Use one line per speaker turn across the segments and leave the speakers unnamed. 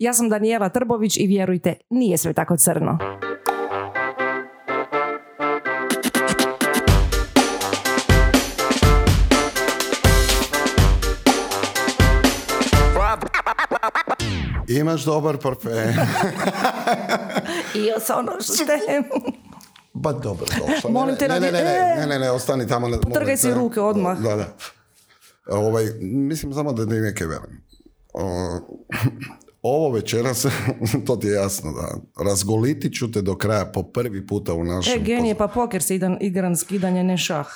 Ja sam Danijela Trbović i vjerujte, nije sve tako crno.
Imaš dobar parfem.
I sa ono što te...
Ba dobro, došla.
Molim
Ne,
te,
ne, ne,
radi-
ne,
e!
ne, ne, ne, ne, ostani tamo. Ne,
Potrgaj si ruke odmah.
Da, da. Ovaj, mislim samo da ne neke velim. O, Ovo večeras, to ti je jasno da, razgoliti ću te do kraja po prvi puta u našem...
E, genije, pa poker se idan- igran skidanje, ne šah.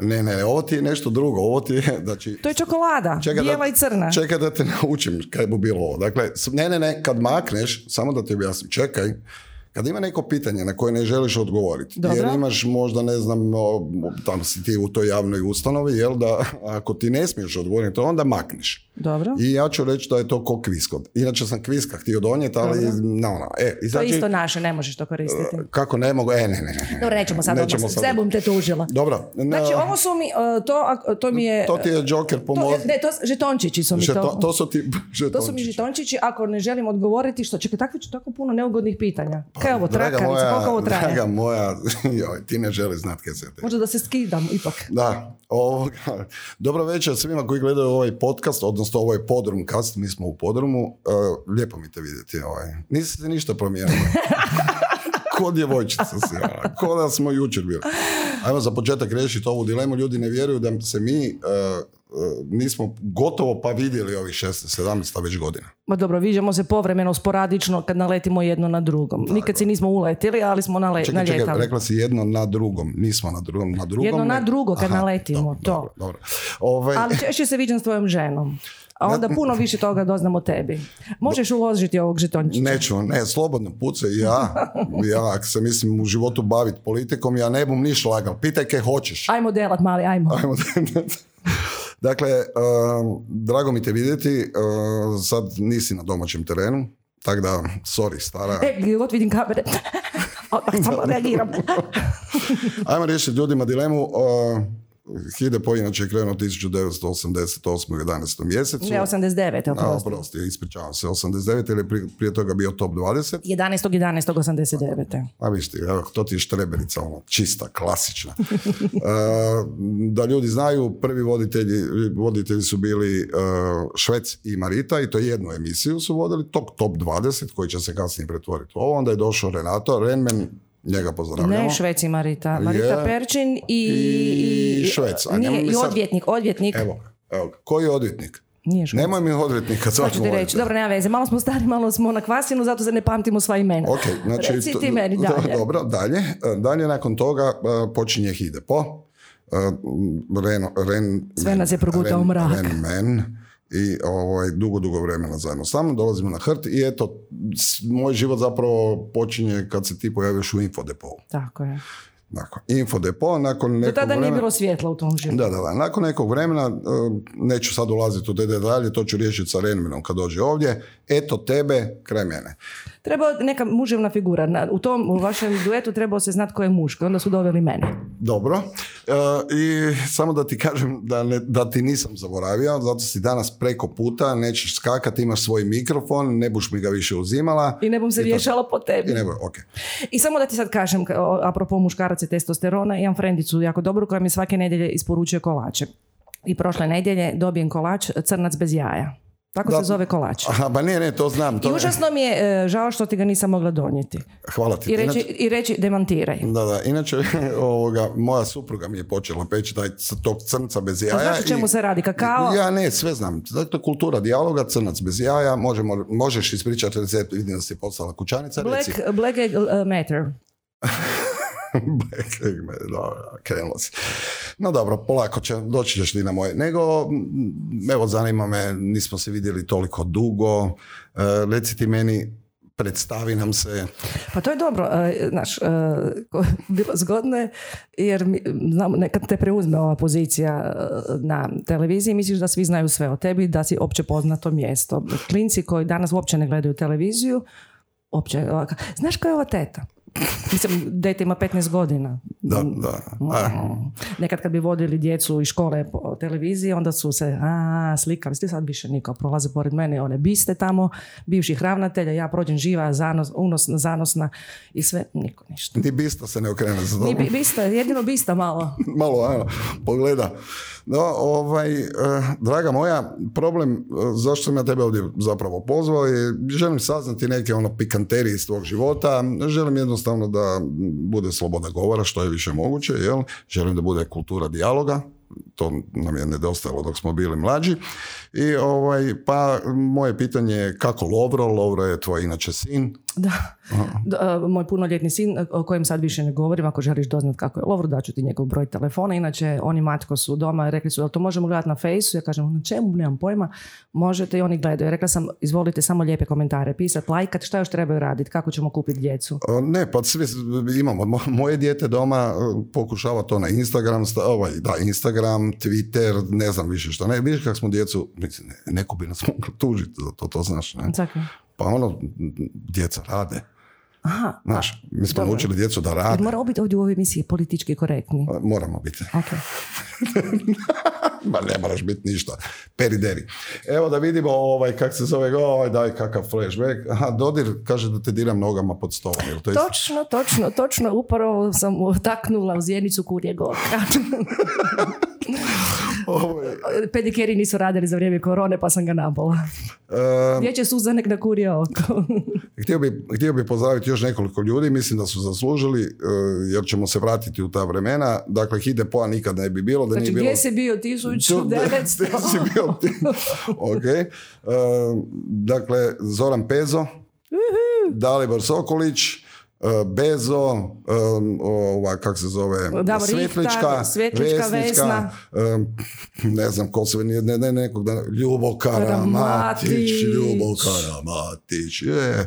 Ne, ne, ovo ti je nešto drugo, ovo ti je, znači...
To je čokolada,
Čekaj
bijela i crna.
Čekaj da te naučim kaj bi bilo ovo. Dakle, s- ne, ne, ne, kad makneš, samo da ti objasnim, čekaj, kad ima neko pitanje na koje ne želiš odgovoriti,
Dobro.
jer imaš možda, ne znam, o, tamo si ti u toj javnoj ustanovi, jel da ako ti ne smiješ odgovoriti, onda makneš.
Dobro.
I ja ću reći da je to ko kviskod. Inače sam kviska htio donijeti, ali na ona. E, i
To je
znači,
isto naše, ne možeš to koristiti.
kako ne mogu, e, ne, ne, ne, ne.
Dobro, nećemo sad
Nećemo
odmah.
sad.
Sve bum te tužila.
Dobro, ne,
Znači, ovo su mi, e, to, a- to mi je...
to ti je Joker
to,
pomoz...
ne, to, s- žetončići su mi to.
Žeton- to su ti
To su mi
žetončići.
žetončići, ako ne želim odgovoriti, što čekaj, takvi ću tako puno neugodnih pitanja. Kaj je ovo,
Pa, Draga
trakavica,
moja-
koliko ovo traje?
Draga moja, joj, ti ne želiš znat kaj se te...
Možda da se skidam ipak.
Da, ovoga. Dobro večer svima koji gledaju ovaj podcast, odnosno ovaj podrumcast, mi smo u podrumu. Uh, lijepo mi te vidjeti. Ovaj. Nisi se ništa promijenila. Ko djevojčica si, ona. ko da smo jučer bili. Ajmo za početak riješiti ovu dilemu. Ljudi ne vjeruju da se mi uh, uh, nismo gotovo pa vidjeli ovih 16, 17 već godina.
Ma dobro, viđamo se povremeno, sporadično, kad naletimo jedno na drugom. Nikad si nismo uletili, ali smo nale,
Čekaj,
naletali.
čekaj, rekla si jedno na drugom, nismo na drugom, na drugom.
Jedno na
ne-
drugo kad naletimo,
dobro,
to.
Dobro, dobro. Ovaj,
Ali češće se viđam s tvojom ženom. A onda puno više toga doznam o tebi. Možeš uložiti ovog žetončića.
Neću, ne, slobodno pucaj, ja, ja, ako se mislim u životu baviti politikom, ja ne bom niš lagal, pitaj kaj hoćeš.
Ajmo delat, mali, ajmo.
Ajmo da- dakle, um, drago mi te vidjeti, uh, sad nisi na domaćem terenu, tako da, sorry, stara.
E, gdje god vidim kamere. Odmah samo reagiram.
Ajmo riješiti ljudima dilemu, uh, Hidepo inače je krenuo 1988. u 11. mjesecu.
Ne, 89.
A,
oprosti.
oprosti, ispričavam se, 89 jer je pri- prije toga bio top 20,
11.11.89.
a viš ti, evo, to ti je štreberica, ono, čista, klasična. E, da ljudi znaju, prvi voditelji, voditelji su bili e, Švec i Marita i to jednu emisiju su vodili, tog top 20 koji će se kasnije pretvoriti u ovo, onda je došao Renato, Renmen, njega pozdravljamo.
Ne, Švec i Marita. Marita
Je.
Perčin i...
I Švec, a E.
Nije,
nemoj mi
i
sad-
odvjetnik, odvjetnik.
Evo ga, evo ga. Koji je odvjetnik?
Nije Švec.
Nemoj mi odvjetnika,
To
sad
ću ti reći. Dobro, nema veze. Malo smo stari, malo smo na kvasinu, zato se ne pamtimo sva imena.
Ok, znači...
Reci
to-
ti meni
do-
dalje.
Dobro, dalje. E, Dalje nakon toga e, počinje Hidepo. E, Ren, Ren,
Sve nas je progutao mrak.
Ren men. I ovaj, dugo, dugo vremena zajedno sa mnom. Dolazimo na hrt i eto, s- moj život zapravo počinje kad se ti pojaviš u Infodepovu.
Tako je.
Nakon, Infodepo, nakon nekog
Do tada nije
vremena-
bilo svjetla u tom životu.
da, da, da. Nakon nekog vremena, e, neću sad ulaziti u te detalje, to ću riješiti sa Renmenom kad dođe ovdje. Eto tebe, kraj mene.
Treba neka muževna figura. Na- U tom u vašem duetu trebao se znati ko je muško. Onda su doveli mene.
Dobro. E, I samo da ti kažem da, ne, da ti nisam zaboravio, zato si danas preko puta, nećeš skakati, imaš svoj mikrofon, ne buš mi ga više uzimala.
I ne bom se
to-
vješala po tebi.
I ne bu- okej.
I samo da ti sad kažem, ka- o- apropo muškaraca i testosterona, imam frendicu jako dobru koja mi svake nedjelje isporučuje kolače. I prošle nedjelje dobijem kolač crnac bez jaja. Tako
Da.
se zove kolač.
Aha, ba ne, ne, to znam. To
I
je-
užasno mi je e, žao što ti ga nisam mogla donijeti.
Hvala ti.
I reći,
Inače-
i reći demantiraj.
da, da, inače ovoga, moja supruga mi je počela peći taj c- tog crnca bez jaja.
A Pa znaš o čemu
i-
se radi? Kakao?
Ja ne, sve znam. Dakle, kultura dijaloga, crnac bez jaja, možemo, možeš ispričati recept, vidim da si postala kućanica, reci.
Black, black egg, e, matter.
Bekegme, dobro, krenulo si. No dobro, polako će, doći ćeš ti na moje. Nego, m, evo, zanima me, nismo se vidjeli toliko dugo. E, reci ti meni, predstavi nam se.
Pa to je dobro, e, znaš, e, ko- bilo zgodno je, jer mi, znam, nekad te preuzme ova pozicija e, na televiziji, misliš da svi znaju sve o tebi, da si opće poznato mjesto. Klinci koji danas uopće ne gledaju televiziju, opće, ovako, znaš koja je ova teta? Mislim, dete ima 15 godina.
Da, da. A,
Nekad kad bi vodili djecu iz škole po televiziji, onda su se, a, slikali ste sad više niko, prolaze pored mene one biste tamo, bivših ravnatelja, ja prođem živa, zanos, unosna, zanosna i sve, niko ništa.
ni bista se ne okrene za
Ni
tobom.
bi- bista, jedino bista malo.
malo ano, pogleda. No, ovaj, eh, draga moja, problem eh, zašto sam ja tebe ovdje zapravo pozvao je želim saznati neke ono pikanterije iz tvog života, želim jednostavno da bude sloboda govora što je više moguće, jel? želim da bude kultura dijaloga, to nam je nedostajalo dok smo bili mlađi. I ovaj, pa moje pitanje je kako Lovro, Lovro je tvoj inače sin,
Da. D- a, moj punoljetni sin, a, o kojem sad više ne govorim, ako želiš doznat kako je Lovro, daću ti njegov broj telefona. Inače, oni matko su doma i rekli su, jel to možemo gledati na fejsu? Ja kažem, na čemu, nemam pojma. Možete i oni gledaju. Ja Rekla sam, izvolite samo lijepe komentare pisati, lajkat, šta još trebaju raditi, kako ćemo kupiti djecu.
A, Ne, pa svi s- imamo. Mo- Moje dijete doma e, pokušava to na Instagram, sta- ovaj, da, Instagram, Twitter, ne znam više što. Ne, vidiš kako smo djecu, mislim, ne- neko bi nas mogao tužiti za to, to znaš. Ne?
Cakaj.
Pa ono, m, djeca rade.
Aha,
Znaš, mi smo
dobro.
naučili djecu da
jer
rade.
moramo biti ovdje u ovoj emisiji politički korektni.
A, Moramo biti.
Ok.
Ma ne moraš biti ništa. Perideri. Evo da vidimo ovaj, kak se zove, ovaj, daj kakav flashback. Aha, Dodir kaže da te diram nogama pod stolom. Jel to isto?
Točno, točno, točno, upravo sam taknula u zjenicu kurje gorka.
Ovo je,
Pedikeri nisu radili za vrijeme korone, pa sam ga nabola.
e,
Dječje suze nek na kurje oko.
Htio bi, htio bi pozdraviti još nekoliko ljudi, mislim da su zaslužili, eh, jer ćemo se vratiti u ta vremena. Dakle, hide poa nikad ne bi bilo, da
Znači,
nije bilo...
gdje si bio
Tu- gdje
1900?
si bio ti? ok. Eh, dakle, Zoran Pezo, Dalibor Sokolić, eh, Bezo, eh, ova, kak se zove,
Davor Rihtar, Svetlička, Vesna.
eh, ne znam ko se, ne, ne, ne, nekog da, Ljubo Karamatić,
Karamatić.
Ljubo Karamatić, je.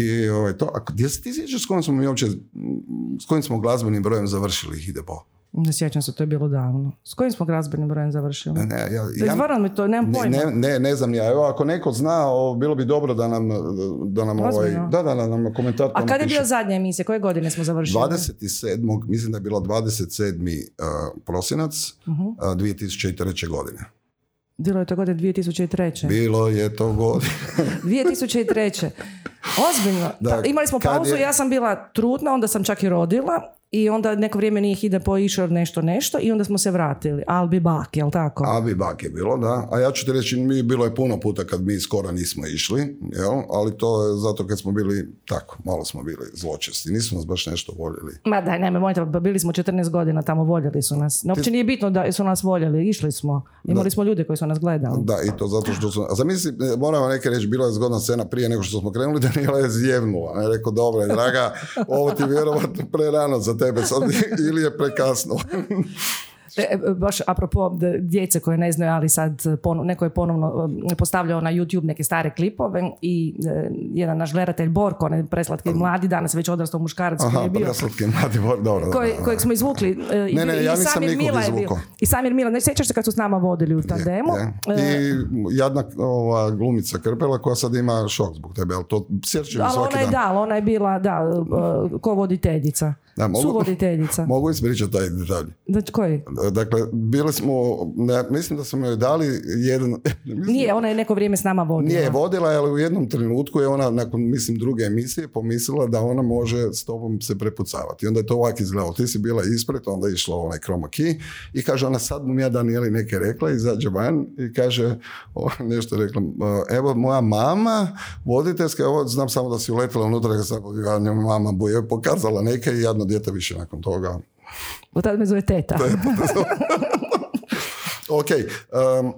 I ovaj, to, a gdje se ti sjećaš s kojim smo mi uopće, s kojim smo glazbenim brojem završili ide po?
Ne sjećam se, to je bilo davno. S kojim smo glazbenim brojem završili?
Ne, ja,
Ja,
ja,
mi to, nemam
ne,
pojma.
ne, ne, ne znam ni ja. Evo, ako neko zna, o, bilo bi dobro da nam, da nam ovaj,
Ozbiljno?
da, da, da nam komentar
A
to
kad je
napiše.
bila zadnja emisija? Koje godine smo završili?
27. mislim da je bilo 27. uh, prosinac
Mhm.
uh, 2003. godine.
Bilo je to godine 2003.
Bilo je to godine.
2003. Ozbiljno.
Da,
Pa, imali smo
kad
pauzu,
je-
ja sam bila trudna, onda sam čak i rodila i onda neko vrijeme nije ide poišao nešto nešto i onda smo se vratili. I'll be back, jel tako?
Abi bak je bilo, da. A ja ću ti reći, mi bilo je puno puta kad mi skoro nismo išli, jel? ali to je zato kad smo bili, tako, malo smo bili zločesti. Nismo nas baš nešto voljeli.
Ma daj, nemoj, mojte, pa bili smo 14 godina tamo, voljeli su nas. Ne, uopće nije bitno da su nas voljeli, išli smo. Imali smo ljude koji su nas gledali.
Da, i to zato što su... A zamisli, e, moramo neke reći, bila je zgodna scena prije nego što smo krenuli, Daniela je zjevnula. Ne rekao, dobro, je, draga, ovo ti je vjerovatno pre rano za tebe sad, ili je prekasno.
E, e, baš apropo d- djece koje ne znaju, ali sad ponu- neko je ponovno e, postavljao na YouTube neke stare klipove i e, jedan naš gledatelj Borko, onaj preslatki mladi, danas već odrastao muškarac koji
Aha,
je bio
preslatki mladi bor, dobro.
koji,
dobro.
kojeg smo izvukli. e, i
Ne, ne,
bio- i
ja nisam
Samir
nikog
Mila je bio.
izvukao.
I Samir Mila, ne sjećaš se kad su s nama vodili u tandemu?
Je.
E,
I jadna ova glumica Krpela koja sad ima šok zbog tebe, ali to sjećam je
ali
svaki
ona je,
dan.
da, ali ona je bila, da, e, ko voditeljica.
Da, mogu-
Suvoditeljica.
Mogu ispričati taj detalj.
Znači, koji?
Dakle, bili smo, ne, mislim da smo joj dali jedan,
Nije, ona je neko vrijeme s nama vodila.
Nije je vodila, ali u jednom trenutku je ona, nakon mislim druge emisije, pomislila da ona može s tobom se prepucavati. I onda je to ovako izgledalo. Ti si bila ispred, onda je išla onaj chroma key i kaže ona, sad mu ja Danijeli neke rekla, izađe van i kaže, o, nešto je rekla, evo moja mama, voditeljska, evo znam samo da si uletila unutra, kad sam ja, njoj mama bu je pokazala neke i jadno dijete više nakon toga.
Od Pa tad me zove teta.
Ok, em,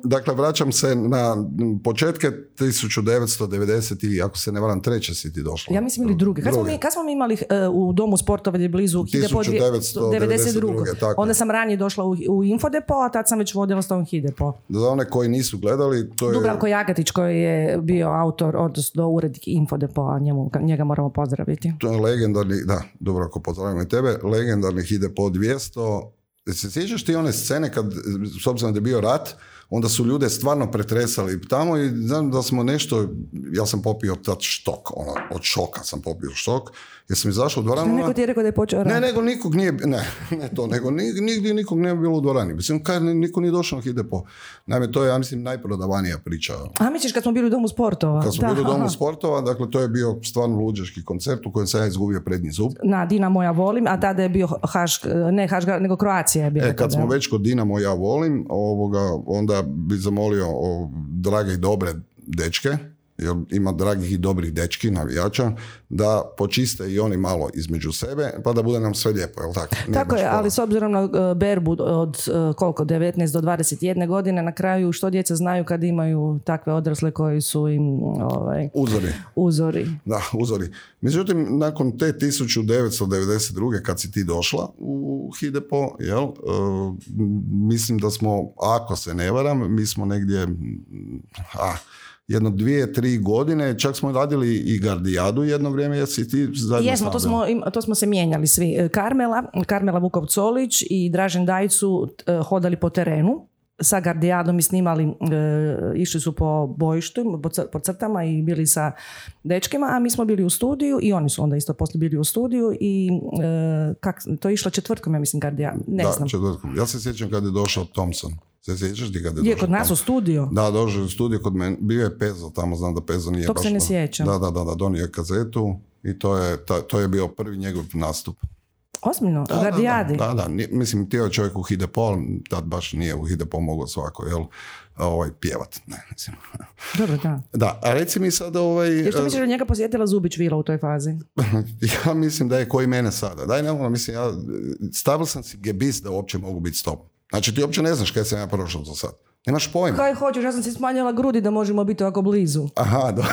dakle vraćam se na početke 1990 i ako se ne varam treće si ti došla.
Ja mislim ili druge. Kad smo
Druge.
mi, kad smo mi imali e, u domu sportova gdje je blizu Hidepo
1992, tako.
Onda sam ranije došla u, u Infodepo, a tad sam već vodila s tom Hidepo.
Za one koji nisu gledali, to je...
Dubravko Jagatić koji je bio autor, odnosno urednik Infodepoa, njemu, njega moramo pozdraviti.
To je legendarni, da, Dubravko, pozdravljam i tebe, legendarni ide po 200 Se sjećaš ti one scene kad, s obzirom da je bio rat, onda su ljude stvarno pretresali tamo i znam da smo nešto, ja sam popio tad štok, ono, od šoka sam popio štok, jer sam izašao u dvoranu.
Neko ti je rekao da je počeo
Ne,
rat.
nego nikog nije, ne, ne to, nego ni- nigdje nikog nije bilo u dvorani. Mislim, kaj, niko nije došao na hit po. Naime, to je, ja mislim, najprodavanija priča.
A misliš kad smo bili u domu sportova?
Kad smo
Da,
bili u domu
aha.
sportova, dakle, to je bio stvarno luđaški koncept u kojem sam ja izgubio prednji zub.
Na, Dinamo ja volim, a tada je bio Haš, ne Hašgrad, nego Kroacija je bila.
E, kad
tada.
smo već kod Dinamo ja volim, ovoga, onda bi zamolio o, drage i dobre dečke, jer ima dragih i dobrih dečki, navijača, da počiste i oni malo između sebe, pa da bude nam sve lijepo, jel tako? Nije
Tako
baš
je,
pola.
ali s obzirom na e, berbu od e, koliko, 19 do 21 godine, na kraju što djeca znaju kad imaju takve odrasle koji su im ovaj,
Uzori.
uzori.
Da, uzori. Međutim, nakon te 1992. kad si ti došla u Hidepo, jel, e, mislim da smo, ako se ne varam, mi smo negdje, mm, a, jedno dvije, tri godine, čak smo radili i gardijadu jedno vrijeme, jesi ti zajedno
Jesmo,
s
to
nama
smo, im- to smo se mijenjali svi. E, Karmela, Karmela Vukov-Colić i Dražen Dajić su e, hodali po terenu sa gardijadom i snimali, e, išli su po bojištu, po, cr- po crtama i bili sa dečkima, a mi smo bili u studiju i oni su onda isto poslije bili u studiju i e, kak, to je išlo četvrtkom, ja mislim, gardija, ne
da,
znam.
četvrtkom. Ja se sjećam kad je došao Thompson. Se sjećaš ti kad je
Gdje je
došao
kod nas u
Thompson?
studio?
Da, došao je u studio kod mene. Bio je Pezo tamo, znam da Pezo nije
Tog se
baš...
ne sjećam.
Da, da, da, da, donio je kazetu i to je, ta- to je bio prvi njegov nastup.
Ozbiljno,
Da, da,
gardijadi.
Da, da, nije- mislim, ti je čovjek u Hidepo, ali tad baš nije u Hidepo mogao svako, jel, ovaj, pjevat. Ne, mislim.
Dobro, da.
Da, a reci mi sad, ovaj,
Jer što
eh,
misliš da je njega posjetila Zubić Vila u toj fazi?
ja mislim da je koji mene sada. Daj, ne, ono, mislim, ja eh, stavio sam si gebis da uopće mogu biti stop. Znači, ti uopće ne znaš kaj sam ja prošao do sad. Nemaš pojma.
Kaj hoćeš, ja sam si smanjila grudi da možemo biti ovako blizu.
Aha, da.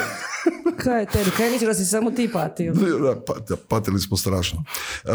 Kaj je tebi, kaj misliš da si samo ti patio?
Da, pa- da, patili smo strašno. Eh,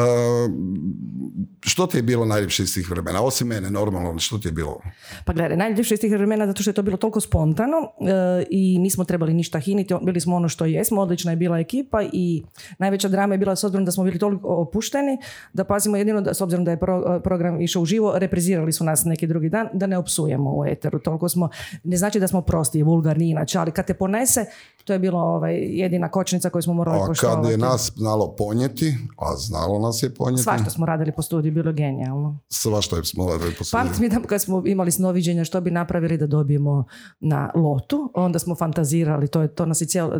što ti je bilo najljepše iz tih vremena? Osim mene, normalno, što ti je bilo?
Pa gledaj, najljepše iz tih vremena zato što je to bilo toliko spontano e, i nismo trebali ništa hiniti, bili smo ono što jesmo, odlična je bila ekipa i najveća drama je bila s obzirom da smo bili toliko opušteni da pazimo jedino, da, s obzirom da je pro- eh, program išao uživo, reprizirali su nas neki drugi dan, da ne opsujemo u eteru, toliko smo, ne znači da smo prosti i vulgarni inače, ali kad te ponese, to je bilo ovaj, jedina kočnica koju smo morali
A kad
poštovati.
je nas znalo ponijeti, a znalo nas je ponijeti,
Svašta smo radili po studiju, bilo je genijalno.
svašta je smo radili po sebi.
Pamet mi da kad smo imali snoviđenja što bi napravili da dobijemo na lotu, onda smo fantazirali, to, je, to nas je cijel,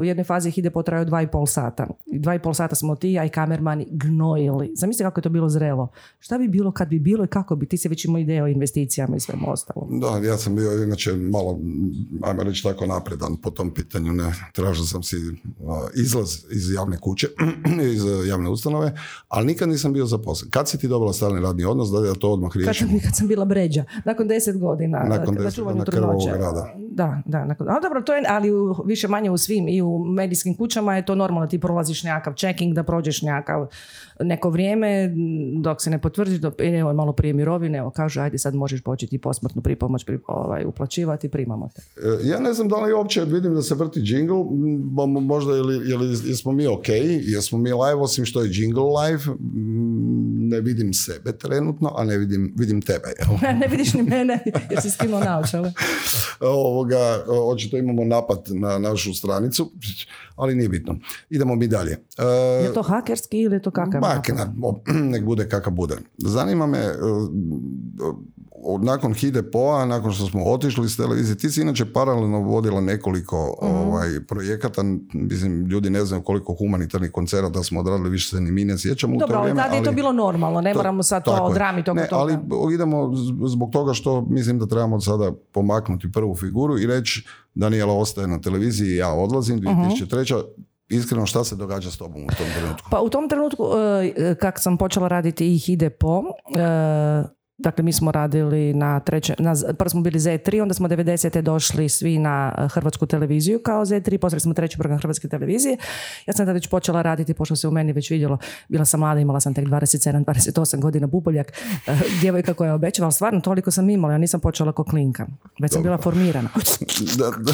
u jednoj fazi ih ide potraju dva i pol sata. I Dva i pol sata smo ti, ja i kamermani gnojili. Zamisli kako je to bilo zrelo. Šta bi bilo kad bi bilo i kako bi? Ti se već imao ideje o investicijama i svemu ostalom.
Da, ja sam bio inače malo, mm, ajmo reći tako, napredan po tom pitanju. Ne, tražio sam si a, izlaz iz javne kuće, iz e, javne ustanove, ali nikad nisam bio zaposlen. Kad si ti dobila stalni radni odnos, da ja to odmah
Kad,
riješim?
kad sam bila bređa, nakon deset godina. Dakle,
Nakon
na
10
čuvanju
godina krvavog
trudnoće.
rada.
Da, da. Nakon, a dobro, to je, ali u, više manje u svim i u medijskim kućama je to normalno. Ti prolaziš nekakav checking, da prođeš nekakav neko vrijeme m, dok se ne potvrdi, do, e, evo je malo prije mirovine, evo kažu, ajde sad možeš početi i posmrtnu pripomoć pri, ovaj, uplaćivati, primamo te.
E, Ja ne znam da li uopće vidim da se vrti jingle, m, mo- mo- možda je li, je li- jesmo mi ok, jesmo mi live, osim što je jingle live, m, ne vidim sebe trenutno, a ne vidim, vidim tebe. Jel?
ne vidiš ni mene jer si skinuo naočale.
E, ovoga, očito imamo napad na našu stranicu, ali nije bitno. Idemo mi dalje. E,
Je to hakerski ili je to kakav?
ma,
napad?
na- o, nek bude kakav bude. Zanima me, e, o, nakon Hide Poa, nakon što smo otišli s televizije, ti si inače paralelno vodila nekoliko
Mhm.
ovaj, projekata, mislim, ljudi ne znaju koliko humanitarnih koncerata smo odradili, više se ni mi ne sjećamo u
Dobro,
to
ali
vrijeme.
tada je to bilo normalno, ne moramo sad to
Tako je.
o drami tog
ne, ali idemo z- zbog toga što mislim da trebamo sada pomaknuti prvu figuru i reći Daniela ostaje na televiziji, ja
Mhm.
odlazim, 2003. Iskreno šta se događa s tobom u tom trenutku?
Pa u tom trenutku, e, e, kak sam počela raditi ih ide po, e, Dakle, mi smo radili na trećem, na, prvo smo bili Z3, onda smo 90. došli svi na hrvatsku televiziju kao Z3, poslali smo treći program hrvatske televizije. Ja sam tada već počela raditi, pošto se u meni već vidjelo, bila sam mlada, imala sam tek 27, 28 godina buboljak, e, djevojka koja je obećala, stvarno toliko sam imala, ja nisam počela ko klinka, već sam
Dobro.
bila formirana.
Da, da,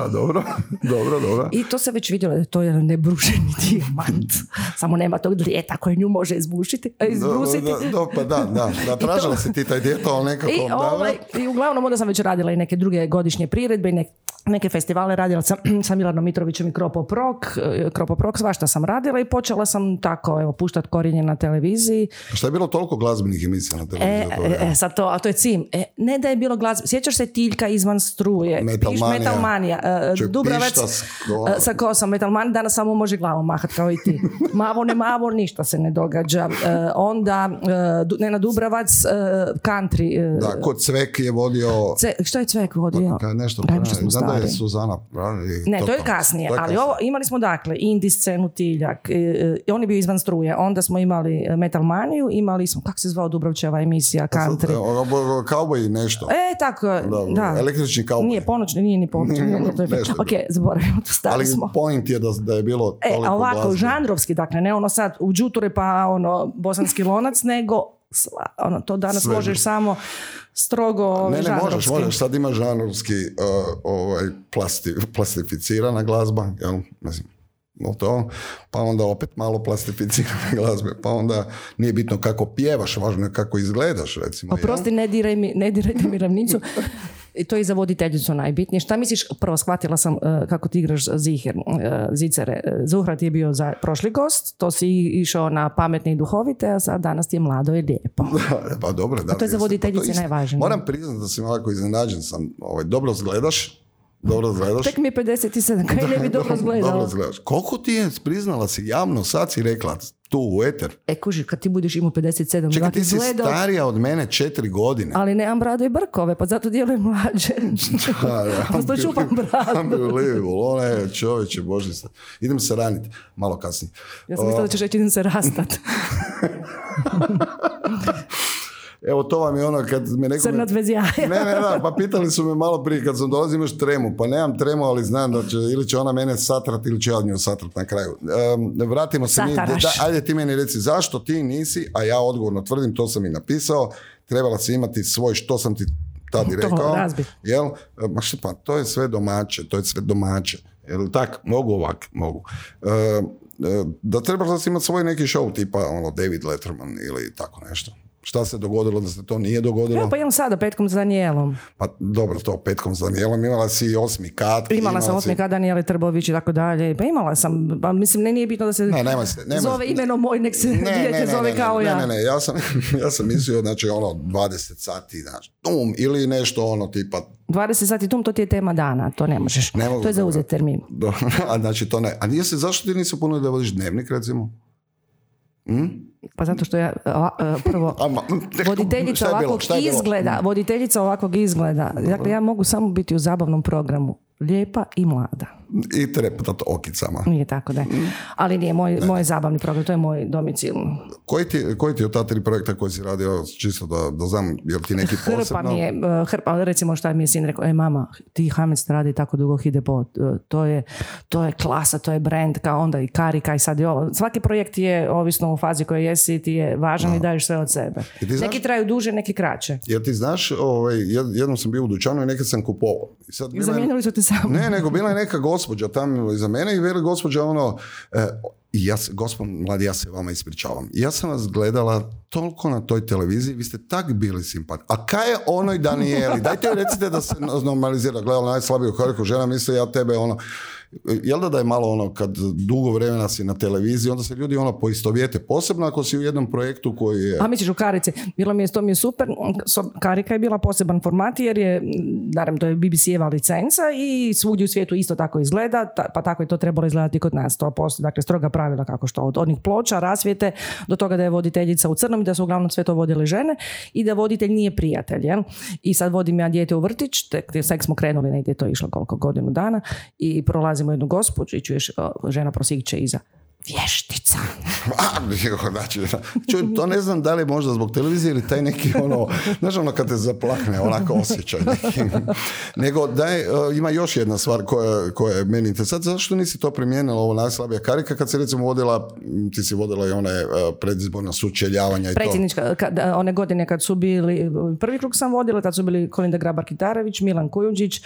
da, dobro, dobro, dobro.
I to se već vidjelo da je to jedan nebrušeni dijamant. Samo nema tog drijeta koji nju može izbušiti, e, izbrusiti.
Da, da, da, pa da, da, da, tražila si ti taj djeto, ali nekako,
I,
dobro.
ovaj, I uglavnom onda sam već radila i neke druge godišnje priredbe i nek- neke festivale radila sam sa Milanom Mitrovićem i Kropo Prok, e, Kropo Prok, svašta sam radila i počela sam tako evo, puštat korijenje na televiziji.
Šta je bilo toliko glazbenih emisija na
E,
televiziji? od toga?
e, e, sad to, a to je cim. E, ne da je bilo glaz... Sjećaš se Tiljka izvan struje?
Metalmanija.
Piš, metalmanija. E,
Čuj,
Dubravac
pišta s-
e, sa kosom. Metalman danas samo može glavom mahat kao i ti. Mavo ne mavo, ništa se ne događa. E, onda e, Du- Nena Dubravac, e, country. e,
Da, kod Cvek je vodio...
Ce- što je Cvek vodio?
Kaj, nešto pa,
Daj, možda smo
znam da je
stari.
Suzana pravi.
Ne, to je kasnije,
to je
ali ovo imali smo dakle indie scenu Tiljak, e, e, i on je bio izvan struje, onda smo imali e, Metalmaniju, imali smo, kako se zvao Dubrovčeva emisija,
Pa, Sad,
country.
ovo- ovo- ono, Cowboy i nešto.
E, tako, je,
Da,
da.
Električni cowboy.
Nije ponoćni, nije ni ponoćni.
Nije,
nije, to je-
nešto je
ok, zaboravimo, to stari
ali
smo.
point je da, da je bilo
E,
toliko
a ovako,
glazbe.
žanrovski, dakle, ne ono sad u džuture pa ono bosanski lonac, nego sva- ono, to danas
Sve.
možeš samo strogo
Ne, ne, možeš,
Ovaj žanrovski.
možeš. Sad ima žanrovski uh, ovaj, plasti, plastificirana glazba, jel? Mislim, no to, pa onda opet malo plastificirane glazbe, pa onda nije bitno kako pjevaš, važno je kako izgledaš, recimo. jel?
Oprosti, ne diraj mi, ne dirajte mi ravnicu. I to je i za voditeljicu najbitnije. Šta misliš, prvo shvatila sam e, kako ti igraš ziher, e, zicere. E, Zuhra ti je bio za prošli gost, to si išao na pametne i duhovite, a sad danas ti je mlado i lijepo.
Da, pa dobro, da.
to je za
jeste.
voditeljice
Pa to je isto.
najvažnije.
Moram priznati da sam ovako iznenađen sam. Ovaj, dobro zgledaš, dobro zgledaš.
Tek mi je 57, kaj ne bi dobro
Dobro
izgledalo.
zgledaš. Koliko ti je priznala si javno, sad si rekla tu u eter.
E kuži, kad ti budeš imao 57,
Čekaj,
ovako
ti si
izgledao,
starija od mene četiri godine.
ali nemam bradu i brkove, pa zato djelujem mlađe.
Da, da.
Posto čupam bradu.
Pa, Unbelievable, ono je čovječe, božice. Idem se raniti, malo kasnije.
Ja sam mislila da ćeš reći idem se rastat.
Evo to vam je ono kad me neko...
Crnac bez jaja.
Ne, ne, da, pa pitali su me malo prije kad sam dolazio imaš tremu, pa nemam tremu, ali znam da će, ili će ona mene satrat ili ću ja nju satrat na kraju. Em, vratimo se mi,
Sataraš.
da, ajde ti meni reci zašto ti nisi, a ja odgovorno tvrdim, to sam i napisao, trebala si imati svoj što sam ti tad i
To,
rekao.
razbi.
Jel? E, Ma šta pa, to je sve domaće, to je sve domaće. Jel tak, mogu ovak, mogu. E, e, da trebaš da imati svoj neki show tipa ono David Letterman ili tako nešto. Šta se dogodilo da se to nije dogodilo?
Evo pa imam sada petkom s Danielom.
Pa dobro, to petkom s Danielom imala si i osmi kat.
Imala sam
si-
osmi kada Daniele Trbović i tako dalje. Pa imala sam, pa mislim, ne nije bitno da se
Ne, nemoj se, nemoj
zove
se.
imeno moj, nek se dijete zove kao
ne,
ja.
ne, ne, ja sam, ja sam mislio, znači ono, 20 sati, znači, um, ili nešto ono, tipa,
20 sati tum, to ti je tema dana, to ne možeš.
Ne mogu
to je za
toga.
uzet termin.
do, a znači to ne. A nije se, zašto ti nisi puno da vodiš dnevnik, recimo?
Pa zato što ja, a, a, prvo,
A, ma, šta
voditeljica
je bilo,
ovakvog
šta je bilo? Mm.
izgleda, voditeljica ovakvog izgleda, dakle ja mogu samo biti u zabavnom programu. Lijepa i mlada.
I trepetat okicama.
Nije tako da je.
Mm.
Ali nije moj,
Dakle.
moj zabavni program, to je moj domicilno.
Koji ti, koji ti od ta tri projekta koji si radio, čisto da, da znam, jel ti neki
Hrpa
posebno?
mi je, e, hrpa, ali recimo šta mi je sin rekao, e mama, ti Hamec radi tako dugo hide po, e, to je, to je klasa, to je brand, kao onda i karika i sad i ovo. Svaki projekt je, ovisno u fazi kojoj jesi, ti je važan i daješ sve od sebe.
I ti znaš-
Neki traju duže, neki kraće.
Jer ti znaš, ovaj, jed- jednom sam bio u dućanu i nekad sam kupovao. I sad
I
bila je-
zamijenili su ti samo.
Ne, nego bila je neka gospođa tamo iza mene i veli gospođa ono, e, i ja se, gospod mladi, ja se vama ispričavam. Ja sam vas gledala toliko na toj televiziji, vi ste tak bili simpati. A kaj je onoj Danijeli? Dajte joj recite da se normalizira. Gledala najslabiju kariku žena, misli ja tebe ono, jel da da je malo ono kad dugo vremena si na televiziji, onda se ljudi ono poistovijete, posebno ako si u jednom projektu koji je...
A Pa misliš u karici, bilo mi je, to mi je super, So- karika je bila poseban format jer je, m, naravno to je BBC-eva licenca i svugdje u svijetu isto tako izgleda, ta- pa tako je to trebalo izgledati i kod nas, to postoji, dakle stroga pravila kako što, od onih ploča, rasvijete, do toga da je voditeljica u crnom i da su uglavnom sve to vodile žene i da voditelj nije prijatelj, jel? I sad vodim ja dijete u vrtić, tek tek smo krenuli negdje, je to išlo koliko godinu dana i prolazimo jednu gospođu i čuješ o, žena prosiće iza vještica.
A, znači, čuj, to ne znam da li je možda zbog televizije ili taj neki ono, znaš ono kad te zaplakne, onako osjećaj neki. Nego daj, uh, ima još jedna stvar koja, koja je meni interesantna, zašto nisi to primijenila ovo najslabija karika kad si recimo vodila, ti si vodila i one uh, predizborna sučeljavanja i to.
Predsjednička, kad, e, one godine kad su bili, prvi krug sam vodila, tad su bili Kolinda Grabar-Kitarević, Milan Kujundžić, uh,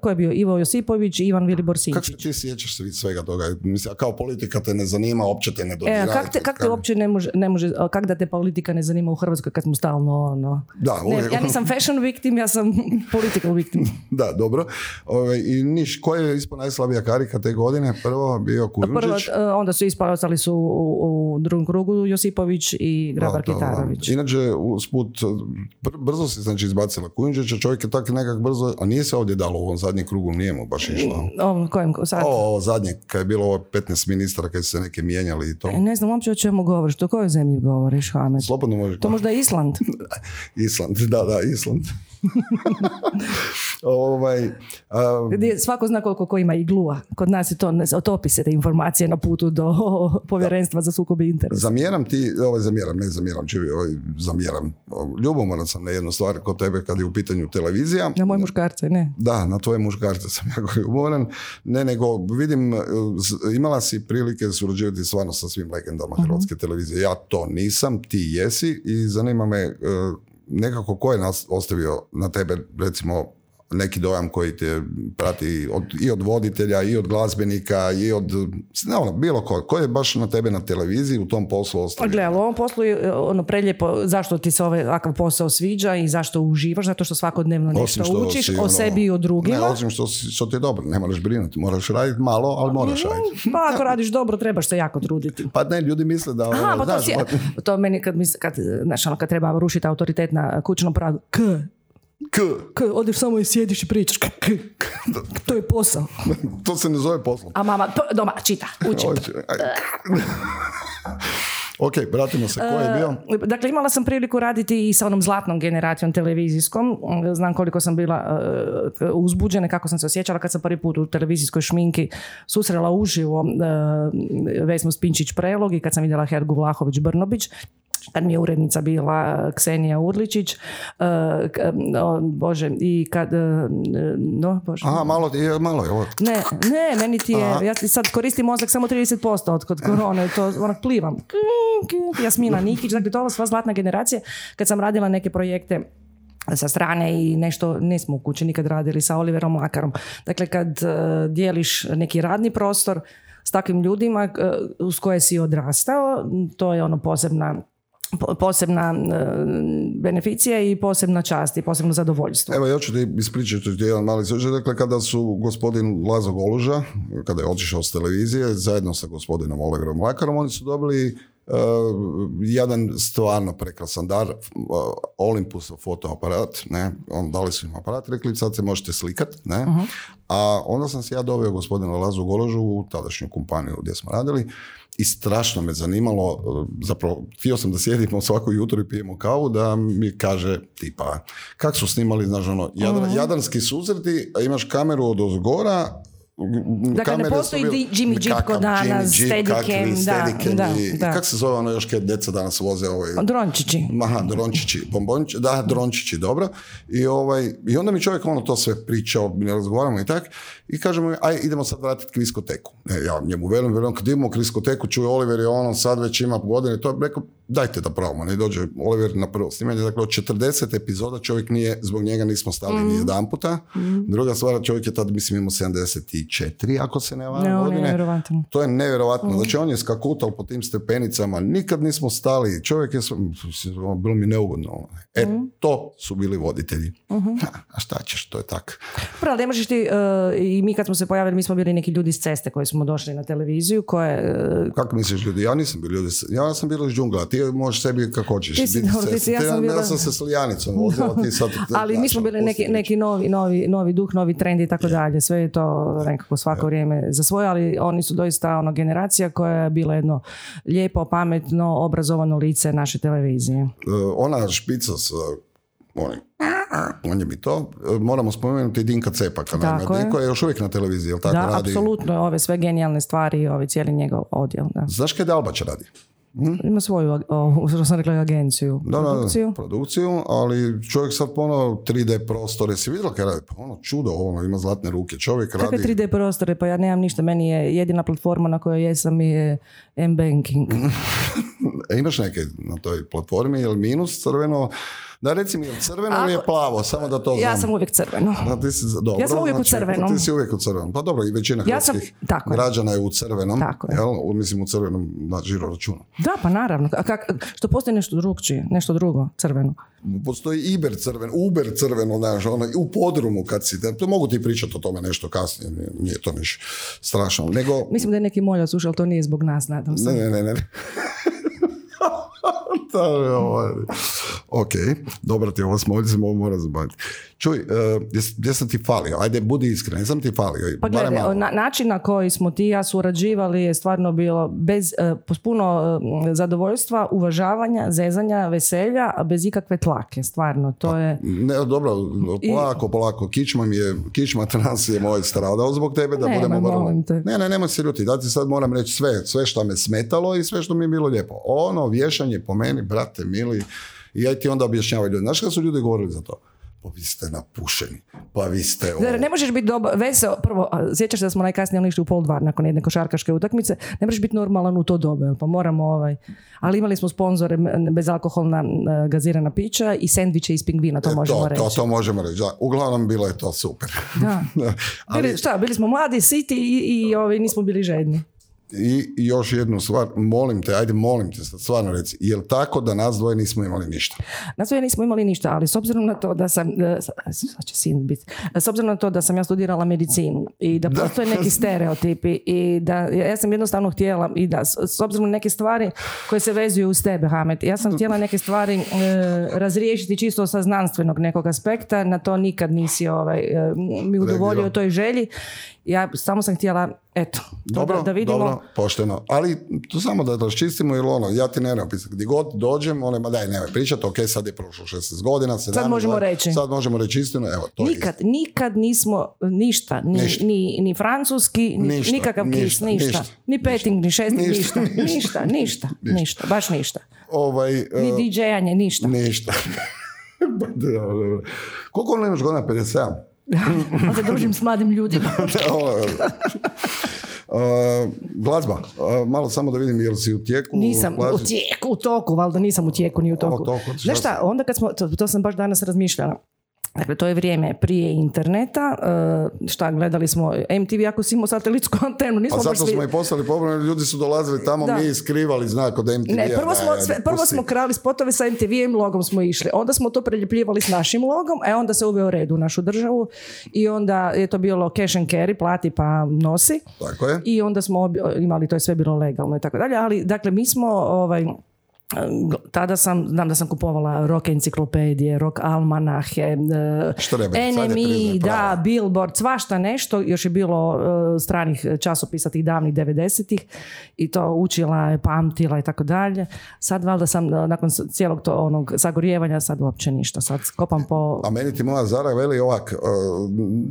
ko je bio Ivo Josipović i Ivan Vilibor
Sinčić. Kako ti sjećaš svega toga? Mislim, kao politika te ne zanima, uopće te ne dodira.
E, kak te, kak te uopće ne može, ne može, kak da te politika ne zanima u Hrvatskoj kad smo stalno ono...
Da,
ne, ja nisam fashion victim, ja sam political victim.
da, dobro. Ove, I niš, ko je ispod najslabija karika te godine? Prvo bio Kujundžić.
Prvo, e, onda su ispali, ostali su u, u, drugom krugu Josipović i Grabar da, Kitarović.
Da, Pa, Inače, usput, br- brzo se znači izbacila Kujundžića, čovjek je tak nekak brzo, a nije se ovdje dalo u ovom zadnjem krugu, nije mu baš išlo.
Ovom kojem, sad?
O, ovo zadnje, kad je bilo ovo 15 ministara, kad se neke mijenjali i to.
E, ne znam uopće o čemu govoriš, o kojoj zemlji govoriš, Hamed?
Slobodno možeš.
To možda je Island?
Island, da, da, Island. ovaj,
um, Svako zna koliko ko ima iglua. Kod nas je to, otopi se te informacije na putu do povjerenstva da. za sukobi interesa.
Zamjeram ti, ovaj, zamjeram, ne zamjeram, čivi, ovaj, zamjeram. Ljubomoran sam na jednu stvar kod tebe kad je u pitanju televizija.
Na moje muškarce, ne.
Da, na tvoje muškarce sam jako ljubomoran. Ne, nego vidim, e, imala si prilike surađivati stvarno sa svim legendama
Mhm.
uh-huh. Hrvatske televizije. Ja to nisam, ti jesi i zanima me uh, nekako ko je nas ostavio na tebe recimo neki dojam koji te prati od, i od voditelja i od glazbenika i od ne ono, bilo ko, ko je baš na tebe na televiziji u tom poslu ostavio?
Gle, u ovom poslu je ono preljepo zašto ti se ovaj ovakav posao sviđa i zašto uživaš, zato što svakodnevno nešto
što
učiš
si, ono,
o sebi i o drugima.
Ne, osim što, što ti je dobro, ne moraš brinuti, moraš raditi malo, ali moraš raditi.
Pa ako radiš dobro, trebaš se jako truditi.
Pa ne, ljudi misle da... ono,
Aha, pa to,
znaš,
si, pa... to meni kad, misle, kad, znaš, ono, kad treba rušiti autoritet na kućnom pragu, k,
K.
K. Odeš samo i sjediš i pričaš. K. K. To je posao.
to se ne zove posao.
A mama p- doma čita, uči.
ok, vratimo se. Ko je bio?
Dakle, imala sam priliku raditi i sa onom zlatnom generacijom televizijskom. Mm, Znam koliko sam bila uh, uzbuđena, kako sam se osjećala kad sam prvi put u televizijskoj šminki susrela uživo eh, uh, Vesnu Spinčić-Prelog i kad sam vidjela Hergu Vlahović-Brnobić kad mi je urednica bila eh, Ksenija Urličić, uh, no, bože, i kad, uh, no, bože.
Aha, malo ti je, malo je ovo.
Ne, ne, meni ti je, Aha. ja sad koristim mozak samo 30% od kod korone, to onak plivam. Jasmina Nikić, dakle, to je sva zlatna generacija. Kad sam radila neke projekte sa strane i nešto nismo u kući nikad radili sa Oliverom Mlakarom. Dakle, kad uh, dijeliš neki radni prostor s takvim ljudima e, uz koje si odrastao, to je ono posebna posebna e, beneficija i posebna čast i posebno zadovoljstvo.
Evo ja ću ti ispričati ti jedan mali slučaj. Dakle, kada su gospodin Lazo Goluža, kada je otišao s televizije, zajedno sa gospodinom Oliverom Lakarom, oni su dobili uh, jedan stvarno prekrasan dar, uh, Olympusov fotoaparat, ne, on dali su im aparat, rekli sad se možete slikat, ne, uh-huh. a onda sam se ja doveo gospodina Lazu Goložu u tadašnju kompaniju gdje smo radili, i strašno me zanimalo, e, zapravo htio sam da sjedimo svako jutro i pijemo kavu, da mi kaže tipa, kak su snimali, znaš ono, jadra,
Mhm.
mm. jadranski suzreti, imaš kameru od ozgora,
Dakle, ne postoji bil, Jimmy Jeep kod danas, Steadicam, da, da,
i, da. Kako se zove ono još kad djeca danas voze? Ovaj,
drončići.
Aha, drončići, bombonči, da, drončići, dobro. I, ovaj, I onda mi čovjek ono to sve pričao, mi ne razgovaramo i tak, i kažemo, aj, idemo sad vratiti kriskoteku. E, ja njemu velim, velim, kad imamo kriskoteku, čuje Oliver je ono, sad već ima godine, to je rekao, dajte da pravimo, ne dođe Oliver na prvo snimanje, dakle od 40 epizoda čovjek nije, zbog njega nismo stali mm. ni jedan puta. Mm. Druga stvar, čovjek je tad, mislim, imao 74, ako se ne varam,
no,
godine.
Nevjerovatno.
To je nevjerojatno. Mm.
Mhm.
Znači, on je skakutal po tim stepenicama, nikad nismo stali, čovjek je, ono, bilo mi neugodno. E,
Mhm.
to su bili voditelji. Mm-hmm. A šta ćeš, to je tak.
Pravo, ne možeš ti, uh, i mi kad smo se pojavili, mi smo bili neki ljudi s ceste koji smo došli na televiziju, koje... eh,
Uh... Kako misliš ljudi? Ja nisam bio ljudi, ja sam bilo iz džungla, ti možeš sebi kako hoćeš.
Ti si, dobro, ti si, ja sam
bila... Ja sam se s Lijanicom vozila, ti sad...
Ali mi smo bili neki, neki novi, novi, novi duh, novi trend i tako dalje. Sve je to nekako svako je. vrijeme za svoje, ali oni su doista ono, generacija koja je bila jedno lijepo, pametno, obrazovano lice naše televizije.
Ona E, špica sa Molim. On je mi to. e, Moramo spomenuti Dinka Cepaka. naime.
Tako je.
Dinko je još uvijek na televiziji, jel tako
da,
radi?
apsolutno, ove sve genijalne stvari, ovaj cijeli njegov odjel, da.
Znaš kaj Dalbać radi?
Ima svoju, o, što sam rekla, agenciju,
Hm? Da, da, da,
produkciju.
produkciju, ali čovjek sad ono 3D prostore, si vidjela kaj radi? Pa ono čudo, ono ima zlatne ruke, čovjek
Kakve
radi.
3D prostore, pa ja nemam ništa, meni je jedina platforma na kojoj jesam je M-Banking.
E, imaš neke na toj platformi, jel minus crveno? Da, reci mi, jel crveno ili je plavo, samo da to
Ja
znam.
sam uvijek crveno.
Da, ti si, dobro, znači,
Ja sam uvijek u crvenom.
Ti si uvijek u crvenom. Pa dobro, i većina
Ja sam-
hrvatskih
tako je.
građana je u crvenom.
Tako je.
Jel? U- Mislim u crvenom na žiro računu.
Da, pa naravno. A kak, što postoji nešto drugčije, nešto drugo, crveno.
Postoji Iber crveno, Uber crveno, znaš, ono, u podrumu kad si, to mogu ti pričati o tome nešto kasnije, nije- nije to niš strašno, nego...
Mislim da je neki molja slušao, ali to nije zbog nas, nadam se.
Ne, ne, ne, ne. Da, ne, ovo je- ok, dobro ti je ovo smo ovdje mora zabaviti. Čuj, e, gdje, gdje sam ti falio? Ajde, budi iskren, jesam ti falio.
Pa
barem malo.
gledaj, na, način na koji smo ti i ja surađivali je stvarno bilo bez e, s puno e, zadovoljstva, uvažavanja, zezanja, veselja, a bez ikakve tlake, stvarno. To je...
Ne, dobro, polako, polako. Kičma, mi je, kičma trans je moj stradao zbog tebe, da
Nemoj,
budemo vrlo...
molim te.
Ne, ne, nemoj se ljuti. Da ti sad moram reći sve, sve što me smetalo i sve što mi je bilo lijepo. Ono vješanje po meni, brate, mili, i ja ti onda objašnjavaj ljudi. Znaš kada su ljudi govorili za to? Pa vi ste napušeni, pa vi ste ovo.
Zar ne možeš biti dobar, veseo, prvo, a, sjećaš se da smo najkasnije ono išli u pol dva nakon jedne košarkaške utakmice, ne možeš biti normalan u to doba, jel? pa moramo ovaj, ali imali smo sponzore m, bezalkoholna m, gazirana pića i sendviče iz pingvina, to
E,
možemo
to,
reći.
to, to možemo reći. Da, uglavnom bilo je to super.
Da.
Ali
Bili, šta, bili smo mladi, siti i, i ovaj, nismo bili žedni.
i i još jednu stvar, molim te, ajde molim te, sad stvarno reci, jel tako da nas dvoje nismo imali ništa?
Na sve nismo imali ništa, ali s obzirom na to da sam, e, sa- sad će sin bit, s obzirom na to da sam ja studirala medicinu i da postoje neki stereotipi i da ja ja sam jednostavno htjela i da s, s obzirom na neke stvari koje se vezuju uz tebe, Hamet, ja sam htjela neke stvari e, razriješiti čisto sa znanstvenog nekog aspekta, na to nikad nisi ovaj, e, mi udovoljio toj želji. Ja samo sam htjela, eto, to
Dobro,
da, da vidimo.
dobro, pošteno. Ali to samo da raščistimo jer ono, ja ti ne napisati. Gdje god dođem, ono, ma daj, nemoj pričati, ok, sad je prošlo 16 godina. 17
možemo
godina,
reći.
Sad možemo reći istinu, evo, to je
nikad, nikad nismo ništa, ni,
Ništa.
ni, ni francuski, ni,
Ništa,
nikakav kiš,
ništa,
ništa,
ništa,
ni petting, ni šesting,
Ništa,
ništa, ništa, ništa, ništa, baš ništa.
istina. Ovaj, e,
Ni DJ-anje, ništa.
ništa. Pa, dobro, dobro. Koliko ono imaš godina? 57?
Ali se družim s mladim ljudima.
Ovo, e, glazba, E, malo samo da vidim jel si u tijeku.
Nisam u
glazbi?
tijeku, u toku, valjda nisam u tijeku ni u toku.
toku, šta
Znaš šta, onda kad smo, to, to sam baš danas razmišljala, Dakle, to je vrijeme prije interneta, e, šta gledali smo, MTV ako si imao satelitsku antenu, nismo
Pa
baš
zato
svi-
smo i poslali pobrane, ljudi su dolazili tamo,
Da.
mi skrivali znak od MTV-a.
Ne, prvo
da,
smo,
da,
sve, prvo
pusti.
smo krali spotove sa MTV-im logom smo išli. Onda smo to preljepljivali s našim logom, a onda se uveo red u našu državu i onda je to bilo cash and carry, plati pa nosi.
Tako je.
I onda smo obi- imali, to je sve bilo legalno i tako dalje, ali dakle mi smo ovaj, tada sam, znam da sam kupovala rock enciklopedije, rock almanahe, e,
Štrebe, sad je priznaje,
NME,
pravo.
da, Billboard, svašta nešto, još je bilo e, stranih časopisa tih davnih 90-ih i to učila, pamtila i tako dalje. Sad valjda sam e, nakon s- cijelog to onog zagorjevanja sad uopće ništa, sad kopam po...
A meni ti moja Zara veli ovak, e,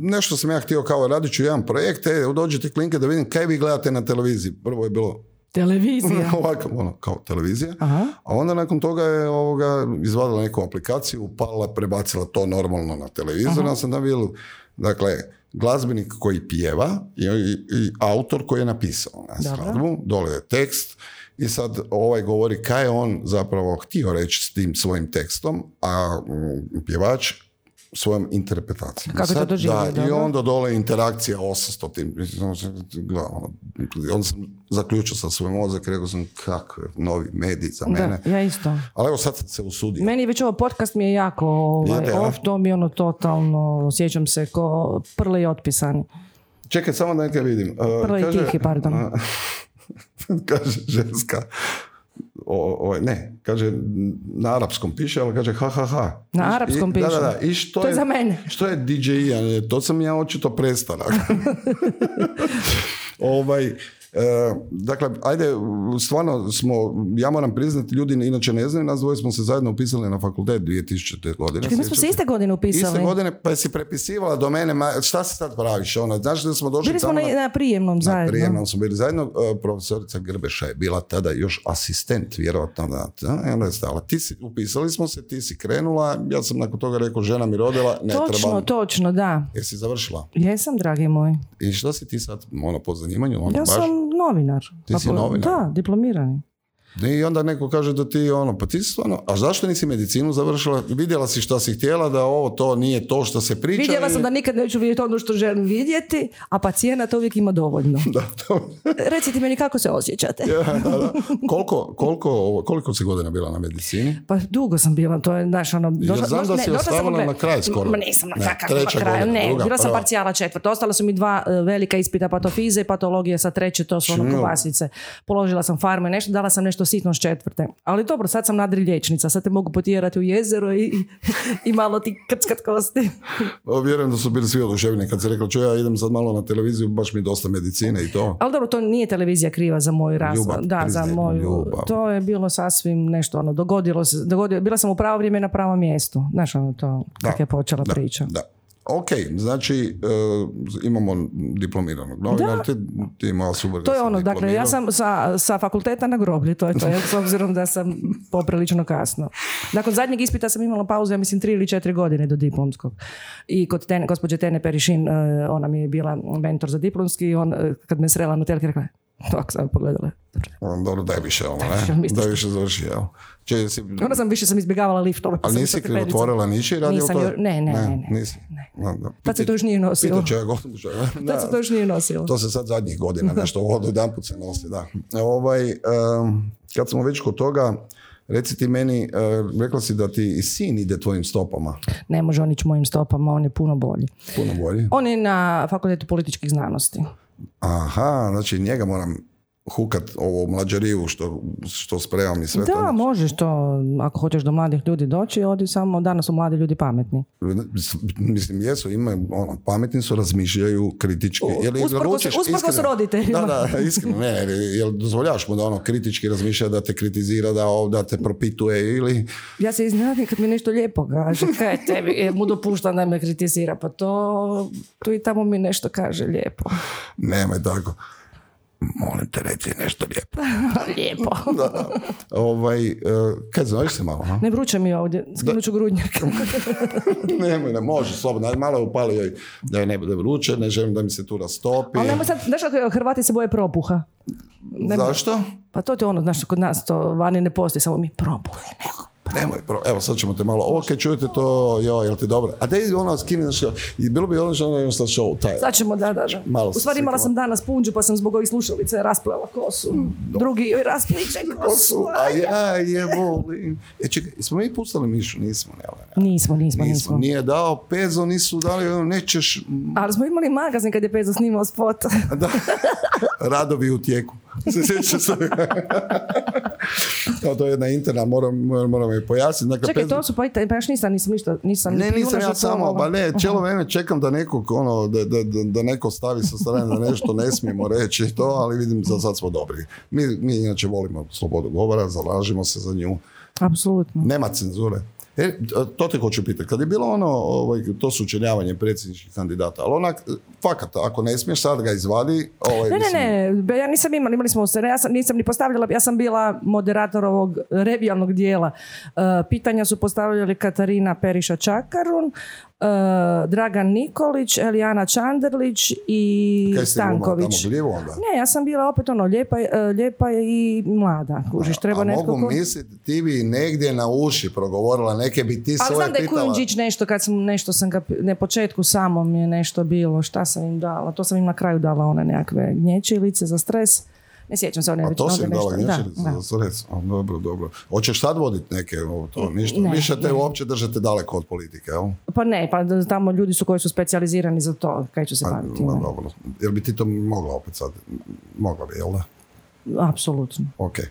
nešto sam ja htio kao radit ću jedan projekt, e, dođe ti klinke da vidim kaj vi gledate na televiziji. Prvo je bilo
Televizija.
ovako, ono, kao televizija.
Aha.
A onda nakon toga je ovoga izvadila neku aplikaciju, upalila, prebacila to normalno na televizor. Ja sam tamo vidio, dakle, glazbenik koji pjeva i, i, i autor koji je napisao na
Dobro.
skladbu, dole je tekst i sad ovaj govori kaj je on zapravo htio reći s tim svojim tekstom, a mm, pjevač svojom interpretacijom.
Kako je to
Sad,
doživio,
Da, i
dobro.
onda dole interakcija 800 tim. Gle, ono, Onda sam zaključio sa svoj mozak, rekao sam kakve novi mediji za mene.
Da, ja isto.
Ali evo sad sam se usudio.
Meni je već ovo podcast mi je jako ovaj,
Jete, a?
off, to mi je ono totalno, osjećam se ko prle i otpisani.
Čekaj, samo da neke vidim. Uh,
Prle i tihi, pardon.
kaže ženska, o, ovaj, ne, kaže na arapskom piše, ali kaže ha ha ha.
Na
I-
arapskom
i- da,
piše.
Da, da, i što
To je
je
za mene.
Što je DJ, a ne, to sam ja očito prestanak. ovaj, E, dakle, ajde, stvarno smo, ja moram priznati, ljudi inače ne znaju, nas dvoje smo se zajedno upisali na fakultet 2000. godine.
Čekaj, mi smo se iste godine upisali.
Iste godine, pa si prepisivala do mene, ma, šta se sad praviš? Ona, znaš da smo došli
Bili smo
znači tamo
na, na prijemnom zajedno.
na prijemnom smo bili zajedno, e, profesorica Grbeša je bila tada još asistent, vjerojatno da, da, i onda je stala. Ti si, upisali smo se, ti si krenula, ja sam nakon toga rekao, žena mi rodila, ne
točno,
trebam.
točno, da.
Jesi završila?
Jesam, dragi moj.
I što si ti sad, ono, po zanimanju? Ono,
Ja
baš?
sam novinar. Pa,
Ti si novinar?
Da, diplomirani.
I onda neko kaže da ti ono, pa ti si stvarno, a zašto nisi medicinu završila? Vidjela si šta si htjela, da ovo to nije to što se priča.
Vidjela
i-
sam da nikad neću vidjeti ono što želim vidjeti, a pacijenata uvijek ima dovoljno.
Da, to-
Recite meni kako se osjećate.
da, da. Koliko, koliko, ovo- koliko si godina bila na medicini?
Pa dugo sam bila, to je naš ono... došla-
znam da
ne,
si
došla sam
ostavila
u gle-
na kraj skoro.
Ma nisam na
Ne,
kakav
treća
na kraju,
godina,
ne.
druga,
bila sam
prva.
parcijala četvrta, ostala su mi dva e, velika ispita patofize i patologije sa treće, to su ono
Čuo.
kobasice. Položila sam farmu i nešto, dala sam nešto sitno s četvrte. Ali dobro, sad sam nadrilječnica, sad te mogu potjerati u jezero i, i malo ti krckat kosti.
O, Vjerujem da su bili svi oduševljeni kad si rekla, čuj, ja idem sad malo na televiziju, baš mi je dosta medicine i to.
Ali dobro, to nije televizija kriva za moj razvoj.
Ljubav,
da, za
priznajmo,
moju.
ljubav.
To je bilo sasvim nešto, ono, dogodilo se. Dogodilo, bila sam u pravo vrijeme na pravom mjestu. Znaš, ono to,
Da,
kako je počela
da,
priča.
Da. Ok, znači e, imamo diplomiranog novinara, ti, ti imala subotica
To je ono, dakle, ja
diplomirao.
sam sa, sa fakulteta na groblje, to je to, ja, s obzirom da sam poprilično kasno. Nakon zadnjeg ispita sam imala pauzu, ja mislim, tri ili četiri godine do diplomskog. I kod tene, gospođe Tene Perišin, eh, ona mi je bila mentor za diplomski, i on, eh, kad me srela na telki, rekla je, tako sam je pogledala.
Ono, Dobro, daj više ovo,
više,
ne?
misliš
Daj više završi, evo. Če, jesi,
Onda sam više sam izbjegavala liftove. pa
ali
sam
nisi
sa stepenicama.
krivotvorila niči i radila
Nisam
to?
joj- ne, ne, ne, ne,
nisi. Da, da.
Tad se to još nije nosilo.
Pitat ću ja gospođu, ne? Da.
Tad se to još nije nosilo.
To se sad zadnjih
Mhm.
godina nešto ovo jedan put se nosi, da. Ovaj, em, kad smo već kod toga, reci ti meni, e, rekla si da ti i sin ide tvojim stopama,
Ne može on ići mojim stopama, on je puno bolji.
puno bolje.
On je na fakultetu političkih znanosti.
Aha, znači njega moram hukat ovo mlađarivu što, što spremam i sve
da,
to.
možeš to, ako hoćeš do mladih ljudi doći, odi samo, danas su mladi ljudi pametni.
Mislim, jesu, imaju, ono, pametni su, razmišljaju kritički. Je li
Usprkos-
naručiš
usprkos
iskreno?
roditeljima.
Da, da, iskreno, ne, jer- jel dozvoljaš mu da ono kritički razmišlja, da te kritizira, da, ov- da te propituje ili...
Ja se iznenadim kad mi nešto lijepo kaže, kaj tebi, e, mu dopuštam da me kritizira, pa to, tu i tamo mi nešto kaže lijepo.
Nemoj tako. Molim te, reci nešto lijepo.
lijepo.
Da. Ovaj, eh, kaj zoveš se malo, ha?
Ne vruće mi je ovdje, skinut ću grudnjak.
Nemoj, ne može, slobodno. Ajde, Malo je upali joj da joj ne bude vruće, ne želim da mi se tu rastopi.
Ali nemoj sad, znaš kako Hrvati se boje propuha. ne-
Zašto?
Pa to ti je ono, znaš, kod nas to vani ne postoji, samo mi propuhe.
Pa Nemoj, pro- evo sad ćemo te malo, ok, čujete to, jo, jel ti dobro? A daj ono skini, znaš, i bilo bi ono što ono sa show, taj.
Sad ćemo, da, da, da.
Malo
U
sam
stvari imala
slikala.
sam danas punđu, pa sam zbog ovih slušalice rasplela kosu. Drugi joj raspliče
Ko
Mm, kosu.
su? A ja je volim. E čekaj, smo mi pustali mišu? Nismo, ne, ne,
Nismo, nismo,
nismo.
nismo.
Nije dao, pezo nisu dali, ono, nećeš,
Ali smo imali magazin kad je Pezo snimao spot.
Pa Da. Radovi u tijeku. Se sjećaš toga? Kao to je jedna interna, moram, moram, moram je pojasniti. Dakle,
Čekaj,
Pedro-
to su pa, i te- pa još nisam, nisam ništa, nisam
Ne,
ni
nisam ja samo,
žrtvovala.
ba ne, cijelo vrijeme čekam da nekog, ono, da, da, da, da neko stavi sa strane da nešto ne smijemo reći i to, ali vidim za sad smo dobri. Mi, mi inače volimo slobodu govora, zalažimo se za nju,
Apsolutno.
nema cenzure. E, to te hoću pitati. Kad je bilo ono, ovaj, to sučeljavanje predsjedničkih kandidata, ali onak, fakat, ako ne smiješ, sad ga izvadi. Ovaj,
Ne,
mislim-
ne, ne, ja nisam imala, imali smo se, ja sam, nisam ni postavljala, ja sam bila moderator ovog revijalnog dijela. E, pitanja su postavljali Katarina Periša Čakarun, e, Dragan Nikolić, Elijana Čanderlić i
Kaj ste imali
Stanković.
Tamo gljivu onda?
Ne, ja sam bila opet ono, lijepa, e, lijepa je i mlada, kužiš, treba
A
netko
mogu
ko-
misliti, ti bi negdje na uši progovorila, neke bi ti
Ali
svoje
znam da je
pitala.
Kujundžić nešto, kad sam nešto sam ga, na početku samom je nešto bilo, šta sam im dala, to sam im na kraju dala one nekakve gnječilice za stres. Ne sjećam se, one
A
već
Pa to
mnoge
si im
nešto-
dala
da, da.
gnječaricu za srec. A, Dobro, dobro. Hoćeš sad voditi neke ovo to, ništa.
Ne,
Više te uopće držate daleko od politike, jel?
Pa ne, pa da- tamo ljudi su koji su specijalizirani za to, kaj ću se
Pa,
baviti. time.
dobro. Jel bi ti to mogla opet sad? Mogla bi, jel da?
Apsolutno.
Ok. E,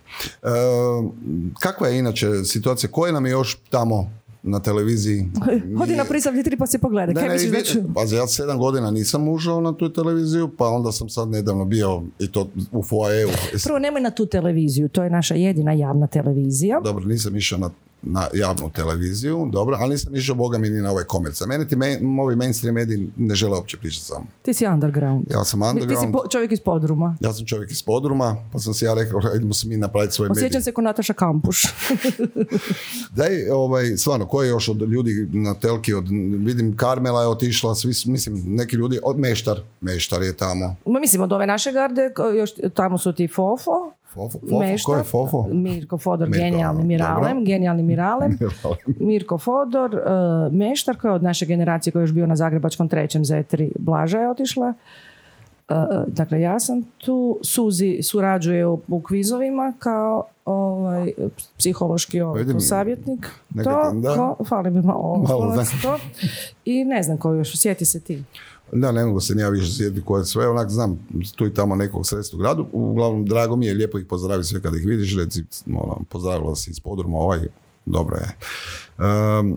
kakva je inače situacija? Koje nam je još tamo na televiziji.
Hodi na
Nije-
prisavlje tri pa se pogledaj. Kaj misliš da ću?
ide- Pazi, ja sedam godina nisam ušao na tu televiziju, pa onda sam sad nedavno bio i to u foajeu.
Prvo, nemoj na tu televiziju, to je naša jedina javna televizija.
Dobro, nisam išao na, na javnu televiziju, dobro, ali nisam išao, boga mi, ni na ovaj komerca. Meni ti me- ovi mainstream mediji ne žele uopće pričati samo.
Ti si underground.
Ja sam
Ti si
underground,
po- čovjek iz podruma.
ja sam čovjek iz podruma, pa sam si ja rekao, idemo se mi napraviti svoje medije.
Osjećam se kao Nataša Kampuš.
Daj, ovaj, stvarno, ko je još od ljudi na telki, od, vidim, Karmela je otišla, svi, su- mislim, neki ljudi, od Meštar, Meštar je tamo.
Ma mislim, od ove naše garde, ko- još tamo su ti Fofo,
Fofo, Fofo, ko je
Meštar,
Fofo?
Mirko Fodor,
Mirko,
genijalni
dobro.
Miralem, genijalni Miralem, Mirko Fodor, e, Meštar, koja je od naše generacije koja je još bio na Zagrebačkom trećem Z3, Blaža je otišla. E, e, dakle, ja sam tu, Suzi surađuje u, u kvizovima kao ovaj, psihološki ovaj,
Vidim,
ko savjetnik.
nekad-
To,
da.
ko, fali mi malo,
Malo,
oslonac,
da.
to. I ne znam ko još, sjeti se ti.
Da, ne mogu se ni ja više sjetiti koje sve, onak znam tu i tamo nekog sredstva u gradu. Uglavnom, drago mi je, lijepo ih pozdravi sve kad ih vidiš, reci, ono, pozdravila si iz podruma ovaj, dobro je. Ehm,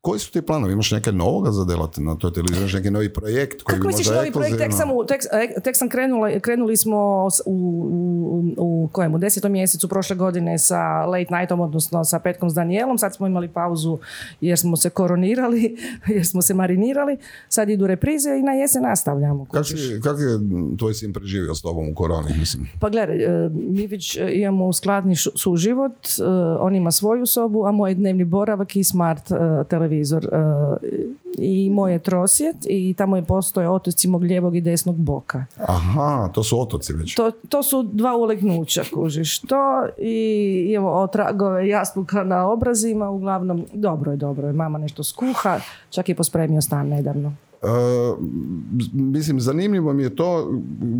koji su ti planovi? Imaš neke novoga za delat na toj televiziji? Imaš neki novi projekt koji
Kako
bi
misliš
možda
novi projekt? Tek
ekskluzivno-
sam, u, tek, e, tek sam krenula, krenuli smo s- u, u, u, u kojem? U desetom mjesecu prošle godine sa Late Nightom, odnosno sa Petkom s Danielom. Sad smo imali pauzu jer smo se koronirali, jer smo se marinirali. Sad idu reprize i na jesen nastavljamo.
Kak, si- kak je tvoj sin preživio s tobom u koroni, mislim?
Pa gledaj, e, mi već e, imamo skladni šu- suživot, e, on ima svoju sobu, a moj dnevni boravak i smart e, televizor e, i moj je trosjet i tamo je postoje otoci mog lijevog i desnog boka.
Aha, to su otoci već.
To, to su dva ulegnuća, kužiš to i imamo tragove jaspuka na obrazima, uglavnom dobro je, dobro je, mama nešto skuha, čak je pospremio stan nedavno.
E, mislim, zanimljivo mi je to,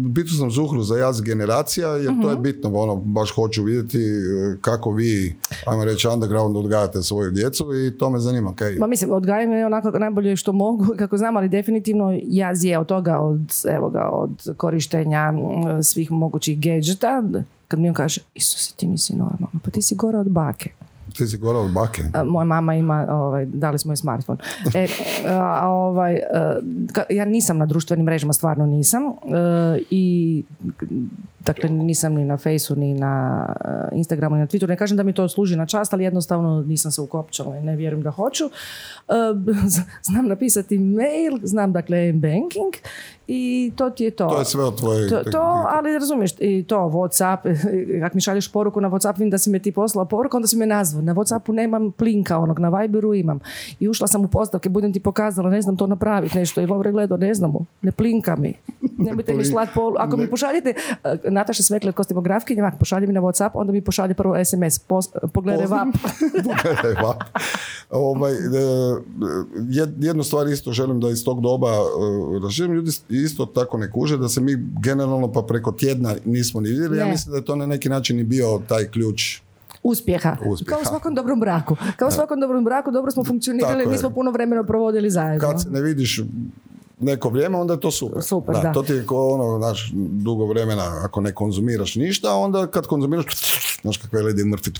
bitu sam zuhru za jaz generacija, jer to
Mhm.
je bitno, ono, baš hoću vidjeti e, kako vi, ajmo reći, underground odgajate svoju djecu i to me zanima, kaj,
Ma mislim, odgajam je onako najbolje što mogu, kako znam, ali definitivno jaz je od toga, od, evo ga, od korištenja mm, svih mogućih gadgeta, kad mi on kaže, Isuse, ti nisi normalno, pa ti si gore od bake.
ti si govorila od bake.
A, Moja mama ima, ovaj, dali smo joj smartfon. E, a, ovaj, e, ka- ja nisam na društvenim mrežama, stvarno nisam. E, I, dakle, nisam ni na Faceu, ni na e, Instagramu, ni na Twitteru. Ne kažem da mi to služi na čast, ali jednostavno nisam se ukopčala i ne vjerujem da hoću. E, z- znam napisati mail, znam, dakle, banking i to ti je to.
To je sve od tvoje...
To, to, ali razumiješ, i to Whatsapp, ako mi šalješ poruku na Whatsapp, vidim da si me ti poslao poruku, onda si me nazvao. Na Whatsappu nemam plinka onog, na Viberu imam. I ušla sam u postavke, budem ti pokazala, ne znam to napraviti nešto. I Lovre gledao, ne znamo, ne plinka mi. Nemojte mi slati polu. Ako mi pošaljete, eh, Nataša Svekler, kostimografkinja, ovako, pošalje mi na Whatsapp, onda mi pošalje prvo SMS. Pos- pogledaj
Pozdrav.
vap.
Pogledaj, va. ovaj, e, jed- jednu stvar isto želim da iz tog doba e, raširim. Ljudi isto tako ne kuže da se mi generalno pa preko tjedna nismo ni vidjeli. Ja
Ne.
mislim da je to na neki način i bio taj ključ.
Uspjeha.
Uspjeha.
Kao u svakom dobrom braku. Kao u svakom dobrom braku, dobro smo funkcionirali,
Tako je.
nismo puno vremena provodili zajedno.
Kad se ne vidiš neko vrijeme, onda je to super.
Super, da.
To ti je kao ono, znaš, dugo vremena, ako ne konzumiraš ništa, onda kad konzumiraš, znaš kakve ledi mrtvi,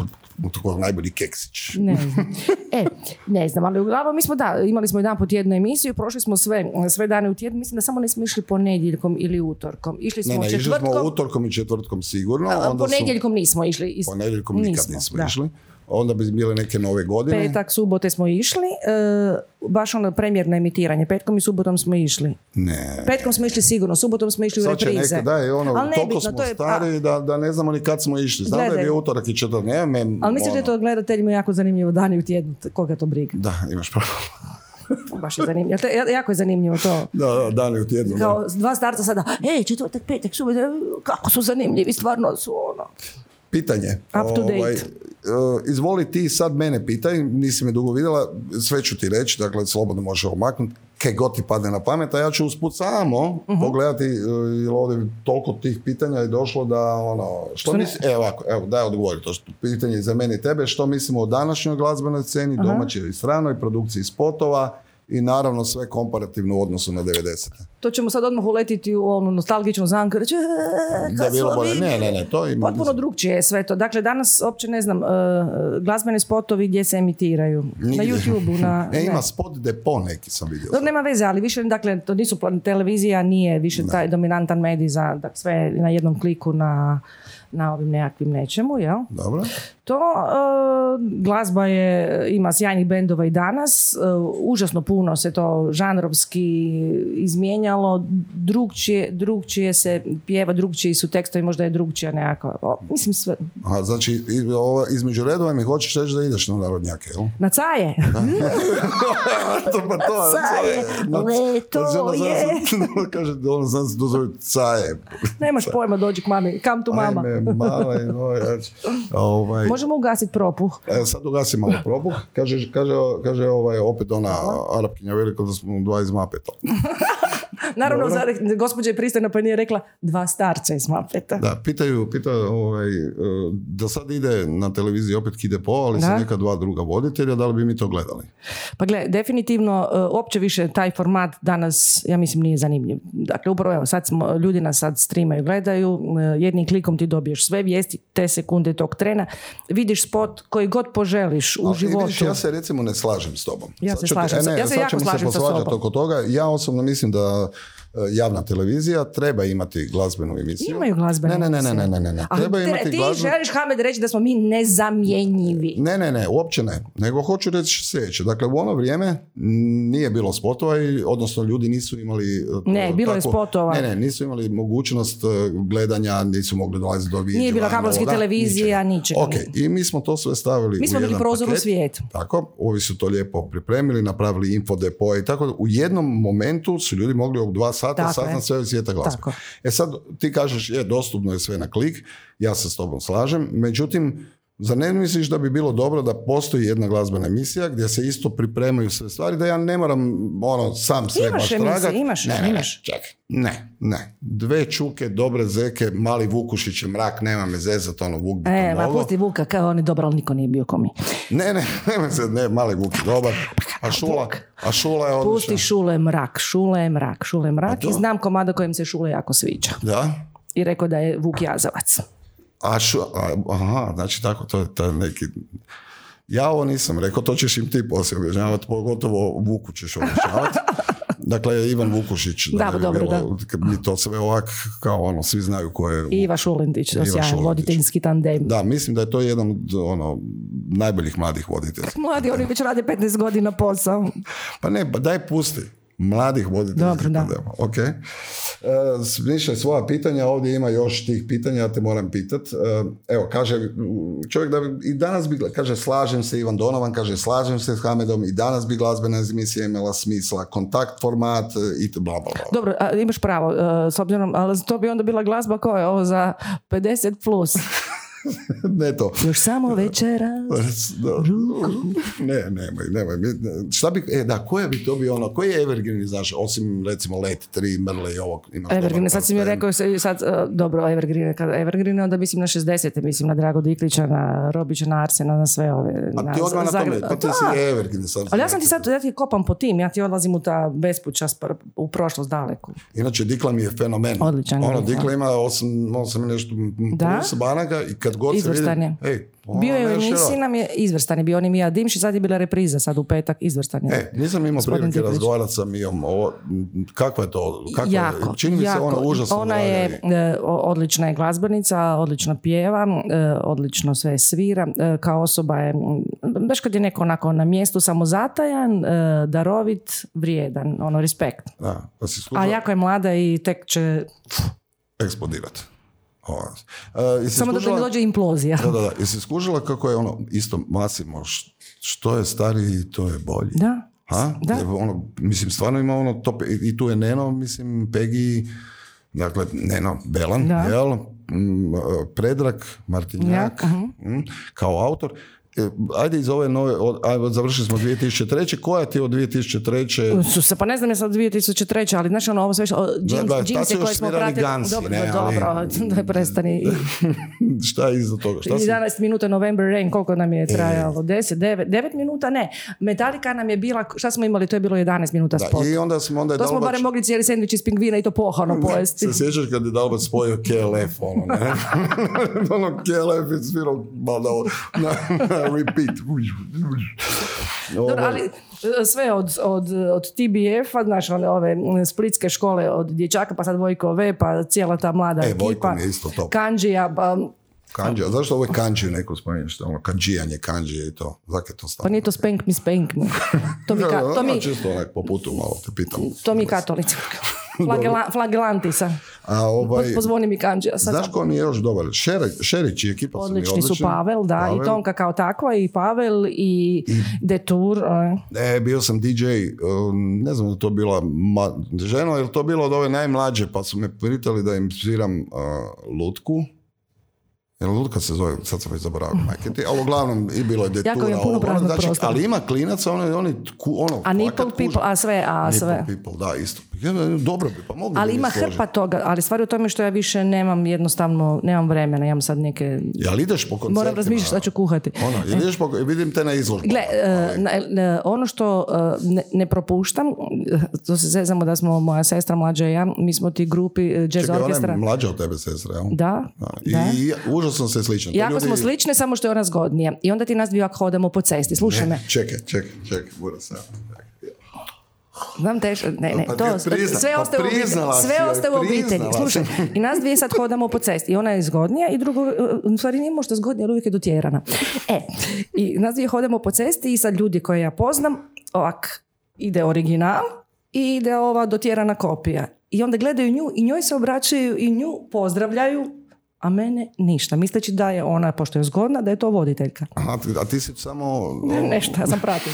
tako najbolji keksić.
Ne znam. E, ne znam, ali uglavnom mi smo da, imali smo jedan po tjednu emisiju, prošli smo sve, sve dane u tjednu, mislim da samo nismo išli ponedjeljkom ili utorkom. Išli smo
Ne, ne, išli
četvrtkom,
smo utorkom i četvrtkom sigurno.
a
onda su-
ponedjeljkom nismo išli. Iz...
ponedjeljkom nikad
Nismo,
nismo,
da.
išli. Onda bi bile neke nove godine.
Petak, subote smo išli, e, baš ono premjerno emitiranje, petkom i subotom smo išli.
Ne.
Petkom smo išli sigurno, subotom smo išli u
Sad će
reprize.
neka, da, je ono,
Ali
toliko
nebitno,
smo
to je-
stari da, da ne znamo ni kad smo išli. Znam da
Gledaj.
je bio utorak i četvrtak, ne, me,
Ali misliš
ono.
da je to gledateljima jako zanimljivo dani u tjednu, t- koga to briga?
Da, imaš pravo.
Baš je zanimljivo, To je- jako je zanimljivo to.
Da, da, dani u tjednu. da.
Kao dva starca sada, ej, četvrtak, petak, subotak, kako su zanimljivi, stvarno su ono.
Pitanje.
Up to date.
e, izvoli ti sad mene pitaj, nisi me dugo vidjela, sve ću ti reći, dakle slobodno možeš omaknuti, kaj god ti padne na pamet, a ja ću usput samo
Mhm.
pogledati, e, jer ovdje bi toliko tih pitanja je došlo da ono, što, misli- e, ovako, evo, daj odgovori to, što- pitanje za mene i tebe, što mislimo o današnjoj glazbenoj sceni, domaćoj i stranoj, produkciji spotova, i naravno sve komparativno u odnosu na 90.
To ćemo sad odmah uletiti u onu nostalgičnu zanku. Reći, "E,
Da
kad
je bilo
smo
bolje.
mi
Ne, ne, ne, to ima. E,
Potpuno drugčije je sve to. Dakle, danas uopće ne znam, e, glazbeni spotovi gdje se emitiraju. Na
Nigdje.
YouTube-u. Na,
E,
ne.
ima spot depo neki sam vidio.
Dobro, nema veze, ali više, dakle, to nisu, plan- televizija nije više taj dominantan medij za da sve na jednom kliku na, na ovim nekakvim nečemu, jel?
Dobro.
To e, glazba je, ima sjajnih bendova i danas, e, užasno puno se to žanrovski izmijenjalo, drugčije, drugčije se pjeva, drugčiji su tekstovi, možda je drugčija nekako, o, mislim sve,
Aha, znači, i- ovo- između redova mi hoćeš reći da ideš na narodnjake, jel?
na caje.
to pa to,
Caje,
na-
leto
znači, ono znam
je.
se- ono Kaže, ono znam se, to zove caje.
Nemaš pojma, dođi k mami, kam tu mama.
Ajme, male, no, ja ću- znači, ovaj,
Možemo ugasiti propuh.
E, sad ugasi malo probu. Kaže, kaže, kaže ovaj, opet ona Arapkinja veliko da smo dva iz Mapeta.
Naravno, za, gospođa je pristojna pa nije rekla dva starca iz Mapeta.
Da, pitaju, pita ovaj, e, da sad ide na televiziji opet Kide Po, ali
Da.
sa neka dva druga voditelja, da li bi mi to gledali?
Pa gle, definitivno, e, uopće više taj format danas, ja mislim, nije zanimljiv. Dakle, upravo evo, sad smo, ljudi nas sad streamaju, gledaju, e, jednim klikom ti dobiješ sve vijesti, te sekunde tog trena, vidiš spot koji god poželiš u
Ali,
životu.
Vidiš, ja se recimo ne slažem s tobom.
Ja se
ću ti-
slažem
e,
sa-
ne,
ja se
sad
jako
ćemo se
slažem sa
posvađati
sobom.
oko toga. Ja osobno mislim da e, javna televizija treba imati glazbenu emisiju.
Imaju glazbene
Ne, ne, ne, ne,
emisije.
ne, ne, ne.
Ali
Treba
te-
imati
ti
glazbenu...
želiš Hamed reći da smo mi nezamjenjivi.
Ne, ne, ne, uopće ne. Nego hoću reći sljedeće. Dakle, u ono vrijeme nije bilo spotova, i- odnosno ljudi nisu imali... eh,
Ne, bilo je spotova.
Ne, ne, nisu imali mogućnost eh, gledanja, nisu mogli dolaziti do vidjeva.
Nije bilo kabelskih
novoga,
televizija, ničega.
Ok, i mi smo to sve stavili
Mi smo
u
bili
jedan
prozor u
paket.
svijetu.
Tako, ovi su to lijepo pripremili, napravili info depo i tako. U jednom momentu su ljudi mogli u dva sata
Tako je.
saznat sve od svijeta glazbe.
Tako.
E sad, ti kažeš, je, dostupno je sve na klik, ja se s tobom slažem, međutim, zar ne misliš da bi bilo dobro da postoji jedna glazbena emisija gdje se isto pripremaju sve stvari, da ja ne moram ono, sam sve
Imaš
baš
emisije,
tragat.
imaš,
ne, ne,
imaš.
Ne, čak. ne, ne. Dve čuke, dobre zeke, mali Vukušić je mrak, nema me zezat, ono, Vuk bi
E, ma
pomogao.
pusti Vuka, kao on je dobar, ali niko nije bio ko mi.
Ne, ne, nema se, ne, mali Vuk je dobar, a Šula, a Šula je odlična.
Pusti Šule mrak, Šule mrak, Šule mrak
Pa to?
i znam komada kojem se Šule jako sviđa.
Da?
I rekao da je Vuk Jazavac.
A šu, a, aha, znači tako, to je taj neki... Ja ovo nisam rekao, to ćeš im ti poslije objašnjavati, pogotovo Vuku ćeš objašnjavati. Dakle, Ivan Vukušić,
Da,
ne bi
dobro,
bilo- kad mi to sve ovak, kao ono, svi znaju ko je...
I Iva Šulindić, to
Iva
sjajan
Šulindić.
voditeljski tandem.
Da, mislim da je to jedan od ono, najboljih mladih voditelja.
Mladi, oni već rade 15 godina posao.
Pa ne, pa daj pusti. Mladih voditelja.
Dobro, da.
Ok. E, smišljaj svoja pitanja, ovdje ima još tih pitanja, ja te moram pitat. E, evo, kaže, mm, čovjek da bi, i danas bi, gla- kaže, slažem se, Ivan Donovan, kaže, slažem se s Hamedom, i danas bi glazbena emisija imala smisla, kontakt format, e, i t- bla, bla, bla.
Dobro, a, imaš pravo, e, s obzirom, ali to bi onda bila glazba koja je ovo za 50 plus.
ne to.
Još samo večera.
Da. Ne, nemoj, nemoj. Mi- ne, Šta bi, e, da, koja bi to bio ono, koji je Evergreen, znaš, osim, recimo, Let 3, Mrle i ovog. imaš dobar
Evergreen, sad si mi
koncert.
rekao, se- sad, e, dobro, Evergreen, kada Evergreen, onda mislim na 60 mislim na Drago Diklića, na Robića, na Arsena, na sve ove.
A ti odmah na
Zagreb-
pamet, pa ti
Da.
si Evergreen sad.
Ali ja sam ti sad, ja ti kopam po tim, ja ti odlazim u ta bespuća spr- u prošlost daleku.
Inače, Dikla mi je fenomen.
Odličan je
Ono,
Dikla.
Dikla ima osam, osam i nešto
Da?
plus banaka i kad god se
Izvrstan
vidi...
je.
Ej, ono,
Bio je u
ne,
emisiji
širo.
nam je, izvrstan je bio, on i Mija Dimši, sad je bila repriza sad u petak, izvrstan je.
E, nisam imao
Gospodin
prilike
Diklić.
razgovarati sa Mijom. Ovo, m, kakva je to? Kako
jako,
je? Čini mi se
jako.
ona užasno.
Ona je
draga.
e, o- odlična je glazbenica, odlično pjeva, e, odlično sve svira. E, Kao osoba je, m, baš kad je neko onako na mjestu samozatajan, e, darovit, vrijedan, ono, respekt.
Da, da si
A
skužila,
jako je mlada i tek će,
eksplodirati. Ovo. E, jesi
samo da
skužila-
ne dođe implozija.
Da, da, da. Jesi skužila kako je ono, isto Masimo, š- što je stariji, to je bolji.
Da.
Ha?
Da.
Jer Ono, mislim, stvarno ima ono top, i- i tu je Neno, mislim, Pegi, dakle, Neno, Belan,
Da.
jel? Mm, e, Predrag, Martinjak, mm, kao autor. E, Ajde iz ove nove, od, ajde, završili smo 2003. Koja ti je od 2003.
Suse, pa ne znam je sad 2003. ali znaš ono ovo sve što, o, džins-
da, tad
džinse
su
koje
još
smo
svirali
pratili.
Gansi,
dobro,
ne, ali-
dobro, daj prestani. I-
šta je iza toga? Šta si-
11 minuta November Rain, koliko nam
E.
je trajalo? 10, 9, 9 minuta? Ne. Metallica nam je bila, šta smo imali? To je bilo 11 minuta
Da,
spot.
I onda smo onda je
To smo
Dalbač-
barem mogli cijeli sandvič iz pingvina i to pohano pojesti.
Se sjećaš kad je Dalbac spojio KLF, ono, ne? ono, KLF je svirao, valjda, ono, na, na repeat. Ovo-
Dobro, ali e, sve od, od, od TBF-a, znaš, one ove m, splitske škole od dječaka, pa sad Vojko V, pa cijela ta mlada
E, Vojko
ekipa.
mi je isto top.
Kanđija, pa,
Kanđi, a zašto uvijek kanđiju neko spominješ? Ono, kanđijanje, kanđije i to. Zakaj je to
pa
stavno?
nije to spank mi spank me. Pa To mi, ka, to mi,
Čisto onak po putu malo te pitam.
to mi katolici. Flagela, flagelantisa.
A ovaj,
Pozvoni mi kanđija. Sad
znaš ko mi je još dobar? Šere- Šerić i ekipa su mi
Odlični su pa, Pavel, da, i Tonka kao takva, i Pavel, i Detour. e.
E, bio sam DJ, e, ne znam da je to bila ma, žena, je to bilo od ove najmlađe, pa su me pitali da im sviram e, lutku. Jel lutka se zove, sad sam već zaboravio majke ti, ali uglavnom i bilo je detura.
Jako ima puno
ovo, ono,
praznog
znači,
prostora.
ali ima klinaca, ono, oni, ku- ono,
A Nipple
fakat kuže.
People, a sve, a
Nipple
sve.
people, da, isto. Ja, Dobro bi, pa mogu
Ali ima hrpa toga, ali stvar je u tome što ja više nemam jednostavno, nemam vremena, imam sad neke...
Jel ideš po koncertima?
Moram razmišljati šta ću kuhati.
Ono, jel ideš po, vidim te na izložbu.
Gle, e, na- na- ono što e, ne, ne propuštam, to se zezamo da smo moja sestra mlađa i ja, mi smo ti grupi e, jazz
Čekaj, ona je
orkestra.
mlađa od tebe, sestra, jel?
Da,
Da. I,
da.
i užasno se sličan. To
Jako
ljudi-
smo slične, samo što je ona zgodnija. I onda ti nas dvije ako hodamo po cesti, slušaj me.
E, Čekaj, čekaj, čekaj, moram se.
Znam teško, ne, ne,
Pa ti
to,
prizna-
sve
pa
ostaje u obitelji,
priznala si
sve
joj,
ostaje u obitelji,
priznala
slušaj, i nas dvije sad hodamo po cesti, i ona je zgodnija, i drugo, u stvari nije možda zgodnija, ali uvijek je dotjerana. E, i nas dvije hodamo po cesti i sad ljudi koje ja poznam, ovak, ide original i ide ova dotjerana kopija. I onda gledaju nju i njoj se obraćaju i nju pozdravljaju, a mene ništa, misleći da je ona, pošto je zgodna, da je to voditeljka.
Aha, ti- a ti si samo...
Nešto, ja sam pratim.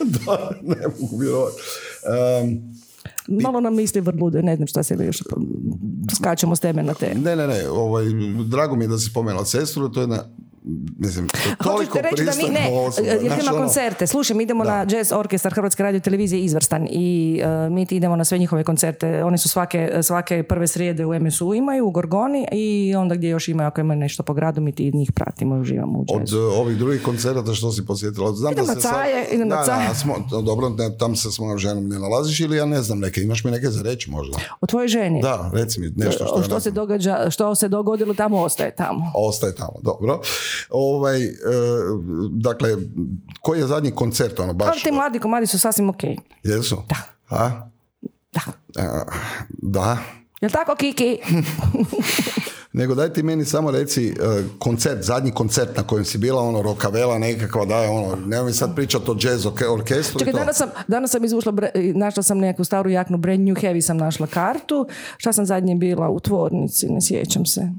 da, ne mogu vjerovati. Um,
Malo nam misli vrlude, ne znam šta se još skačemo s teme na te.
ne, ne, ne, ovaj, drago mi je da si spomenula sestru, to je jedna, mislim, to je toliko
Hoćete reći da mi ne,
pristojna osoba,
jer
znaš,
ima
ono,
koncerte. Slušaj, mi idemo na jazz orkestar Hrvatske radio televizije Izvrstan i e, mi ti idemo na sve njihove koncerte. Oni su svake, svake prve srijede u MSU imaju, u Gorgoni i onda gdje još imaju, ako imaju nešto po gradu, mi ti njih pratimo i uživamo u
Od
jazzu.
e, ovih drugih koncerata što si posjetila? Znam
Idem
da
na
se
Caje, idem na
Da, da,
Caje.
a smo, dobro, ne, tam se s mojom ženom ne nalaziš ili ja ne znam neke, imaš mi neke za reći možda?
O tvojoj ženi.
Da, reci mi nešto što,
O
ja
što
ne
se
znam.
događa, što se dogodilo tamo ostaje tamo.
Ostaje tamo, dobro. Ovaj, e, dakle, koji je zadnji koncert, ono,
Ali
baš?
ti mladi komadi su sasvim ok.
Jesu? Da. A?
Da.
E, da.
Jel tako, Kiki?
Nego daj ti meni samo reci e, koncert, zadnji koncert na kojem si bila, ono, rokavela nekakva, daj, ono, nemoj mi sad pričat o jazz orke- orkestru i
Čekaj,
to.
danas sam, danas sam izvušla, bre- i našla sam neku staru jaknu, brand new heavy sam našla kartu. Šta sam zadnje bila u tvornici, ne sjećam se.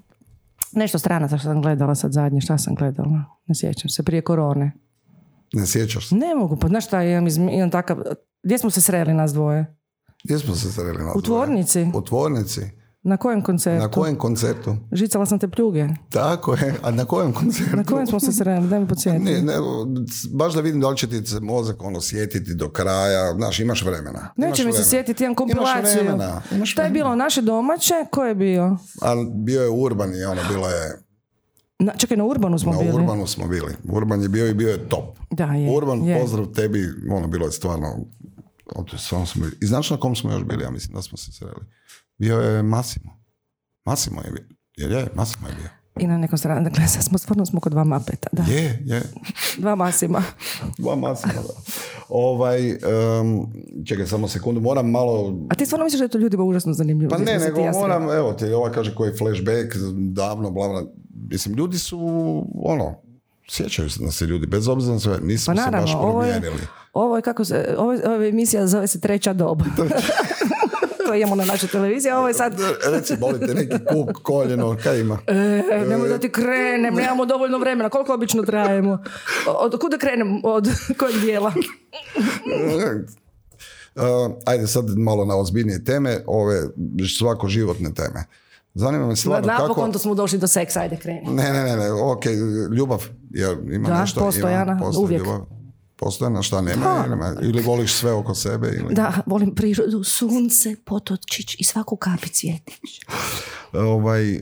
Nešto stranaca što sam gledala sad zadnje, šta sam gledala, ne sjećam se, prije korone.
Ne sjećaš se?
Ne mogu, pa znaš šta, imam, izmi- imam takav, gdje smo se sreli nas dvoje?
Gdje smo se sreli nas
U
dvoje?
tvornici?
U tvornici.
Na kojem koncertu?
Na kojem koncertu?
Žicala sam te pljuge.
Tako je. A na kojem koncertu?
Na kojem smo se sreli, daj mi podsjeti.
Ne, ne, baš da vidim da li će ti se mozak ono sjetiti do kraja. Znaš, imaš vremena.
Neće
Imaš
mi se
vremena.
sjetiti, imam kompilaciju.
vremena, imaš
Šta je bilo, naše domaće, ko je bio?
Ali bio je Urban i ono, bilo je...
Na, čekaj, na Urbanu smo
Na
bili.
Urbanu smo bili. Urban je bio i bio je top.
Da, je.
Urban,
je.
pozdrav tebi. Ono, bilo je stvarno... ono, to je stvarno smo bili. I znaš na kom smo još bili? Ja mislim da smo se sreli. Bio je Massimo. Massimo je bio. Jer je, Massimo je bio.
I na nekom stranu, dakle, sad smo, stvarno smo kod dva mapeta, da.
Je, je.
Dva masima.
Dva Massimo, da. Ovaj, em, čekaj samo sekundu, moram malo
A ti stvarno misliš da je to ljudima užasno zanimljivo?
Pa
Gdje
ne,
smo se
nego
ti i ja sreli?
moram, evo ti ova kaže koji je flashback, davno, bla, bla. Mislim, ljudi su, ono, sjećaju se da se ljudi, bez obzira na sve, nismo
Pa
se
naravno,
baš
ovo je,
promijenili.
ovo je kako se, ovo, je- ova emisija zove se Treća doba. to imamo na našoj televiziji, a ovo je sad,
Reci, bolite neki kuk, koljeno, kaj ima?
e, nemoj da ti krenem, nemamo dovoljno vremena, koliko obično trajemo? Od kuda krenem, od kojeg dijela?
E, ajde sad malo na ozbiljnije teme, ove svako životne teme. Zanima me stvarno
Napokon
kako...
to smo došli do seksa, ajde kreni.
Ne, ne, ne, ne, ok, ljubav, jer ima
Da,
nešto...
postojana,
ima, postoji
uvijek.
Ljubav, postojana, šta nema, ili, ima- ili voliš sve oko sebe, ili...
Da, volim prirodu, sunce, potočić i svaku kapi cvjetić.
Ovaj, e,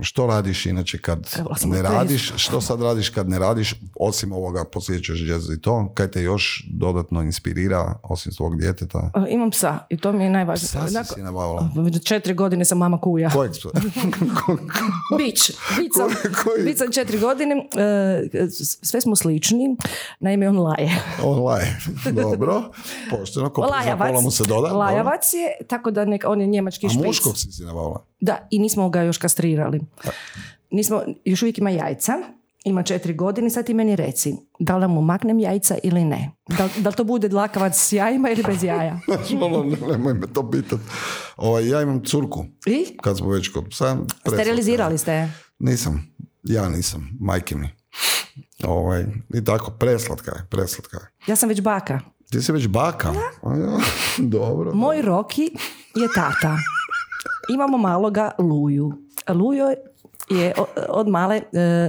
što radiš inače kad
Trebala sam
ne
odprezat.
radiš, što sad radiš kad ne radiš, osim ovoga posjećaš jazz i to, kaj te još dodatno inspirira, osim svog djeteta?
E, Imam psa i to mi je najvažnije.
Sad si
Nakon-
si nabavila.
Četiri godine sam mama kuja.
Kojeg psa?
Bić, bić sam,
koji-
bić sam četiri godine, e, s- sve smo slični, naime on laje.
On laje. Dobro. Pošteno. Ko prizna
Lajavac,
pola mu se doda. dobro.
lajavac je, tako da nek, on je njemački
A
špic.
muškog si si nabavila.
Da, i nismo ga još kastrirali. Nismo, još uvijek ima jajca, ima četiri godine, sad ti meni reci, da li da mu maknem jajca ili ne? Da, da li to bude dlakavac s jajima ili bez jaja?
Znaš, ono, ne- nemoj me to pitat. Ovaj, ja imam curku.
I?
Kad smo već kod psa. preslatka.
Sterilizirali ste je.
Nisam. Ja nisam. Majke mi. Ovaj, I tako, preslatka je, preslatka je.
Ja sam već baka.
Ti si već baka. A ja, Dobro.
Moj Roki je tata. Imamo maloga Luju. Lujo je o- od male e,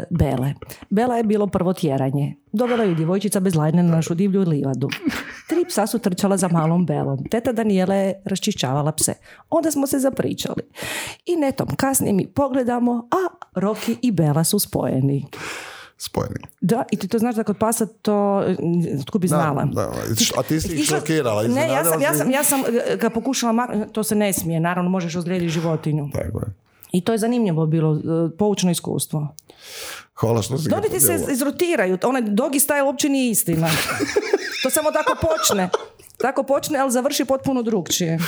Bele. Bela je bilo prvo tjeranje. Dovela ju djevojčica bez lajne na našu divlju livadu. Tri psa su trčala za malom Belom. Teta Danijela je raščišćavala pse. Onda smo se zapričali. I netom kasnije mi pogledamo, a Roki i Bela su spojeni.
Spojeni.
Da, i ti to znaš da kod pasa to, e, tko bi znala.
Da, ovaj, a ti si ih
Išla-
šokirala.
Ne, ja
iznenadila
sam, ja
si-
sam, ja sam e, ga pokušala maknuti, to se ne smije, naravno možeš ozlijediti životinju.
Tako je.
I to je zanimljivo bilo, e, poučno iskustvo.
Hvala što si ga
Dobiti se
podijelila.
izrotiraju, onaj dogi style uopće nije istina. to samo tako počne. Tako počne, ali završi potpuno drugčije.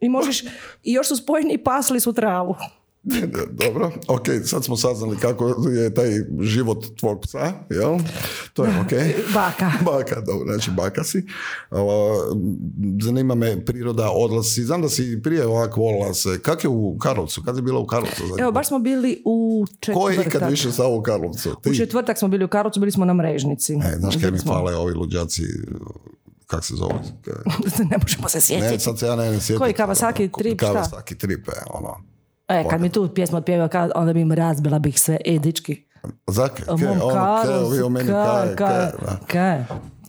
I možeš, i još su spojeni i pasli su travu.
Dobro, ok, sad smo saznali kako je taj život tvog psa, jel? To je ok.
Baka.
Baka, dobro, znači baka si. Ovo, Zanima me priroda, odlasi. Znam da si i prije ovako volila se. Kak je u Karlovcu? Kad je bila u Karlovcu? zadnji
Evo,
put?
baš smo bili u
Ko je ikad
četvrtak.
više stao u Karlovcu? Ti?
U četvrtak smo bili u Karlovcu, bili smo na mrežnici.
E, znaš kaj
Bili
mi
smo-
fale ovi luđaci, kak se zove?
ne možemo se sjetiti.
Ne, sad se ja ne, ne sjetim.
Koji Kawasaki trip, šta?
Kawasaki trip, e, ono.
E, kad mi tu pjesma otpjeva, kad, onda bi im razbila bih sve edički.
Zake,
O
ke,
mom
ono, ke,
Karlovcu,
ovi o meni,
kaj,
kaj,
kaj,
kaj, da.
kaj.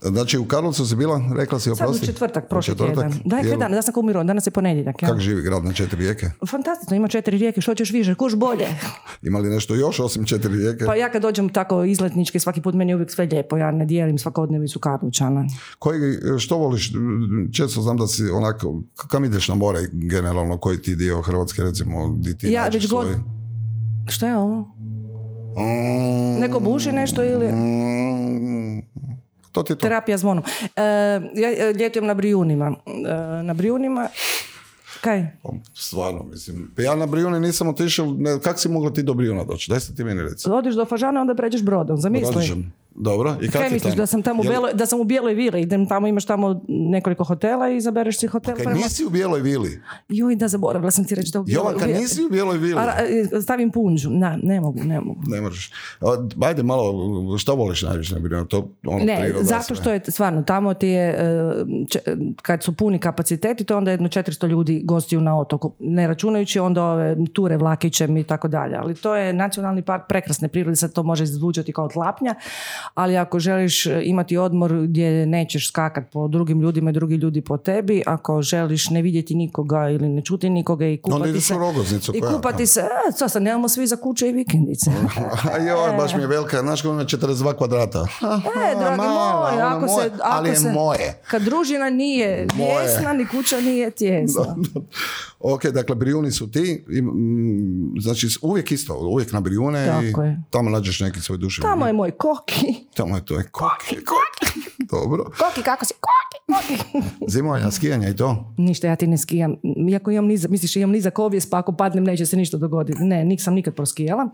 Znači, u Karlovcu si bila, rekla si,
Sad
oprosti.
u četvrtak,
U
prošli tjedan. Da, je
Jel-
dan, da sam umirao, danas je ponedjeljak. Ja.
Kak živi grad na četiri rijeke?
Fantastično, ima četiri rijeke, što ćeš više, kuš bolje.
Ima li nešto još osim četiri rijeke?
Pa ja kad dođem tako izletnički, svaki put meni je uvijek sve lijepo, ja ne dijelim svakodnevicu Karlovčana.
Koji, što voliš? Često znam da si onako, k- kam ideš na more generalno, koji ti dio Hrvatske recimo, di ti
Ja
nađeš
već god-
svoj-
Što je ovo?
Mm,
Neko buši nešto ili...
mm, to ti je to.
Terapija zvonom. E, ja e, ljetujem na Brijunima. E, na Brijunima... Kaj?
Stvarno, mislim. Pa Ja na Brijune nisam otišao, ne, kak si mogla ti do Brijuna doći? Daj se ti meni reci.
Odiš do Fažana, onda pređeš brodom, zamisli.
Dođem. Dobro, i kak
Kaj
je
misliš
tamo?
da sam tamo u
Je li-
bijeloj, da sam u bijeloj vili, idem tamo, imaš tamo nekoliko hotela i izabereš si hotel.
Kaj
pa idemo-
nisi u bijeloj vili?
Joj, da zaboravila sam ti reći da u bijeloj
Jovan, kad
vili-
nisi u bijeloj vili?
A, a, stavim punđu, na, ne mogu, ne mogu.
Ne možeš. A, Ajde malo, šta voliš najviše na Brijunu? To, ono,
Ne,
priroda, sve.
zato što je stvarno tamo ti je, e, če- kad su puni kapaciteti, to je onda jedno 400 ljudi gostiju na otoku, ne računajući onda ove ture vlakićem i tako dalje. Ali to je nacionalni park prekrasne prirode, sad to može izvuđati kao tlapnja, ali ako želiš e, imati odmor gdje nećeš skakat po drugim ljudima i drugi ljudi po tebi, ako želiš ne vidjeti nikoga ili ne čuti nikoga i
Onda
kupati
ideš
se...
u Rogoznicu.
I
koja-
kupati se, a, sad sad nemamo svi za kuće i vikendice.
A joj, baš mi je velika, znaš kako ima 42 kvadrata.
E, dragi
Mala,
moj,
ono
ako se...
moje,
Ako
ali je
se,
moje.
Kad družina nije
Moje.
tjesna, ni kuća nije tjesna.
ok, dakle, Brijuni su ti, i, mm, znači uvijek isto, uvijek na Brijune i
Tako je.
tamo nađeš neki svoj duši.
Tamo je moj koki.
Tamo je to, je koki, koki. Dobro.
Koki, kako si? Koki, koki.
Zimovanja, skijanja i to.
Ništa, ja ti ne skijam. Iako imam nizak, misliš, imam nizak ovijes, pa ako padnem neće se ništa dogoditi. Ne, nisam nikad proskijala.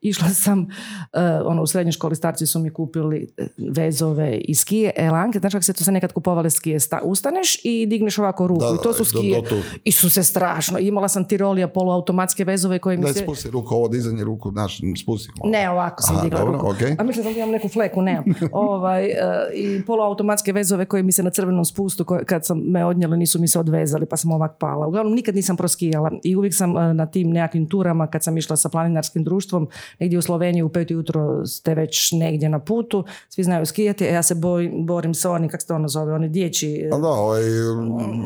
Išla sam, eh, ono, u srednjoj školi starci su mi kupili eh, vezove i skije, elanke. Znaš kako se to se nekad kupovale skije? Sta, ustaneš i digneš ovako ruku.
Da,
I to su
da,
skije.
do tu.
I su se strašno. Imala sam tirolija poluautomatske vezove koje mi
Daj,
se...
spusti ruku, ovo dizanje ruku, znaš, spusti. malo.
Ne, ovako sam
Aha,
digla
dobro,
ruku.
okej.
A mislila sam da imam neku fleku, nemam. ovaj, e, I poluautomatske vezove koje mi se na crveno otvorenom spustu koje, kad sam me odnijelo nisu mi se odvezali pa sam ovak pala. Uglavnom nikad nisam proskijala i uvijek sam e, na tim nekakvim turama kad sam išla sa planinarskim društvom negdje u Sloveniji u pet jutro ste već negdje na putu, svi znaju skijati, a ja se bojim, borim sa onim, kak se to ono zove, oni dječji
A da, ovaj,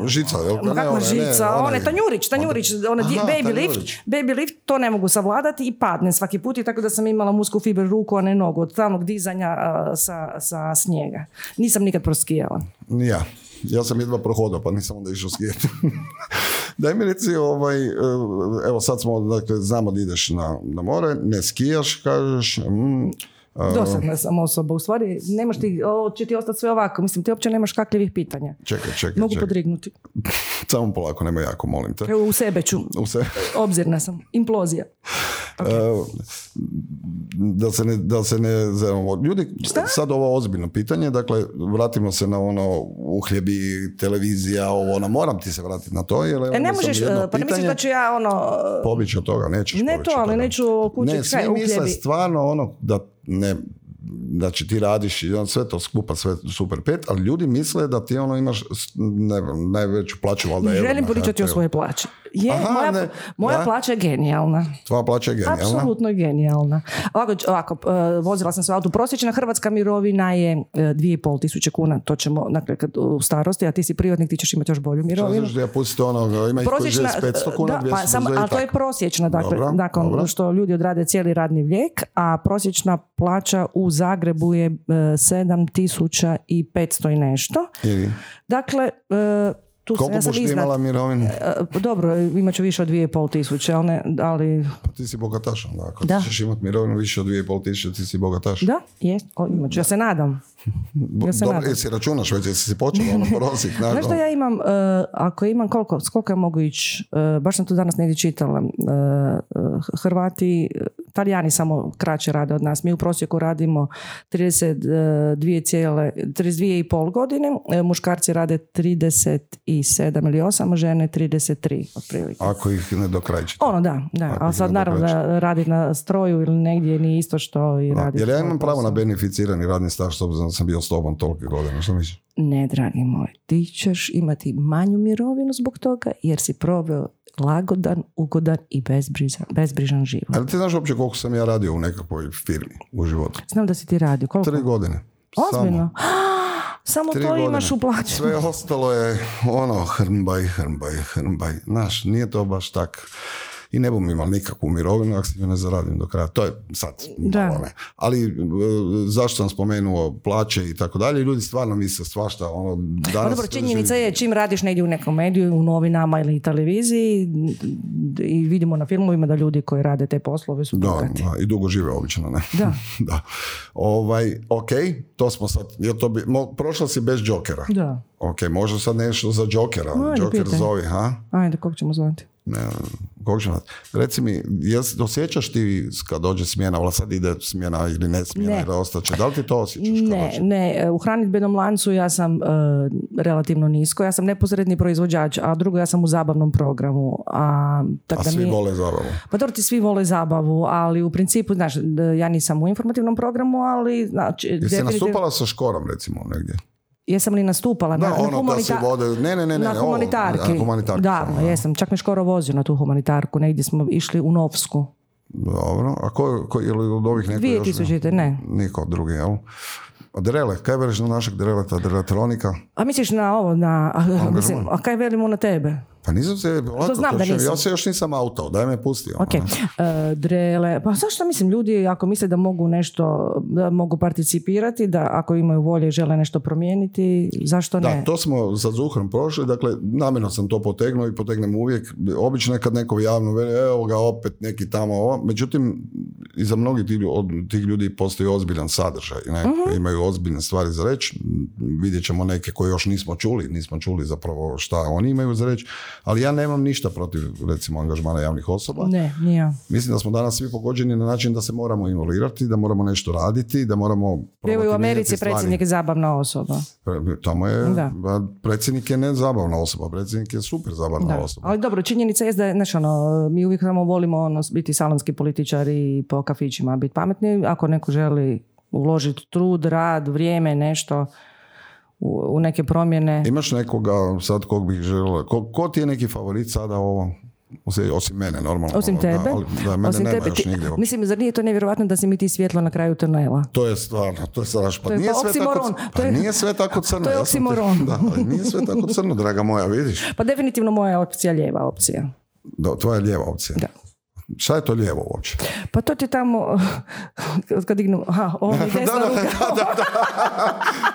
žica, jel?
Ma
Ne,
kakva
onaj, Ono ne,
pa žica,
onaj-
one, tanjurić, tanjurić, ona
Aha,
dje- baby
tanjurić.
lift, baby lift, to ne mogu savladati i padnem svaki put i tako da sam imala musku fiber ruku, a ne nogu od stalnog dizanja a, sa, sa snijega. Nisam nikad proskijala.
Ni Ja. Ja sam jedva prohodao, pa nisam onda išao skijati. Daj mi reci, ovaj, eh, evo sad smo, dakle, znamo da ideš na, na more, ne skijaš, kažeš, mm, eh,
Dosadna sam osoba, u stvari nemaš ti, o, će ti ostati sve ovako, mislim ti uopće nemaš kakljivih pitanja.
čekaj, čekaj,
Mogu
čekaj.
podrignuti.
Samo polako, nema jako, molim te.
Evo, u sebe ću.
U se-
Obzirna sam. Implozija.
eh, da se ne, da se ne zajmemo. Ljudi, sad ovo ozbiljno pitanje, dakle, vratimo se na ono uhljebi, televizija, ovo, ono, moram ti se vratiti na to, jer evo,
E, ne
imao sam
možeš,
jedno
e, pa ne misliš
pitanje.
da ću ja ono...
Pobić od toga, nećeš
Ne
pobjeći
to,
od
ali
toga.
neću kućić
Ne, svi
kaj,
misle
uhljebi.
stvarno ono da ne znači ti radiš i on sve to skupa, sve super pet, ali ljudi misle da ti ono imaš s- ne, znam, najveću plaću valjda evo,
Želim
na
pričati o
HRT-u.
svojoj plaći. Je,
Aha,
moja,
ne,
moja
da.
plaća je genijalna.
Tvoja plaća je genijalna.
Apsolutno genijalna. Ovako, ovako e, vozila sam se u autu. Prosječna hrvatska mirovina je e, 2,5 tisuće kuna. To ćemo, dakle, kad u starosti, a ti si privatnik, ti ćeš imati još bolju
Šta
mirovinu.
znaš da ja pustite ono, ima ih koji žive s 500 kuna,
da,
200
pa samo-
za i
a to je
tako.
prosječna, dakle,
Dobro,
nakon
dobro.
što ljudi odrade cijeli radni vijek, a prosječna plaća u Zagrebu je e, 7500 i nešto.
I
Dakle, e, tu sam, ja
koliko
sam
buš ti
iznad.
imala mirovinu?
E, Dobro, imat ću više od 2,5 tisuće, ali, ne- ali
Pa ti si bogataš onda, ako
Da.
ti ćeš imati mirovinu više od 2,5 tisuće, ti si bogataš.
da, jest, o, imat ću, ja se nadam.
Bo-
ja se
Dobro,
nadam.
jesi računaš već, jesi si počela ono prosjek,
Znaš
nakon-
da ja imam, e, ako imam koliko, s koliko ja mogu ići, E, baš sam to danas negdje čitala, E, e, Hrvati, e, Talijani samo kraće rade od nas, mi u prosjeku radimo 32 cijele, 32,5 godine, E, muškarci rade 37 ili 8, a žene 33 otprilike.
ako ih ne dokrajčite.
Ono da, da, ali sad
idemo
naravno da radi na stroju ili negdje nije isto što i radi.
Jer ja
svoj
imam pravo na
posao.
beneficirani radni staž s obzirom da sam bio s tobom tolike godine, što misliš?
Ne, dragi moj, ti ćeš imati manju mirovinu zbog toga jer si proveo lagodan, ugodan i bezbrižan, bezbrižan život.
Ali ti znaš uopće koliko sam ja radio u nekakvoj firmi u životu?
Znam da si ti radio. Koliko?
Tri godine. Samo.
Ozbiljno? Samo
Tri
to
godine.
imaš u plaću.
Sve ostalo je ono hrmbaj, hrmbaj, hrmbaj. Znaš, nije to baš tak. I ne bom imali nikakvu mirovinu ako si ju ne zaradim do kraja. To je sad
Da.
malo ne. Ali e, zašto sam spomenuo plaće i tako dalje, ljudi stvarno misle svašta. Ono,
Pa
danas
dobro, činjenica je čim radiš negdje u nekom mediju, u novinama ili televiziji d- i vidimo na filmovima da ljudi koji rade te poslove su
Da,
bogati.
da, i dugo žive obično, ne?
Da.
da. Ovaj, ok, to smo sad, jel to bi, mo, prošla si bez Jokera.
Da.
Ok, možda sad nešto za Jokera,
Ajde,
Joker
pitaj.
zove, ha?
Ajde, kog ćemo zvati?
Ne, kog ćemo- Reci mi, jes, osjećaš ti kad dođe smjena, ali sad ide smjena ili ne smjena,
Ne.
ili ostaće, da li ti to osjećaš? kad
Ne,
dođe?
ne, e, u hranitbenom lancu ja sam e, relativno nisko, ja sam neposredni proizvođač, a drugo ja sam u zabavnom programu. A, tako
A
da
svi
mi-
vole zabavu.
Pa dobro, ti svi vole zabavu, ali u principu, znaš, d- ja nisam u informativnom programu, ali znači...
Jesi
definitivno-
nastupala sa škorom, recimo, negdje?
Jesam li nastupala?
Da,
na, na
ono, da si
humanita-
vode, ne, ne, ne, ne,
na
ovo,
humanitarki.
na humanitarki
Davno,
samo, da.
jesam. Čak me škoro vozio na tu humanitarku. Negdje smo išli u Novsku.
Dobro, a ko, ko ili od ovih neko još? ne?
2000-te, ne.
Niko drugi, jel? A Drele, kaj veriš na našeg dreleta, dreletronika?
A misliš na ovo, na... A, mislim, a kaj velimo na tebe?
Pa nisam se, lako,
znam da
će-
nisam.
ja se još nisam auto, daj me pusti. ono.
Ok, E, drele, pa zašto mislim ljudi ako misle da mogu nešto, da mogu participirati, da ako imaju volje i žele nešto promijeniti, zašto
Da,
ne?
to smo sa Zuhrom prošli, dakle namjerno sam to potegnuo i potegnem uvijek. Obično je kad neko javno veli, evo ga opet neki tamo ovo. Međutim, iza mnogih tih, lju- od tih ljudi postoji ozbiljan sadržaj. Ne?
Mhm.
koji Imaju ozbiljne stvari za reći. M, Vidjet ćemo neke koje još nismo čuli, nismo čuli zapravo šta oni imaju za reći. Ali ja nemam ništa protiv, recimo, angažmana javnih osoba.
Ne, nije.
Mislim da smo danas svi pogođeni na način da se moramo involirati, da moramo nešto raditi, da moramo...
Evo i
probati
u
mijenjati
Americi
stvari.
predsjednik je zabavna osoba.
Pre- E, Tamo je,
Da.
ba, predsjednik je nezabavna osoba, predsjednik je super zabavna
Da.
osoba.
Ali dobro, činjenica je da je, znaš, ono, mi uvijek samo volimo ono, biti salonski političari i po kafićima biti pametni. Ako neko želi uložiti trud, rad, vrijeme, nešto u, u neke promjene.
Imaš nekoga sad kog bih želila? Ko, ko ti je neki favorit sada ovo? Osim- Osim mene, normalno.
Osim
Da,
tebe.
ali- da, mene
Osim
nema
tebe,
još
ti-
nigdje. uopće.
Mislim, zar nije to nevjerojatno da si mi ti svjetlo na craju tunela?
To je stvarno, to je strašno.
To je
nije
pa
sve tako,
oksimoron.
pa
To je-
nije sve tako crno.
to je
ja sam ti-
oksimoron.
Da, ali nije sve tako crno, draga moja, vidiš.
Pa definitivno moja opcija lijeva opcija.
Da, tvoja lijeva opcija.
Da.
Šta je to lijevo uopće?
Pa to ti tamo, kad dignu, aha, ovo mi je desna
da,
ruka.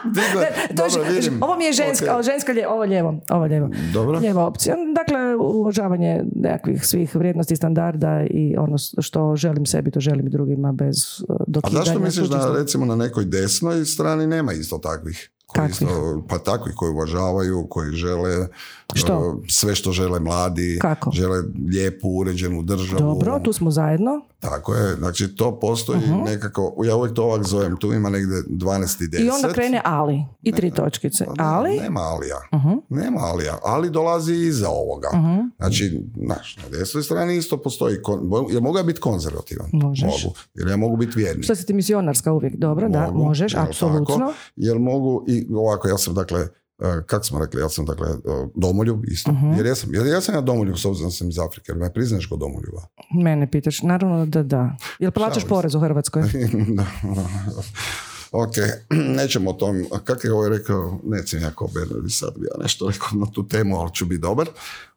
Digle,
To je
dobro,
ž-
vidim.
Ovo mi je ženska,
Ok.
ovo ženska lije- ovo lijevo, ovo lijevo.
Dobro.
Lijeva opcija. Dakle, uvažavanje nekakvih svih vrijednosti, standarda i ono s- što želim sebi, to želim i drugima bez uh,
A
dokidanja.
zašto misliš da
sučnosti.
recimo na nekoj desnoj strani nema isto takvih? Koji
Kakvih?
isto- pa takvih koji uvažavaju, koji žele
Što?
e, sve što žele mladi,
Kako?
žele lijepu, uređenu državu.
Dobro, tu smo zajedno.
Tako je, znači to postoji nekako, ja uvijek to ovak zovem, tu ima negdje 12 i 10.
I onda krene ali. I tri točkice.
Pa ne,
Ali,
Nema alija.
Mhm.
Nema alija. Ali dolazi iza ovoga.
Mhm.
Znači, znaš, na desnoj strani isto postoji, kon... bo- jel mogu ja biti konzervativan?
Možeš.
Mogu. Jer ja mogu biti vjerni.
što si ti misionarska uvijek, dobro, da,
Mogu,
možeš,
jel tako?
apsolutno.
Jer mogu i ovako, ja sam dakle, eh, kak smo rekli, ja sam dakle eh, domoljub isto. Jer ja sam, jer ja sam ja domoljub s obzirom da sam iz Afrike, jer me priznaš kod domoljuba.
Mene pitaš, naravno da da. Jel plaćaš
Šalim se. E,
porez u Hrvatskoj?
Da. ok, nećemo o tom. Kak je ovaj rekao, nećem jako Bernardi sad bi ja nešto rekao na tu temu, ali ću biti dobar.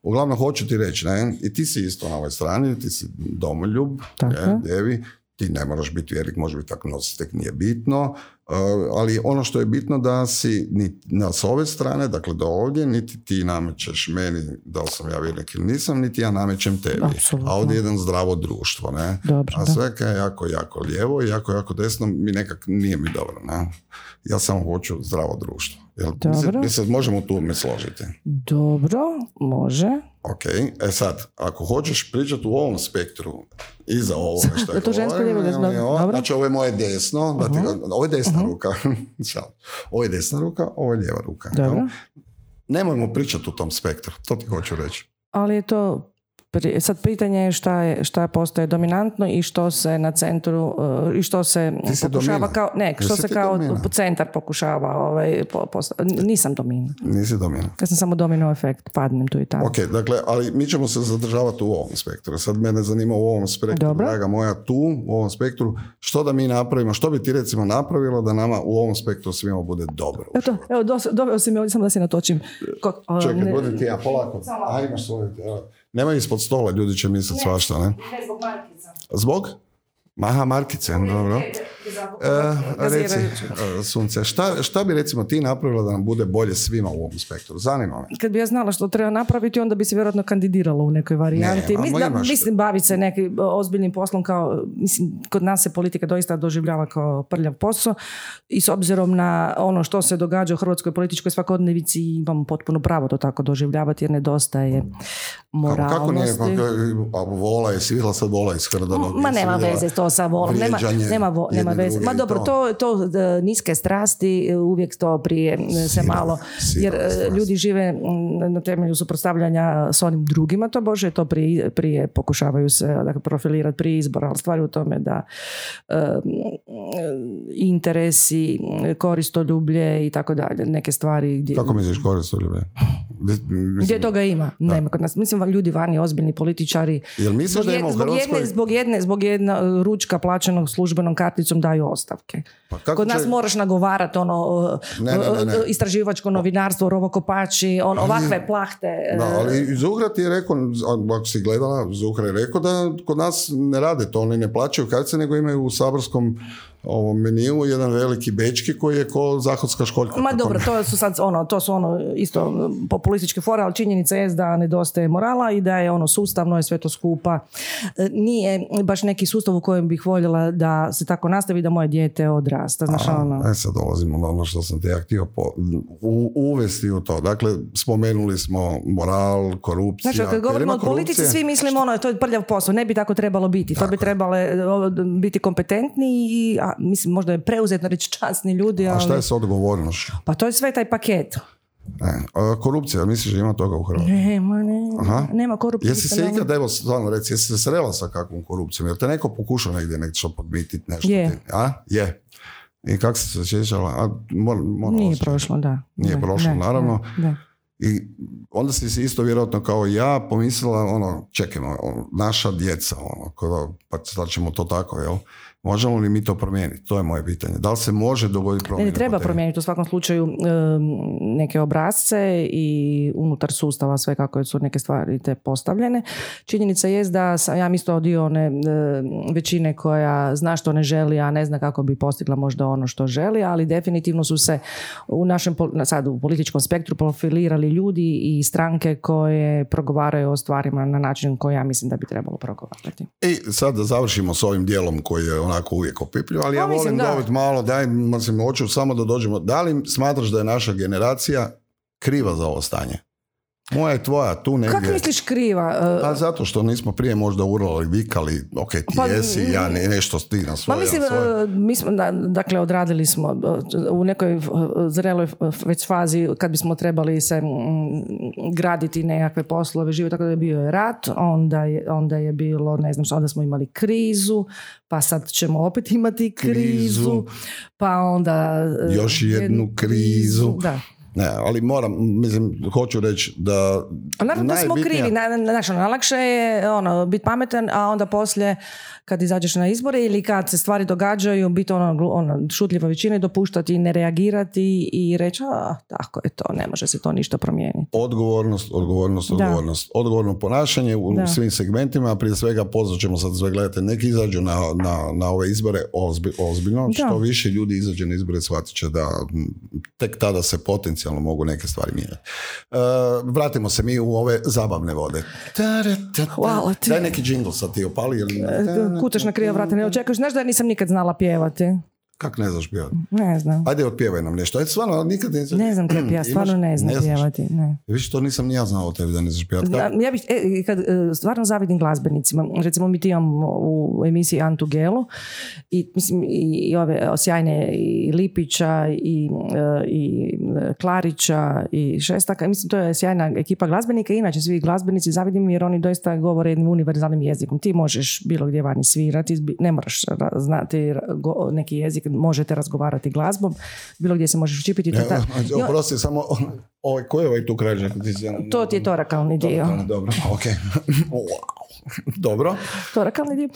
Uglavnom, hoću ti reći, ne, i ti si isto na ovoj strani, ti si domoljub,
Tako
ne,
je.
devi, ti ne moraš biti vjernik, može biti tako tek nije bitno, e, ali ono što je bitno da si ni na s ove strane, dakle do ovdje, niti ti namećeš meni da li sam ja vjernik ili nisam, niti ja namećem tebi.
Apsolutno.
A ovdje je jedan zdravo društvo, ne?
Dobro,
A
da.
sve kaj je jako, jako lijevo i jako, jako desno, mi nekak nije mi dobro. Ne? Ja samo hoću zdravo društvo. Jel, mi se-
Dobro.
mi se možemo tu mi složiti.
Dobro, može.
Ok, e sad, ako hoćeš pričati u ovom spektru, iza ovoga što
Da, to žensko lijevo,
govorim,
desno,
je ovo-
dobro.
znači ovo je moje desno, da ti ga- ovo je desna ruka, Šalim. ovo je desna ruka, ovo je lijeva ruka. jel?
Dobro.
Nemojmo pričati u tom spektru, to ti hoću reći.
Ali je to pri- sad pitanje je šta, je šta postaje dominantno i što se na centru uh, i što se
Ti si
pokušava
domina.
kao ne, što
Jesi
se
ti
kao
domina?
centar pokušava ovaj po, posta- N- nisam domina.
Nisi domina.
Ja sam samo domino efekt, padnem tu i tamo.
Ok, dakle, ali mi ćemo se zadržavati u ovom spektru. Sad mene zanima u ovom spektru,
Dobro.
draga moja, tu, u ovom spektru, što da mi napravimo, što bi ti recimo napravilo da nama u ovom spektru svima bude dobro?
Eto, evo, dos- doveo si me ovdje samo da se natočim. Ko- o,
Čekaj,
ne-
budi ti ja, polako. A imaš svoju. evo. Nemoj ispod stola, ljudi će misliti svašta, ne? Zbog? Maha markice, dobro. E, reci, e, sunce, šta, šta bi recimo ti napravila da nam bude bolje svima u ovom spektru? Zanima me.
Kad bi ja znala što treba napraviti, onda bi se vjerojatno kandidirala u nekoj varijanti.
Ne, ma,
mislim, da,
imaš-
mislim, bavi se nekim ozbiljnim poslom kao, mislim, kod nas se politika doista doživljava kao prljav posao i s obzirom na ono što se događa u hrvatskoj političkoj svakodnevici imamo potpuno pravo to tako doživljavati jer nedostaje
Kako,
moralnosti.
kako nije? Pa, a vola je svidjela sad vola iz Hrdanog.
Ma
jesi
nema
vidjela?
veze to sa volom, nema,
vrijeđanje
nema, vo- nema
jedne
veze.
druge
Ma
i
dobro,
to.
to, to e, niske strasti, e, uvijek to prije e, se
Sirove,
malo,
sirove
jer e,
strasti.
ljudi žive m, na temelju suprotstavljanja s onim drugima, to bože, to prije, prije pokušavaju se dakle, profilirati prije izbora, ali stvar je u tome da e, m, interesi, m, koristoljublje i tako dalje, neke stvari gdje,
Kako misliš korist u
gdje toga ima, nema kod nas. Mislim, va- ljudi vani, ozbiljni političari,
Jel misliš
Zbog,
da
jed-
ima u
zbog jedne,
Hrvatskoj?
zbog jedne, zbog jedna e, ručka plaćenog službenom karticom daju ostavke.
Pa kako
Kod nas
će-
moraš nagovarati ono e,
Ne, ne, ne, ne.
e, istraživačko novinarstvo, rovokopači, on, ovakve plahte. e,
Da, ali Zuhra ti je rekao, a- ako si gledala, Zuhra je rekao da kod nas ne rade to, oni ne plaćaju kartice, nego imaju u saborskom ovom meniju jedan veliki bečki koji je ko zahodska školjka.
Ma dobro, to su sad ono, to su ono isto populističke fore, ali činjenica je da nedostaje morala i da je ono sustavno je sve to skupa. E, Nije baš neki sustav u kojem bih voljela da se tako nastavi da moje dijete odrasta. Znaš, ono.
E sad dolazimo na ono što sam te ja htio po- u- uvesti u to. Dakle, spomenuli smo moral, korupcija.
Znači, kad
Jel
govorimo
ima
o politici,
korupcije?
svi mislimo ono, to je prljav posao, ne bi tako trebalo biti. to bi trebale e, o, biti kompetentni i, a, mislim, možda je preuzetno reći časni ljudi, ali...
A šta je s odgovornošću?
Pa to je sve taj paket.
E, a korupcija, misliš da ima toga u Hrvatskoj?
Nema, ne,
Aha.
nema korupcije.
Jesi se ikad, evo stvarno reci, jesi se srela sa kakvom korupcijom? Jel te neko pokušao negdje nešto podmititi, nešto?
Je.
ti- A? Je. I kako si se osjećala? A, mor- morala
Nije
si.
prošlo, da.
Nije
Da,
prošlo,
da,
naravno.
Da, da.
I onda si se isto vjerojatno kao ja pomislila, ono, čekaj, ono, naša djeca, ono, koja, pa sad ćemo to tako, jel? Možemo li mi to promijeniti? To je moje pitanje. Da li se može dogoditi
Ne,
promjena?
ne, treba
kod tebe?
promijeniti u svakom slučaju em, neke obrazce i unutar sustava sve kako su neke stvari te postavljene. Činjenica je da sam ja isto dio one em, većine koja zna što ne želi, a ne zna kako bi postigla možda ono što želi, ali definitivno su se u našem, pol- na- sad u političkom spektru profilirali ljudi i stranke koje progovaraju o stvarima na način koji ja mislim da bi trebalo progovarati.
I sad da završimo s ovim dijelom koji je onako uvijek opipljiv, ali
Pa,
ja
mislim,
volim
da.
dobiti malo, daj, mislim, hoću samo da dođemo. Da li smatraš da je naša generacija kriva za ovo stanje? Moja je tvoja, tu negdje.
Kako misliš kriva? E,
A zato što nismo prije možda urlali, vikali, ok, ti
Pa,
jesi, ja ne, nešto ti na svoje,
Ma
ja
mislim,
na svoje.
e, mi smo, da, dakle, odradili smo e, u nekoj e, zreloj e, već fazi kad bismo trebali se mm, graditi nekakve poslove, život, tako da je bio je rat, onda je, onda je bilo, ne znam što, onda smo imali krizu, pa sad ćemo opet imati krizu,
Krizu.
pa onda... e,
Još jednu krizu.
Da.
Ne, ali moram, mislim, hoću reći da...
A Pa naravno da smo
najbitnija-
krivi, na, na, znaš, ono, najlakše je ono, biti pametan, a onda poslije kad izađeš na izbore ili kad se stvari događaju, biti ono, glu- ono, šutljiva većina i dopuštati i ne reagirati i reći, a, tako je to, ne može se to ništa promijeniti.
Odgovornost, odgovornost,
Da.
odgovornost. Odgovorno ponašanje u
Da.
svim segmentima, a prije svega pozvat ćemo sad sve gledate, neki izađu na, na, na ove izbore ozbi- ozbiljno,
Da.
što više ljudi izađe na izbore shvatit će da m, tek tada se potencijalno mogu neke stvari mijenjati. E, vratimo se mi u ove zabavne vode.
Hvala ti.
Daj neki jingle sad ti opali. Ili...
E, Kucaš na krivo vrata, ne očekuješ, znaš da ja nisam nikad znala pjevati.
Kak ne znaš pjevati?
Ne znam.
Ajde, otpjevaj nam nešto. Ajde, stvarno, nikad nisam...
Ne znam kako ja
Pa, Imaš-
stvarno ne znam
znaš.
pjevati. Ne.
Više to nisam ni ja znao o tebi Pa da ne znaš pjevati.
Ja,
Kako-
ja bih, e, kad, e, stvarno zavidim glazbenicima. Recimo mi ti imamo u emisiji Antu Gelu i, mislim, i, i ove sjajne i Lipića i, e, i e, Klarića i Šestaka. Mislim, to je sjajna ekipa glazbenika. Inače, svi glazbenici zavidim jer oni doista govore jednim univerzalnim jezikom. Ti možeš bilo gdje vani svirati, zbi- ne moraš ra- znati ra- go- neki jezik, možete razgovarati glazbom, bilo gdje se možeš učipiti. To, je ta-
Ja,
i on-
Oprosti, samo ovaj, ko je ovaj tu kralj? Ti si-
to ti je torakalni dio.
Dobro, Dobro, ok. wow. Dobro.
torakalni dio.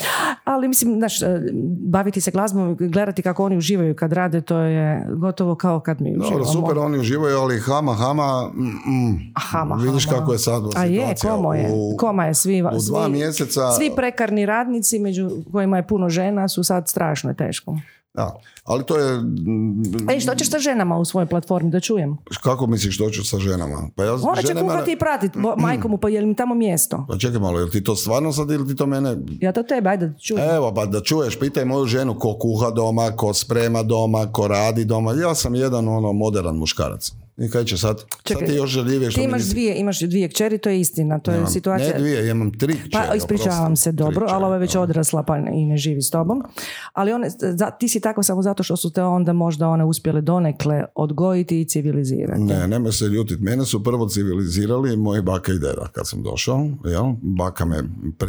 Ali mislim, znaš, e, baviti se glazbom, gledati kako oni uživaju kad rade, to je gotovo kao kad mi uživamo.
Dobro, super, oni uživaju, ali hama, hama, mm, mm.
Hama,
Vidiš
hama.
kako je sad
A
situacija.
je, komo je,
U,
koma je, svi,
u dva
svi,
mjeseca...
svi prekarni radnici, među kojima je puno žena, su sad strašno teško.
Da, ali to je... mm,
E, što ćeš sa ženama u svojoj platformi, da čujem?
Kako misliš što ću sa ženama? Pa ja
Ona će
žene mene-
kuhati i pratiti, majko mu, pa je li mi tamo mjesto?
Pa čekaj malo, jel ti to stvarno sad ili ti to mene
Ja to tebe, ajde da čujem.
Evo, pa da čuješ, pitaj moju ženu ko kuha doma, ko sprema doma, ko radi doma. Ja sam jedan ono modern muškarac. I kaj će sad?
Čekaj,
sad ti još željivije što
Ti
mi
imaš
nisi-
dvije, imaš dvije kćeri, to je istina, to je
Nemam-
situacija.
Ne dvije, ja imam tri kćeri,
Pa
oprosti.
ispričavam se
Tri
dobro, ali
kćeri,
ova je već
da.
odrasla pa i ne živi s tobom. Ali one, za- ti si tako samo zato što su te onda možda one uspjele donekle odgojiti i civilizirati.
Ne, nemoj se ljutiti. Mene su prvo civilizirali moji baka i deda kad sam došao. Jel? Baka me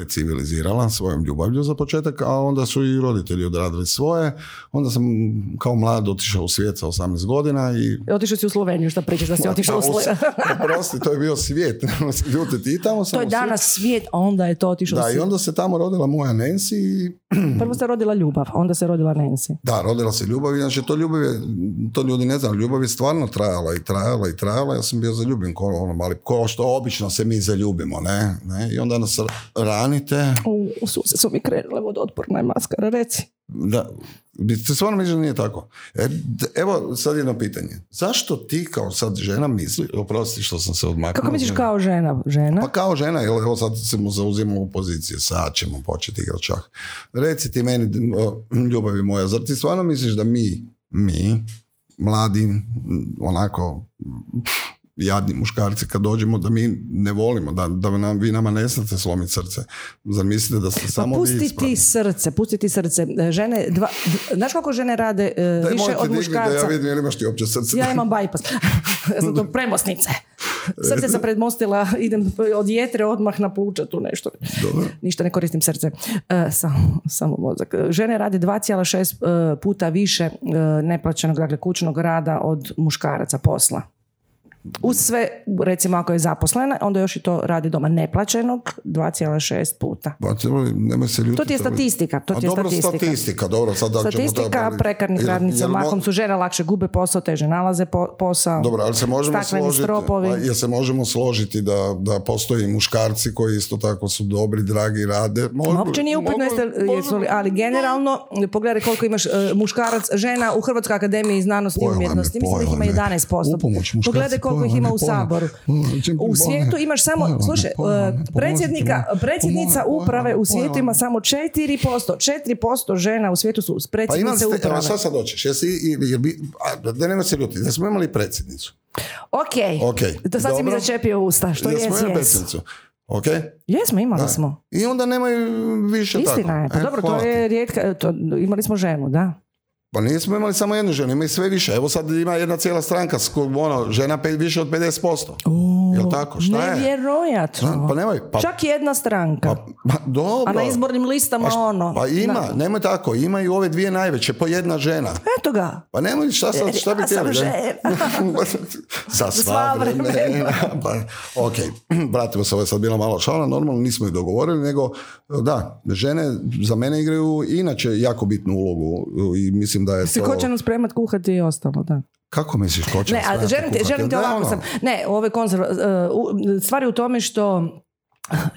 precivilizirala svojom ljubavlju za početak, a onda su i roditelji odradili svoje. Onda sam kao mlad otišao u svijet sa 18 godina i
Otišao si u Sloveniju, šta pričaš da si otišao u
Pa,
Sloveniju?
Oprosti, to je bio svijet. nemoj se ljutiti. I tamo sam
To je
u svijet-
danas svijet, a onda je to otišao
Da,
svijet.
i onda se tamo rodila moja Nancy i
Prvo se rodila ljubav, onda se rodila Nancy.
da, rodila se ljubav. Znači, to ljubav je, to ljudi ne znaju, ljubav je stvarno trajala i trajala i trajala. Ja sam bio zaljubljen, ko, ono, mali, ko što obično se mi zaljubimo, ne? ne? I onda nas ranite.
U, u suze su mi krenule vodootporna je maskara, reci.
Da, bi- ti stvarno mislim da nije tako. E, d- evo sad jedno pitanje. Zašto ti kao sad žena misli, oprosti što sam se odmaknuo.
Kako misliš kao žena? Žena?
Pa kao žena, jel, evo sad se mu zauzimamo u poziciju, sad ćemo početi igrat čah. Reci ti meni, d- o, ljubavi moja, zar ti stvarno misliš da mi, mi, mladi, m, onako, m, jadni muškarci kad dođemo da mi ne volimo, da, da nam, vi nama ne znate slomiti srce. Zar mislite da ste samo
pa
vi
pusti
ispravni?
ti srce, pusti ti srce. E, Žene, dva, d- znaš koliko žene rade e,
Daj, molim
više
te,
od
digni da
muškarca?
ja vidim jel imaš ti uopće srce.
Ja imam bajpas. ja sam to premosnice. Srce sam predmostila, idem od jetre odmah na pluća tu nešto.
Dobro.
Ništa ne koristim srce. E, samo, samo mozak. Žene rade 2,6 e, puta više e, neplaćenog, dakle kućnog rada od muškaraca posla. Uz sve, recimo ako je zaposlena, onda još i to radi doma neplaćenog 2,6 puta.
Pa, dobro, nemoj se ljutiti.
To ti je statistika, to
A
ti je
dobro
statistika.
statistika, dobro, sad da ćemo to-
Statistika prekarnih
Jel-
radnica,
jel mo-
mahom su žene lakše gube posao, teže nalaze po- posao.
Dobro, ali se možemo
Stakleni
složiti,
stropovi.
pa, jel se možemo složiti da, da postoji muškarci koji isto tako su dobri, dragi, rade. Mogu,
Ma Uopće nije upitno,
mogu-
jeste,
mogu-
jesu li, ali generalno, pogledaj koliko imaš e, muškarac, žena u Hrvatskoj akademiji znanosti i
Pojela me,
umjetnosti, mislim da ih ima
pojela me.
11%.
U pomoć, muškarci,
Pogledaj koliko ih
pojela
ima
me,
u
pojela me,
saboru.
pojela me, čim
U
pojela me,
svijetu imaš samo,
pojela me,
slušaj, e,
pojela me, pomozite
predsjednika,
mi.
predsjednica
Pojela me,
uprave u
pojela
svijetu
me.
ima samo 4%. 4% žena u svijetu su
Pa imali
predsjednice
ste, evo,
uprave.
šta sad hoćeš, jesi, i- jel bi, a, da nema se ljuti, da smo imali predsjednicu.
Ok,
Ok,
to sad si mi
dobro.
začepio usta, što
da
jes,
smo imali
jes.
predsjednicu. Ok?
Jesmo, imali
Da.
smo.
I onda nemaju više tako.
Istina je, pa
E,
dobro, to
hvala ti.
je rijetka, e, to, imali smo ženu, da.
Pa nismo imali samo jednu ženu, ima i sve više. Evo sad ima jedna cijela stranka, s kojom, ono, žena pe, više od 50%. Jel tako? Šta je?
Nevjerojatno.
Pa nemoj, pa,
Čak jedna stranka.
pa, ma, dobro.
a na izbornim listama
Pa šta-
ono.
Pa ima,
Da.
nemoj tako, imaju ove dvije najveće, po jedna žena.
Eto ga.
Pa nemoj, šta, sad, šta bi
Ja sam
htjeli? da-
E, žena. sva
Za sva vremena. Pa, ok, vratimo se, ovo je sad bila malo šala, normalno nismo ih dogovorili, nego da, žene za mene igraju inače jako bitnu ulogu i mislim da je
Si
to...
kočanu spremat kuhati i ostalo, da.
Kako misliš kočan?
Ne, a
sve
želim te,
kuhati?
želim te
Da,
ovako
ono,
sam. Ne, ove konzerva, e, u- stvar je u tome što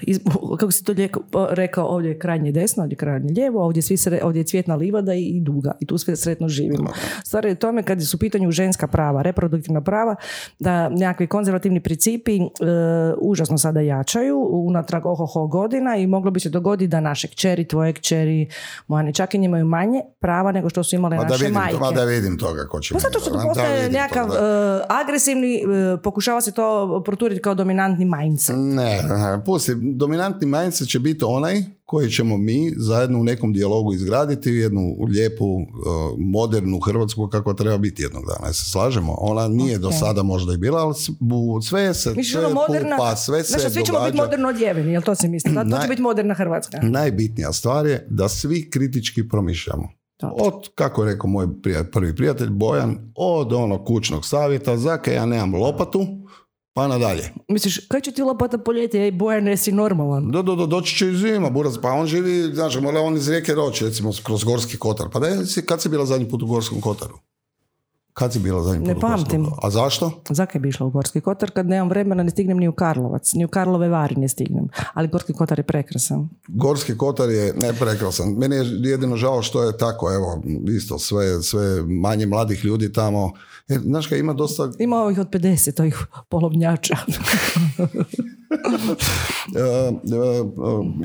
iz- kako si to lijeko po- rekao, ovdje je krajnje desno, ovdje je krajnje lijevo, ovdje, svi sre- ovdje je cvjetna livada i, i duga i tu sve sretno živimo. Stvar je u tome kad su u pitanju ženska prava, reproduktivna prava, da nekakvi konzervativni principi e, užasno sada jačaju unatrag ohoho godina i moglo bi se dogoditi da naše kćeri, tvoje kćeri, moja nečakinje imaju manje prava nego što su imale
Ma pa da
naše
vidim,
majke.
ma da vidim toga ko će
Pa zato što to postaje nekakav e, agresivni, e, pokušava se to proturiti kao dominantni mindset.
Ne, ne, pusti, dominantni mindset će biti onaj koji ćemo mi zajedno u nekom dijalogu izgraditi jednu lijepu, eh, modernu Hrvatsku kakva treba biti jednog dana. Jel Se slažemo, ona nije do
Ok.
sada možda i bila, ali s- bu- sve se
Misliš
sve
ono moderna,
pupa, pa sve se
znaš, svi ćemo biti
događa.
moderno odjeveni, jel to si misli? Da, to će
Naj- Mm.
biti moderna Hrvatska.
Najbitnija stvar je da svi kritički promišljamo.
Dobro.
Od, kako je rekao moj prija- prvi prijatelj Bojan, od onog kućnog savjeta, zaka ja nemam lopatu, pa nadalje.
Misliš, kaj će ti lopata poljeti, ej Bojan, jesi normalan?
Do, do, do, doći će i zima, buraz, pa on živi, znaš, mora on iz rijeke doći, recimo, kroz Gorski Kotar. Pa da je, si- kad si bila zadnji put u Gorskom Kotaru? Kad si bila zadnji put
Ne
u Gorskom
pamtim.
Kotaru? A zašto?
Zakaj bi išla u Gorski kotar kad nemam vremena, ne stignem ni u Karlovac, ni u Karlove vari ne stignem. Ali Gorski kotar je prekrasan.
Gorski Kotar je, ne, prekrasan. Meni je jedino žao što je tako, evo, isto, sve, sve manje mladih ljudi tamo. Jer, znaš, kaj ima dosta
Ima ovih od 50, ovih polovnjača.
E, e, e,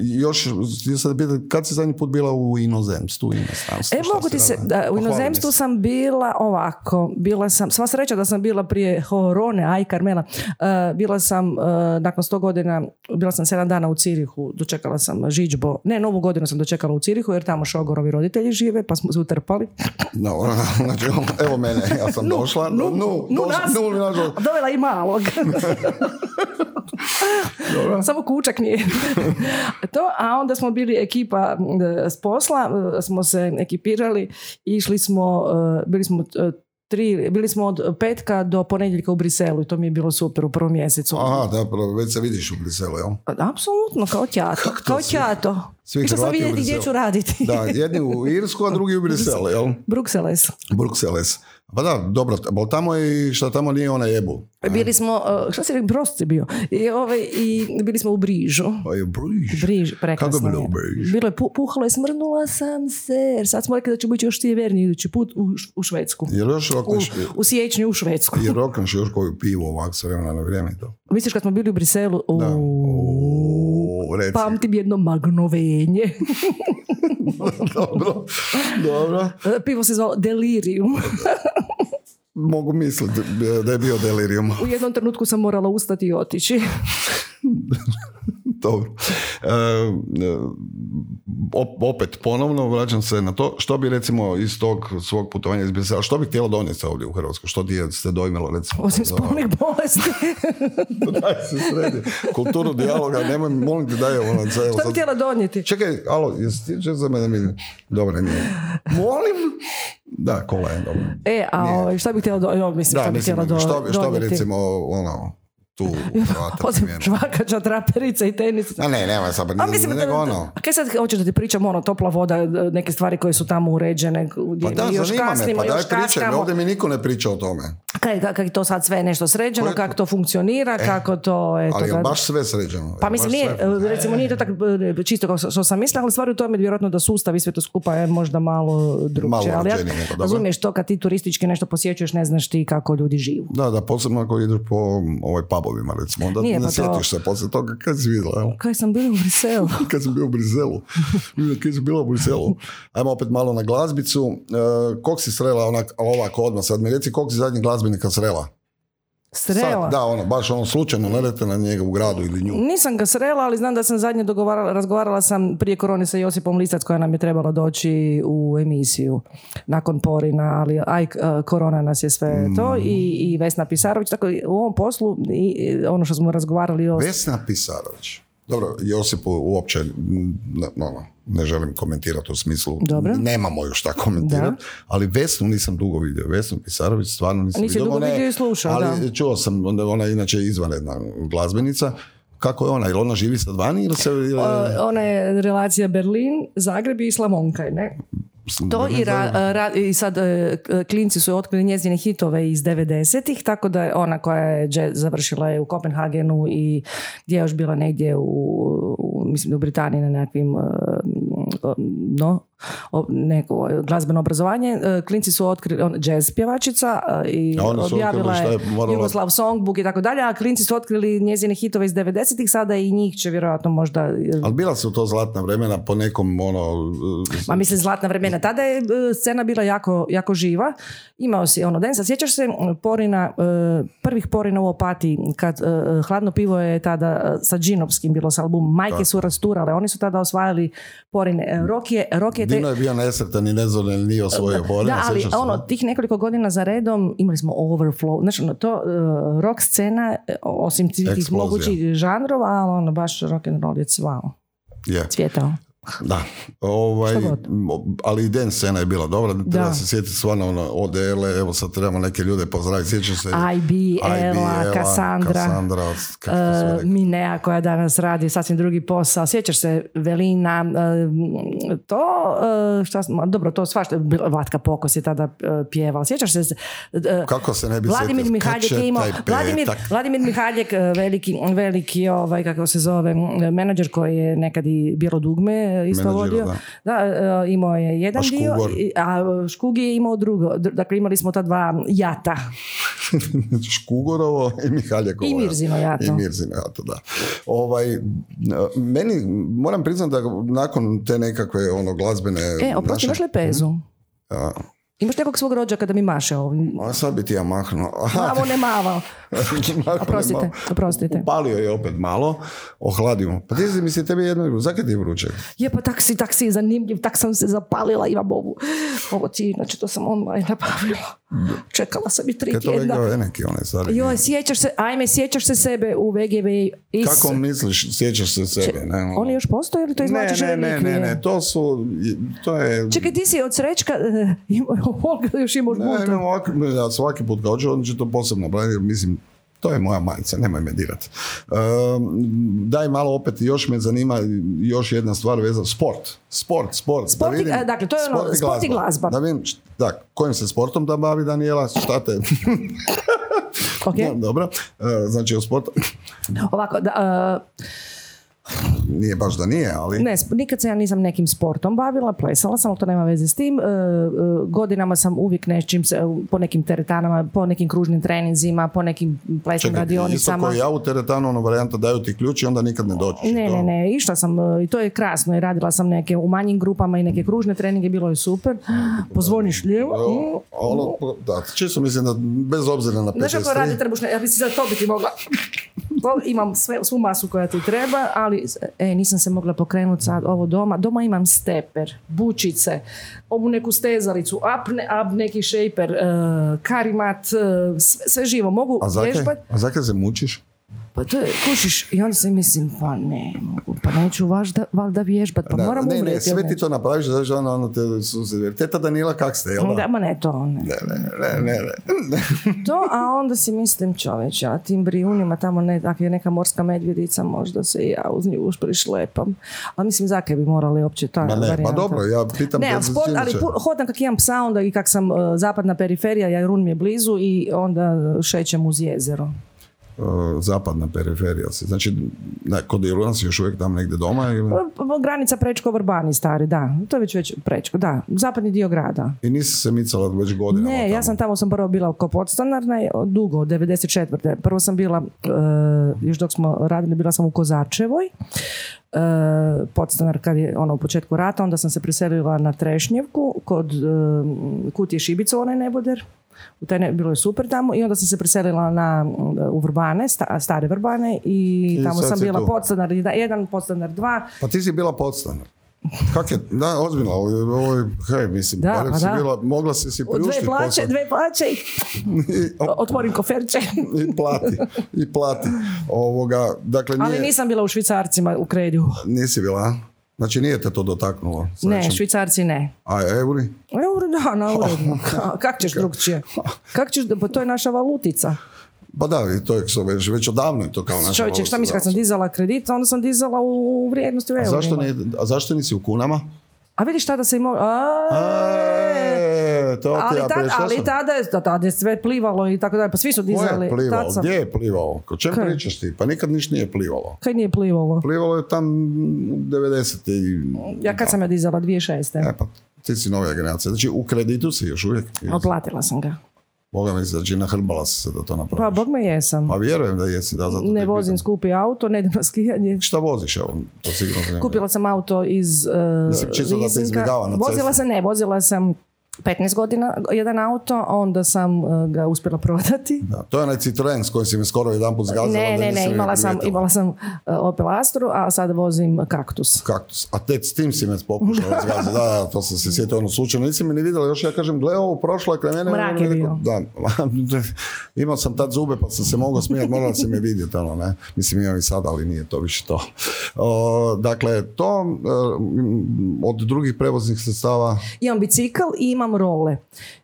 još ti sad pitaj, kad si zadnji put bila u inozemstvu? u inostranstvu,
E,
šta
mogu
si
ti se,
radila?
da, u
Pohvali me
inozemstvu
se.
sam bila ovako, bila sam, sva sreća da sam bila prije Horone, aj Karmela, E, bila sam e, nakon sto godina, bila sam sedam dana u Cirihu, dočekala sam Žiđbo, ne, novu godinu sam dočekala u Cirihu jer tamo Šogorovi roditelji žive, pa smo se utrpali.
No, znači, evo mene, ja sam došla. Nu, nu,
nu
došla,
nas.
nu, nažalost.
Dovela i malog.
Dobro.
Samo kučak nije. to, a onda smo bili ekipa e, s posla, e, smo se ekipirali, išli smo, e, bili smo e, tri, bili smo od petka do ponedjeljka u Briselu i to mi je bilo super u prvom mjesecu.
Aha, da, pravo, već se vidiš u Briselu, jel?
Apsolutno, kao tjato. Kao tjato.
Svi
Išla sam
Hrvati u
vidjeti gdje
Briselu.
ću raditi.
Da, jedni u Irsku, a drugi u Briselu, jel?
Brukseles.
Brukseles. Pa da, dobro, ali tamo je i šta tamo nije ona jebu.
Bili smo, e, šta si rekao, Brost je bio. I, ovaj, I bili smo u Brižu.
Pa je Briž.
Briž, prekrasno.
Kako je bilo u Brižu?
Bilo je pu- puhalo je, smrnula sam se. Jer sad smo rekli da ću biti još sjeverniji idući put u, Š- u Švedsku.
Jer još
U,
rokneš,
u siječnju u Švedsku.
jer rokneš još koju pivu ovako s vremena na vrijeme i to.
Misliš kad smo bili u Briselu? U...
Da. O, reci.
Pamtim jedno magnovenje.
Pa. dobro, dobro.
Pivo se zvalo Delirium.
Mogu misliti da je bio delirium.
U jednom trenutku sam morala ustati i otići.
Dobro. E, op- opet ponovno vraćam se na to što bi recimo iz tog svog putovanja iz Brisela, što bi htjela donijeti ovdje u Hrvatsku? Što ti je ste dojmilo recimo?
Osim
za-
spolnih bolesti.
Daj se sredi. Kulturu dijaloga, nemoj, molim te daj ovo. Sad, evo
Što bi
sad-
htjela donijeti?
Čekaj, alo, jesi ti čest za mene? mi- Dobro, nije. Molim? Da, kola je dobro.
E, a
Nije.
ovaj, šta bi htjela donijeti? Jo, mislim,
Da,
šta bi
mislim,
htjela do-
što, bi- što bi
donijeti?
recimo ono, tu u Hrvata
Osim
primjenu?
žvakača, traperica i tenisica.
A ne, nema sad,
A
ne,
mislim, da-
nego ono.
a kaj sad hoćeš da ti pričam ono topla voda, neke stvari koje su tamo uređene, gdje
Pa da,
mi još
zanima me,
kasnimo,
pa daj
još
pričaj, me,
kaskamo. E
ovdje mi niko ne priča o tome.
Kaj, ka- kak je to sad sve nešto sređeno,
Koje- E,
kako to funkcionira, kako to... Eto,
Ali je
da-
baš sve sređeno.
Pa
Jel
mislim,
baš
nije,
sve?
e, recimo nije to tako e, čisto kao što sam mislila, ali stvar je u tome vjerojatno da sustav i sve to skupa je možda malo drugčije.
Malo
Ali ja
uređenije nego, dobro.
razumiješ to kad ti turistički nešto posjećuješ, ne znaš ti kako ljudi živu.
Da, da, posebno ako ideš po ovaj, pubovima, recimo, onda
Nije, pa
ne
to-
sjetiš se poslije toga kad si vidjela, jel?
Kaj sam bila u Briselu.
kad sam bio u Brizelu. Kad sam bila u Brizelu. Ajmo opet malo na glazbicu. E, kog si srela onak, ali ovako odmah sad mi reci, kog si zadnji glazbenika srela?
Srela.
Sad, da, ono, baš ono slučajno, naletite na njega u gradu ili nju.
Nisam ga srela, ali znam da sam zadnje dogovarala, razgovarala sam prije korone sa Josipom Listac koja nam je trebala doći u emisiju nakon Porina, ali aj, e, korona nas je sve to i, i Vesna Pisarović, tako i u ovom poslu i, i ono što smo razgovarali o
Vesna Pisarović. Dobro, Josipu uopće m, ne, ono, ne želim komentirati u smislu,
Dobro.
nemamo još šta komentirati, ali Vesnu nisam dugo vidio. Vesnu Pisarović stvarno nisam
Nisi
vidio.
dugo
Ona je-
vidio i slušao,
Ali čuo sam, onda ona je inače izvanredna glazbenica. Kako je ona? Jel ona živi sad vani ili se... ili-
O, ona je relacija Berlin, Zagreb i Slavonkaj, ne? To i, ra- ra- i sad e, k- klinci su otkrili njezine hitove iz 90-ih, tako da je ona koja je jazz- završila je u Kopenhagenu i gdje je još bila negdje u, u- mislim, u Britaniji na nekakvim e, o- no, o- neko glazbeno obrazovanje. E, Klinci su otkrili, on, jazz pjevačica e, i
A oni su
objavila
otkrili
je,
šta je morala-
Jugoslav Songbook i tako dalje, a klinci su otkrili njezine hitove iz 90-ih, sada i njih će vjerojatno možda e,
Ali bila su to zlatna vremena po nekom ono... e,
Ma mislim, zlatna vremena. Tada je e, scena bila jako, jako živa. Imao si ono den. Sjećaš se m, porina, e, prvih porina u opati, kad e, e, hladno pivo je tada e, sa Džinovskim bilo s albumom. Majke su rasturale. Oni su tada osvajali porine. E, Rock je, Rock je te-
Dino je bio nesretan i nezvolen, nije osvojio Borja,
da, ali
sjećaš se,
ono,
da?
tih nekoliko godina za redom imali smo overflow. Znači, ono, to e, rock scena, e, osim tih
Eksplozija.
mogućih žanrova, ali ono, baš rock and roll je cvao,
Je.
cvjetao.
Da, ovaj,
Šta god.
m, ali i den scena je bila dobra, treba se sjetiti stvarno ono, ODL, evo sad trebamo neke ljude pozdraviti, sjećam se
IB, Ela,
IBL-a,
Cassandra.
Cassandra, kako se sve
E,
rekao.
Minea koja danas radi sasvim drugi posao. Sjećaš se Velina, e, to e, šta smo, dobro, to svašta, bila- Vlatka Pokos je tada e, pjevala. Sjećaš se e,
Kako se ne bi
Vladimir
sjetio, kad
Mihaljek
će
je imao,
taj petak?
Vladimir, Vladimir Mihaljek, e, veliki, veliki ovaj, kako se zove, m, menadžer koji je nekad i Bijelo dugme e, isto
Menadžer,
vodio. Da, e, imao je jedan
A
dio,
Škugor?
i- a Škugi je imao drugo. Dr- Dakle, imali smo ta dva jata.
Škugorovo i Mihaljekovo.
I Mirzino jato.
I Mirzino jato, da. Ovaj, meni, moram priznati da nakon te nekakve ono glazbene...
E, oprosti, imaš
naše- Mhm.
lepezu?
A,
Imaš nekog svog rođaka da mi maše ovim?
a sad bi ti ja mahnuo. Aha,
Mavo ne mavao.
mahnuo,
Oprostite,
malo.
oprostite.
Upalio je opet malo, ohladio. mu. Pa ti si misli tebi jedno, zakaj ti je vruće?
Je pa tak si, tak si zanimljiv, tak sam se zapalila, imam ovu. Ovo ti, znači to sam online nabavila. Čekala sam i tri
Kaj to
tjedna.
legao je neki onaj stari.
Joj, sjećaš se, ajme, sjećaš se sebe u VGV. Is.
Kako misliš, sjećaš se sebe? Ne, ono?
Oni još postoje ili to
ne,
izvlačiš
ne, ne, ne, ne, to su, to je...
Čekaj, ti si od srećka, eh, imao- ovoga još imaš
Ne,
buntu.
ne, ovako, ja svaki put kad hoću, on će to posebno braniti, jer mislim, to je moja majica, nemoj me dirati. Um, daj malo opet, još me zanima još jedna stvar vezana, sport, sport, sport.
Sport i- e, dakle, to je ono,
i
sport i glazba.
Da vidim, št- da, kojim se sportom da bavi Daniela, šta te,
Ok,
dobro, E, znači o sportu,
ovako, da, eh,
nije baš da nije, ali...
Ne, sp- nikad se ja nisam nekim sportom bavila, plesala sam, ali to nema veze s tim. E, e, godinama sam uvijek nečim, se- po nekim teretanama, po nekim kružnim treninzima, po nekim plesnim
Čekaj, isto
radionicama.
kao i ja u teretanu, ono varijanta daju ti ključ i onda nikad ne dođeš.
Ne,
To-
ne, ne, išla sam e, i to je krasno i radila sam neke u manjim grupama i neke kružne treninge, bilo je super. Pozvoniš lijevo. mm.
O, Ono, da, čisto mislim da bez obzira na
Znaš ako radi
53,
trbušne, ja bi si za to biti mogla. To imam sve, svu masu koja ti treba, ali e, nisam se mogla pokrenuti sad ovo doma. Doma imam steper, bučice, ovu neku stezalicu, apne, ab neki šejper, e, karimat, e, sve, sve živo. Mogu
a zakaj,
vježbat.
a zakaj se mučiš?
Pa to je, kušiš, i onda se mislim, pa ne mogu, pa neću važda, valjda vježbat, pa
Da,
moram
ne, ne,
umreti. jel
sve ti to napraviš, znaš, ono, ono te suze, jer teta Danila kak ste, jel da?
Da, ma ne, to ne.
Ne, ne, ne, ne, ne.
to, a onda si mislim čoveče, a tim brijunima tamo ne, ako je neka morska medvjedica, možda se i ja uz nju ušprišlepam. A mislim, zakaj bi morali uopće ta
Ma ne, pa
varijanta?
dobro, ja pitam...
Ne,
te
ali sport, ali
ziniče.
pu- hodam kak imam sounda i kak sam e, zapadna periferija, ja Run mi je blizu i onda šećem uz jezero.
E, zapadna periferija si. Znači, ne, kod Iruna si još uvijek tam negdje doma ili...
Pa, pa, Granica Prečko-Vrbani, stari, da. To je već, već Prečko, da. Zapadni dio grada.
I nisi se micala već godinama
Ne,
tamo.
ja sam tamo sam prvo bila kao podstanarna i dugo, od 94. Prvo sam bila, e, još dok smo radili, bila sam u Kozačevoj, e, podstanar kad je ono u početku rata, onda sam se preselila na Trešnjevku kod e, kutije Šibicu, onaj neboder. U taj ne, bilo je super tamo i onda sam se preselila na, m, u Vrbane, sta- stare Vrbane i,
I
tamo
sad
sam
si
bila
tu.
podstanar 1, podstanar 2,
Pa ti si bila podstanar. Kak je, da, ozbiljno, ovo, je- ovo je- hej, mislim,
Da,
barem
pa
si
da.
bila, mogla si si
dve
priuštiti
plaće,
posao.
dve plaće i
I, op,
otvorim koferče.
I plati, i plati. Ovoga, dakle, nije,
Ali nisam bila u Švicarcima u kredju.
nisi bila, a? znači nije te to dotaknulo.
Ne,
srećom.
švicarci ne.
A e, euri?
Euro, da, na uredno. Ka- Kak ćeš drugčije? Kak ćeš, pa to je naša valutica.
Pa da, i to je što već, već odavno je to kao naša
Čovječe, šta
valuta,
misliš, kad sam dizala kredit, onda sam dizala u vrijednosti u
da.
eurima.
Zašto ne, a zašto nisi u kunama?
A vidiš tada se imao... A,
E, to ti
E, ali,
ja
tad,
prije, šta
ali
sam-
tada, je, da, tada je sve plivalo i tako dalje, pa svi su
Ko
dizali.
je plivao?
Tad sam-
Gdje je plivao? Ko čem
Kaj?
pričaš ti? Pa nikad niš nije plivalo.
Kaj nije plivalo?
Plivalo je tam 90. i...
Ja kad sam ja dizala, 2006.
E, pa ti si novija generacija. Znači, u kreditu si još uvijek.
Oplatila sam ga.
Boga mi, znači, nahrbala si se da to
Pa,
napraviš.
bog me jesam.
Pa vjerujem da jesi, da, zato
Ne
te
vozim
pitam.
skupi auto, ne idem na skijanje.
Šta voziš, evo, to sigurno zanima.
Kupila sam auto iz uh,
Mislim, čisto da te
leasinga.
izbjegava na
Vozila
cesti.
sam, ne, vozila sam 15 godina jedan auto, onda sam uh, ga uspjela prodati.
Da, to je onaj Citroen s kojim si me skoro jedan put zgazala.
ne,
da
ne,
nisam
ne, imala sam,
primijetila.
imala sam uh, Opel Astru, a sad vozim kaktus.
kaktus. A te s tim si me pokušala zgaziti. Da, da, to sam se sjetio ono slučajno. Nisi me ni vidjela, još ja kažem, gle ovo prošlo je kraj mene.
Mrak
Ono
je
mi rekao, Da, imao sam tad zube pa sam se mogao smijati, morala si me vidjeti, ono, ne. Mislim imam i sad, ali nije to više to. O, dakle, to e, m, od drugih prevoznih sredstava,
Imam bicikl i imam role.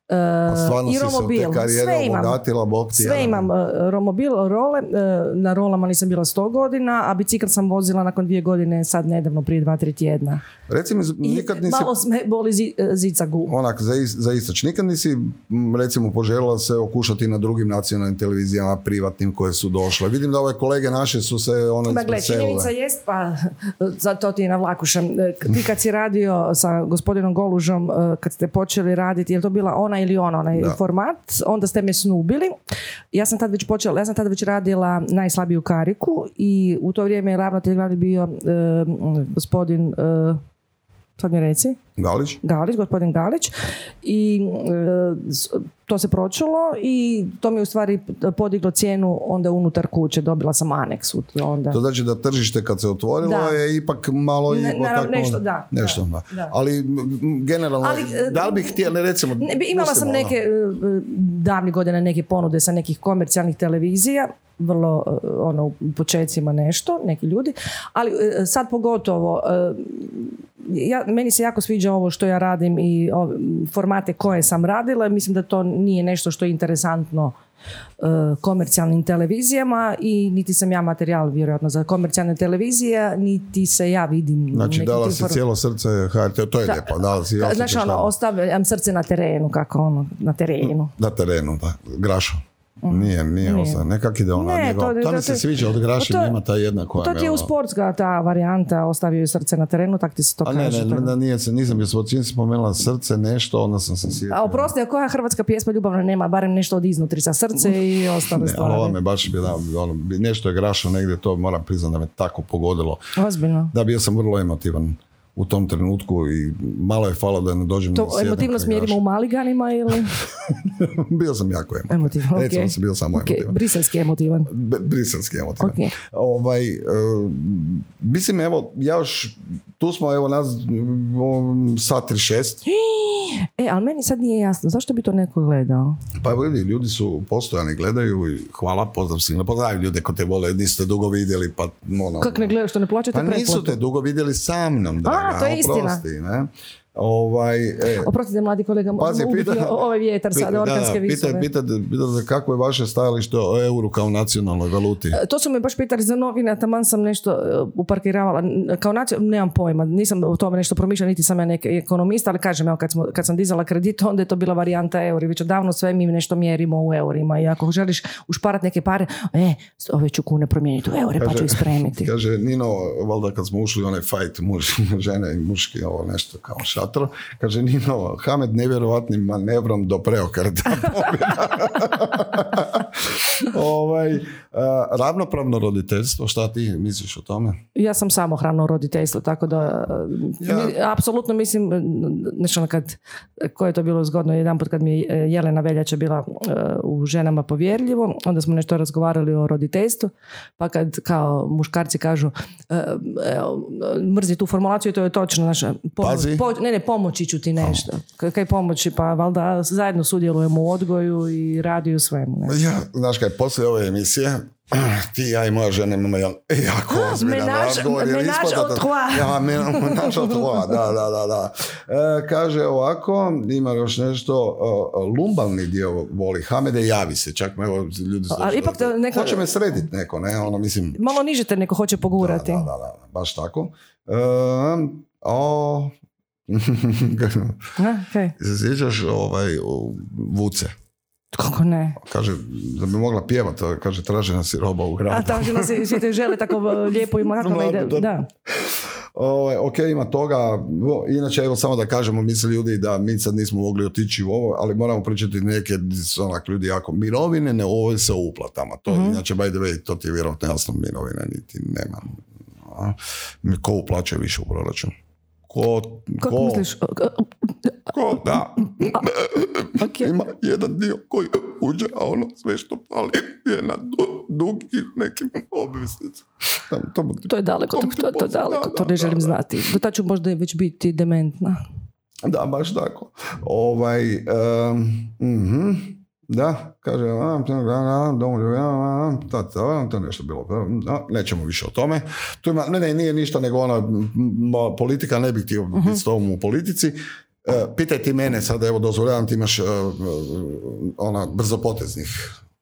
Uh,
a Pa stvarno si
I
se od te
romobil. Sve
karijere
imam.
obogatila, bog ti
Sve
jedan.
imam, e, romobil, role, e, na rolama nisam bila 100 godina, a bicikl sam vozila nakon dvije godine, sad nedavno, prije dva, tri tjedna.
Reci mi,
I
nikad nisi
Malo me boli zi, e, zicagu.
onak za, is, za istoč. Nikad nisi, m, recimo, poželjela se okušati na drugim nacionalnim televizijama, privatnim koje su došle. Vidim da ove kolege naše su se ono, one
Ma Pa gle,
ispreselile.
činjenica jest, pa zato ti je navlakušam. E, Ti kad si radio sa gospodinom Golužom, e, kad ste počeli raditi, je li to bila ona ili ona, onaj
Da.
format, onda ste me snubili. Ja sam tad već počela, ja sam tad već radila najslabiju kariku i u to vrijeme je ravnatelj glavni bio e, m, gospodin, e, sad mi reci,
Galić?
Galić, gospodin Galić i e, s- to se pročulo i to mi je u stvari podiglo cijenu onda unutar kuće, dobila sam aneks u- onda.
To znači da tržište kad se otvorilo
Da.
je ipak malo i
Ne, naravno,
potaknulo-
nešto da,
nešto,
da,
da.
da.
Ali m, generalno,
Ali, e,
da li bi htjeli, recimo...
Ne, bi- imala sam
pustimo ono.
neke e, davnih godina neke ponude sa nekih komercijalnih televizija vrlo e, ono u počecima nešto neki ljudi ali e, sad pogotovo e, ja, meni se jako sviđa ovo što ja radim i ove, m, formate koje sam radila mislim da to nije nešto što je interesantno e, komercijalnim televizijama i niti sam ja materijal vjerojatno za komercijalne televizije niti se ja vidim u
Znači,
nekim
dala
tim
si
forma-
cijelo srce HRT, to je lijepo. Dala si,
Da,
osjećaš
Znači, ono,
da-
ostavljam srce na terenu, kako ono, na terenu.
na terenu, da, grašo. Nije, nije,
Mm. Nije.
osa. Nekak ide ona
Ne,
njegova.
to-
Ta
to-
mi se
to-
sviđa od Grašina,
to-
ima ta jedna koja
To
me
ti je u
ono-
sportska ta varijanta, ostavio je srce na terenu, tak ti se to
A Pa ne,
kaže.
ne,
to
ne,
je-
da nije se, nisam bio svoj čim si spomenula srce, nešto, onda sam se sjetio.
A oprosti, a koja hrvatska pjesma ljubavna nema barem nešto od iznutrica srce i ostale
Ne, ali
stvari?
ova me baš bila, ono, nešto je grašao negdje, to moram priznati da me tako pogodilo.
Ozbiljno.
Da, bio sam vrlo emotivan u tom trenutku i malo je falo da ne dođem
To
na sjedan
emotivno
kraj
smjerimo u maliganima ili...
Graša. bio sam jako emotivan.
Emotivno, okej.
Recimo da sam bio samo
Okej,
emotivan.
briselski emotivan.
B- briselski emotivan.
Ok.
Ovaj, e, mislim, evo, ja još, tu smo, evo, nas um, sat i šest.
E, ali meni sad nije jasno, zašto bi to neko gledao?
Pa evo vidi, ljudi su postojani, gledaju i hvala, pozdrav svima, pozdravim ljude ko te vole, niste dugo vidjeli, pa ono...
Kako ne gledaš, što ne plaćate
Pa nisu
pretplatu?
te dugo vidjeli sa mnom, draga,
to je istina.
oprosti, ne? Ovaj, e,
Oprostite, mladi kolega,
Pazi,
mogu
pita-
ti o- ovaj vjetar
pita-
sada, orkanske
da, da, pita-
visove.
pita- pita za kako je vaše stajalište o euru kao nacionalnoj valuti.
E, To su me baš pitali za novina, taman sam nešto e, uparkiravala. N- Kao nacio, nemam pojma, nisam o tome nešto promišljala, niti sam ja neki ekonomista, ali kažem, evo, kad, smo, kad sam dizala kredit, onda je to bila varijanta euri. Već odavno sve mi nešto mjerimo u eurima i ako želiš ušparat neke pare, e, ove ću kune promijeniti u eure, pa ću ih spremiti.
Kaže, Nino, valjda kad smo ušli u onaj fight muž, žene i muški, ovo nešto kao šatro, kaže Nino, Hamed nevjerovatnim manevrom do preokreta pobjeda. ovaj, a, ravnopravno roditeljstvo, šta ti misliš o tome?
Ja sam samohrano roditeljstvo, tako da e,
Ja-
mi- apsolutno mislim, e, znači ono kad, koje je to bilo zgodno, jedan put kad mi je e, Jelena Veljača bila e, u ženama povjerljivo, onda smo nešto razgovarali o roditeljstvu, pa kad kao muškarci kažu, e, e, mrzi tu formulaciju, to je točno, znači, pomo-
Pazi.
po- ne, ne, pomoći ću ti nešto. K- Kaj pomoći, pa valjda zajedno sudjelujemo u odgoju i radi u svemu. Ne?
Ja, znaš kaj, poslije ove emisije, ti, ja i moja žena imamo jedan jako
A,
ozbiljan
menaž-
razgovor. jer
menaž
ispada
au
da-
trois.
Ja, men- menaž au trois, da, da, da. da. E, kaže ovako, ima još nešto, e, lumbalni dio voli Hamede, javi se, čak me evo ljudi su...
Ali ipak to neko-
Hoće me sredit neko, ne, ono, mislim...
Malo niže te neko hoće
Da,
pogurati.
da, da, da, baš tako. E, o...
A, kaj?
Se sjećaš ovaj, u- Vuce?
Kako ne?
Kaže, da bi mogla pjevat, kaže, traži nas i roba u
A
gradu.
tamo žena se, svi te žele tako e, lijepo i mlako
Mlado,
ide.
da.
Da.
Ovaj, ok, ima toga. O, Inače, evo samo da kažemo, misle ljudi da mi sad nismo mogli otići u ovo, ali moramo pričati neke, s- onak, ljudi jako, mirovine ne ovise o uplatama. To,
Mhm.
Inače, by the way, to ti je vjerojatno jasno, mirovine niti nema. A, Ko uplaćuje više u proračun? Ko,
Kako
ko,
misliš? E, e,
ko, da,
ok.
ima jedan dio koji uđe, a ono sve što pali je na du- dug i nekim obveznicama. To mu ti
To je daleko, to, to, to je daleko, to ne želim znati. Do tad ću možda i već biti dementna.
Da, baš tako. Ovaj, em, mhm, da, kaže, a, da, da, domoljub, a, a, ta, ta, to je nešto bilo, a, nećemo više o tome. Tu ima, ne, ne, nije ništa, nego ona m, m, politika, ne bih htio
Mhm.
biti s tobom u politici. E, Pitaj ti mene sad, evo, dozvoljavam ti imaš e, ona brzopoteznih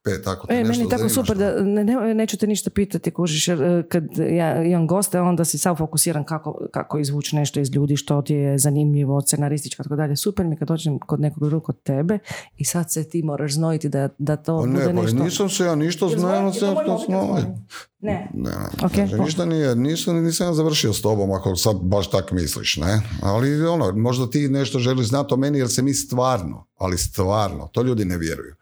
pet, tako ti
E,
nešto
meni je tako
zanimaš.
super da ne, ne- neću te ništa pitati, kužiš, jer e, kad ja imam goste, onda si sav fokusiran kako, kako izvući nešto iz ljudi, što ti je zanimljivo, scenarističko, tako dalje. Super mi je kad dođem kod nekog drugog od tebe i sad se ti moraš znojiti da, da to
Pa
bude
Ne, pa
nešto.
nisam se ja ništa
Jel
znao,
zvoniti?
se
Moj
to
mobitel
znao.
zvoni. Ne.
Ne, ne,
Ok,
Kaže,
po-
ništa nije, nisam, nisam ja završio s tobom ako sad baš tak misliš, ne? Ali ono, možda ti nešto želiš znati o meni jer se mi stvarno, ali stvarno, to ljudi ne vjeruju.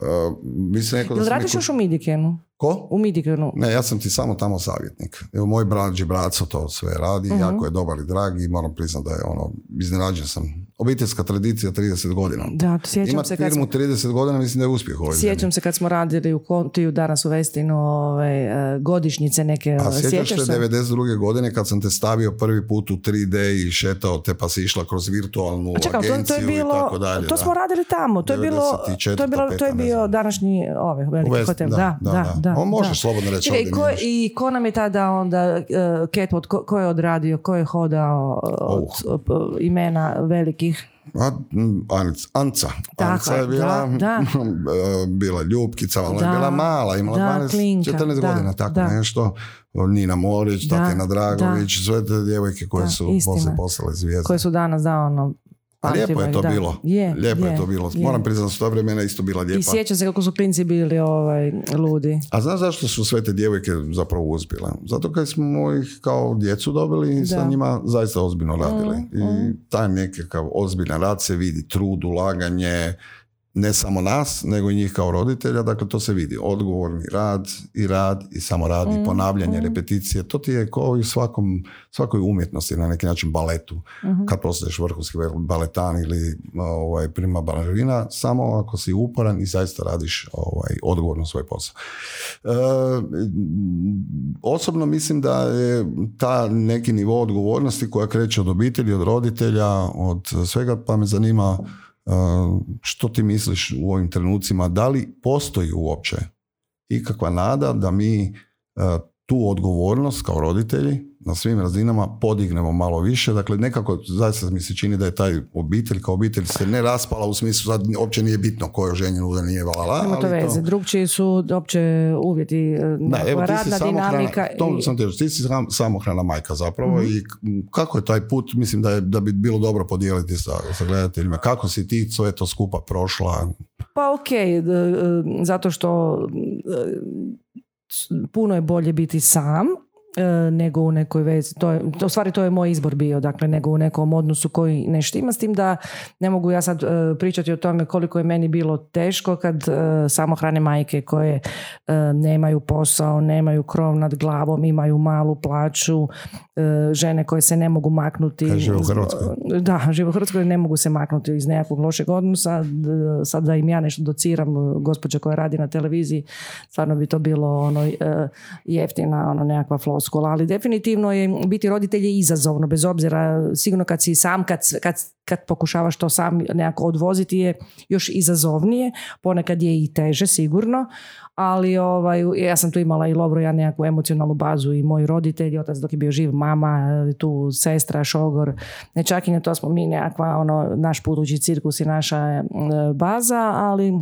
Uh, mislim neko da
Jel
sam
radiš
neko-
još u Midikenu?
Ko?
U Midikenu.
Ne, ja sam ti samo tamo savjetnik. Evo, moj brađi braco to sve radi,
Mhm.
jako je dobar i drag i moram priznati da je ono, iznenađen sam. Obiteljska tradicija 30 godina.
Da, sjećam
Imat
se kad
firmu 30 godina mislim da je uspjeh ovaj
Sjećam se kad smo radili u Kontiju, danas u Vestinu, ovaj, e, godišnjice neke.
A
ovaj,
sjećaš se
se?
92. godine kad sam te stavio prvi put u 3D i šetao te pa si išla kroz virtualnu
A Pa čekaj, to, to
agenciju
je
i
bilo,
tako dalje.
to
da.
smo radili tamo, to je bilo,
94.,
to je, bilo, to je
5., ne
bio
znam.
današnji ovaj,
U
veliki
West-
hotel, da, da, da.
O, možeš
da.
slobodno reći
Čekaj,
ovdje
ko,
nije ništa.
i ko nam je tada onda uh, Catwood, ko, ko je odradio, ko je hodao e, od
Oh.
e, imena velikih?
A, m, Anica. Anca.
Tako
Anca
je,
je bila,
da, da.
e, bila ljubkica, ali ona je
Da,
bila mala, imala
da,
12,
klinka,
14
da,
godina, tako
da.
nešto. Nina Morić,
Da,
Tatjana Dragović, sve te djevojke koje
Da,
su
istina.
poslije postale zvijezde.
Koje su danas, da, ono,
A lijepo je
pamtimo
to
ih, da.
bilo.
Je,
lijepo je,
je,
to bilo.
je.
Moram priznati da su ta vremena isto bila
I
lijepa.
sjećam se kako su klinci bili ovaj, ludi.
A znaš zašto su sve te djevojke zapravo uspjele? Zato kad smo ih kao djecu dobili i sa
Da.
njima zaista ozbiljno radili. I taj nekakav ozbiljan rad se vidi, trud, ulaganje, ne samo nas, nego i njih kao roditelja, dakle to se vidi. Odgovorni rad i rad i samo rad i ponavljanje, repeticije, to ti je kao i u svakom, svakoj umjetnosti, na neki način baletu. Kad postaješ vrhunski baletan ili ovaj, prima balerina, samo ako si uporan i zaista radiš ovaj, odgovorno svoj posao. E, osobno mislim da je ta neki nivo odgovornosti koja kreće od obitelji, od roditelja, od svega, pa me zanima e, što ti misliš u ovim trenucima, da li postoji uopće ikakva nada da mi e, tu odgovornost kao roditelji na svim razinama podignemo malo više. Dakle, nekako zaista mi se čini da je taj obitelj kao obitelj se ne raspala u smislu, sad uopće nije bitno ko je ženjen, uda nije valala.
Nema to
ali to-
veze. Drugčiji su opće uvjeti, e,
da,
nekakva
evo, ti si
radna
samohrana-
dinamika.
to
i- Mhm.
sam ti rekao, ti si sam, samohrana majka zapravo i k- kako je taj put, mislim da, je, da bi bilo dobro podijeliti sa, sa gledateljima. Kako si ti sve to skupa prošla?
Pa ok, zato što e, s- puno je bolje biti sam e, nego u nekoj vezi. To je, to, u stvari to je moj izbor bio, dakle, nego u nekom odnosu koji ne štima s tim da ne mogu ja sad e, pričati o tome koliko je meni bilo teško kad e, samohrane majke koje e, nemaju posao, nemaju krov nad glavom, imaju malu plaću, e, žene koje se ne mogu maknuti.
Kaj žive u
zbog-
Hrvatskoj.
da, žive u Hrvatskoj, ne mogu se maknuti iz nekakvog lošeg odnosa. D- Sad da im ja nešto dociram, e, gospođa koja radi na televiziji, stvarno bi to bilo ono, e, jeftina ono, nekakva floskula. Ali definitivno je biti roditelj je izazovno, bez obzira, sigurno kad si sam, kad, s- kad, kad pokušavaš to sam nekako odvoziti je još izazovnije, ponekad je i teže sigurno, ali ovaj, ja sam tu imala i Lovro, ja nekakvu emocionalnu bazu i moji roditelji, otac dok je bio živ, mama, e, tu sestra, šogor, nečakinja, to smo mi nekakva, ono, naš budući cirkus i naša e, baza, ali...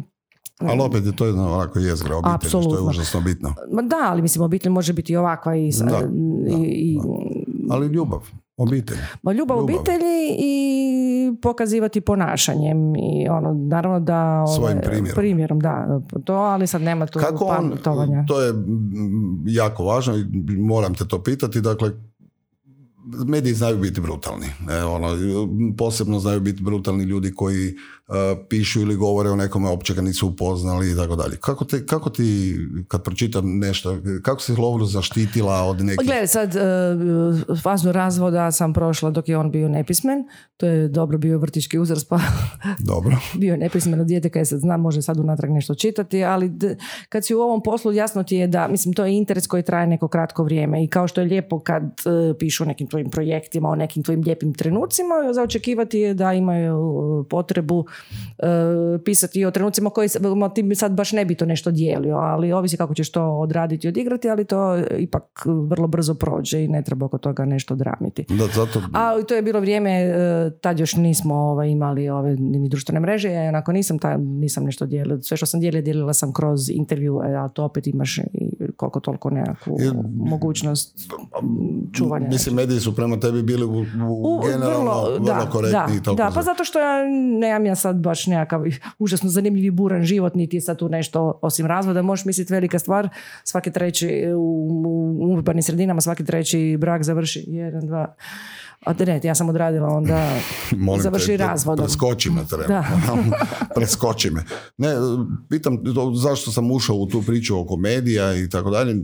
Ali opet je to jedna onako jezgra obitelji, što je
Apsolutno.
užasno bitno.
Ma da, ali mislim, obitelj može biti i ovakva i... sa-
Da,
i, i-
Ali ljubav, obitelj.
Ma ljubav,
Ljubav.
obitelji i pokazivati ponašanjem i ono, naravno da... ovaj,
Svojim primjerom.
da. To, ali sad nema tu
Kako on,
pametovanja.
to je mm, jako važno i moram te to pitati, dakle, mediji znaju biti brutalni. E, ono, posebno znaju biti brutalni ljudi koji e, pišu ili govore o nekome opće ga nisu upoznali i tako dalje. Kako, te, kako ti, kad pročitam nešto, kako si Lovru zaštitila od nekih...
Gledaj, sad e, fazu razvoda sam prošla dok je on bio nepismen. To je dobro bio vrtički uzrast, pa
Dobro.
bio je nepismeno dijete kaj sad znam, može sad unatrag nešto čitati, ali d- kad si u ovom poslu jasno ti je da, mislim, to je interes koji traje neko kratko vrijeme i kao što je lijepo kad e, pišu o nekim tvojim projektima, o nekim tvojim lijepim trenucima, za očekivati je da imaju e, potrebu e, pisati i o trenucima koji se- ma, ti mi sad baš ne bi to nešto dijelio, ali ovisi kako ćeš to odraditi i odigrati, ali to e, ipak e, vrlo brzo prođe i ne treba oko toga nešto dramiti.
Da, zato...
A to je bilo vrijeme, e, tad još nismo ovaj, imali ove ni društvene mreže, ja onako nisam, ta, nisam nešto dijelila, sve što sam dijelila, dijelila sam kroz intervju, e, a to opet imaš i koliko toliko nekakvu
Je-
mogućnost m, čuvanja.
Mislim, mediji su prema tebi bili u, u,
U-
generalno vrlo, korektni i
da,
tako
da,
za-
pa zato što ja nemam ja sad baš nekakav užasno zanimljiv i buran život, niti je sad tu nešto osim razvoda, možeš misliti velika stvar, svaki treći e, u, u urbanim sredinama, svaki treći brak završi, jedan, dva, a ne, ja sam odradila onda
Molim te,
završi
pre-
razvodom.
Preskoči me treba.
Da.
preskoči me. Ne, pitam to zašto sam ušao u tu priču oko medija i tako dalje. E,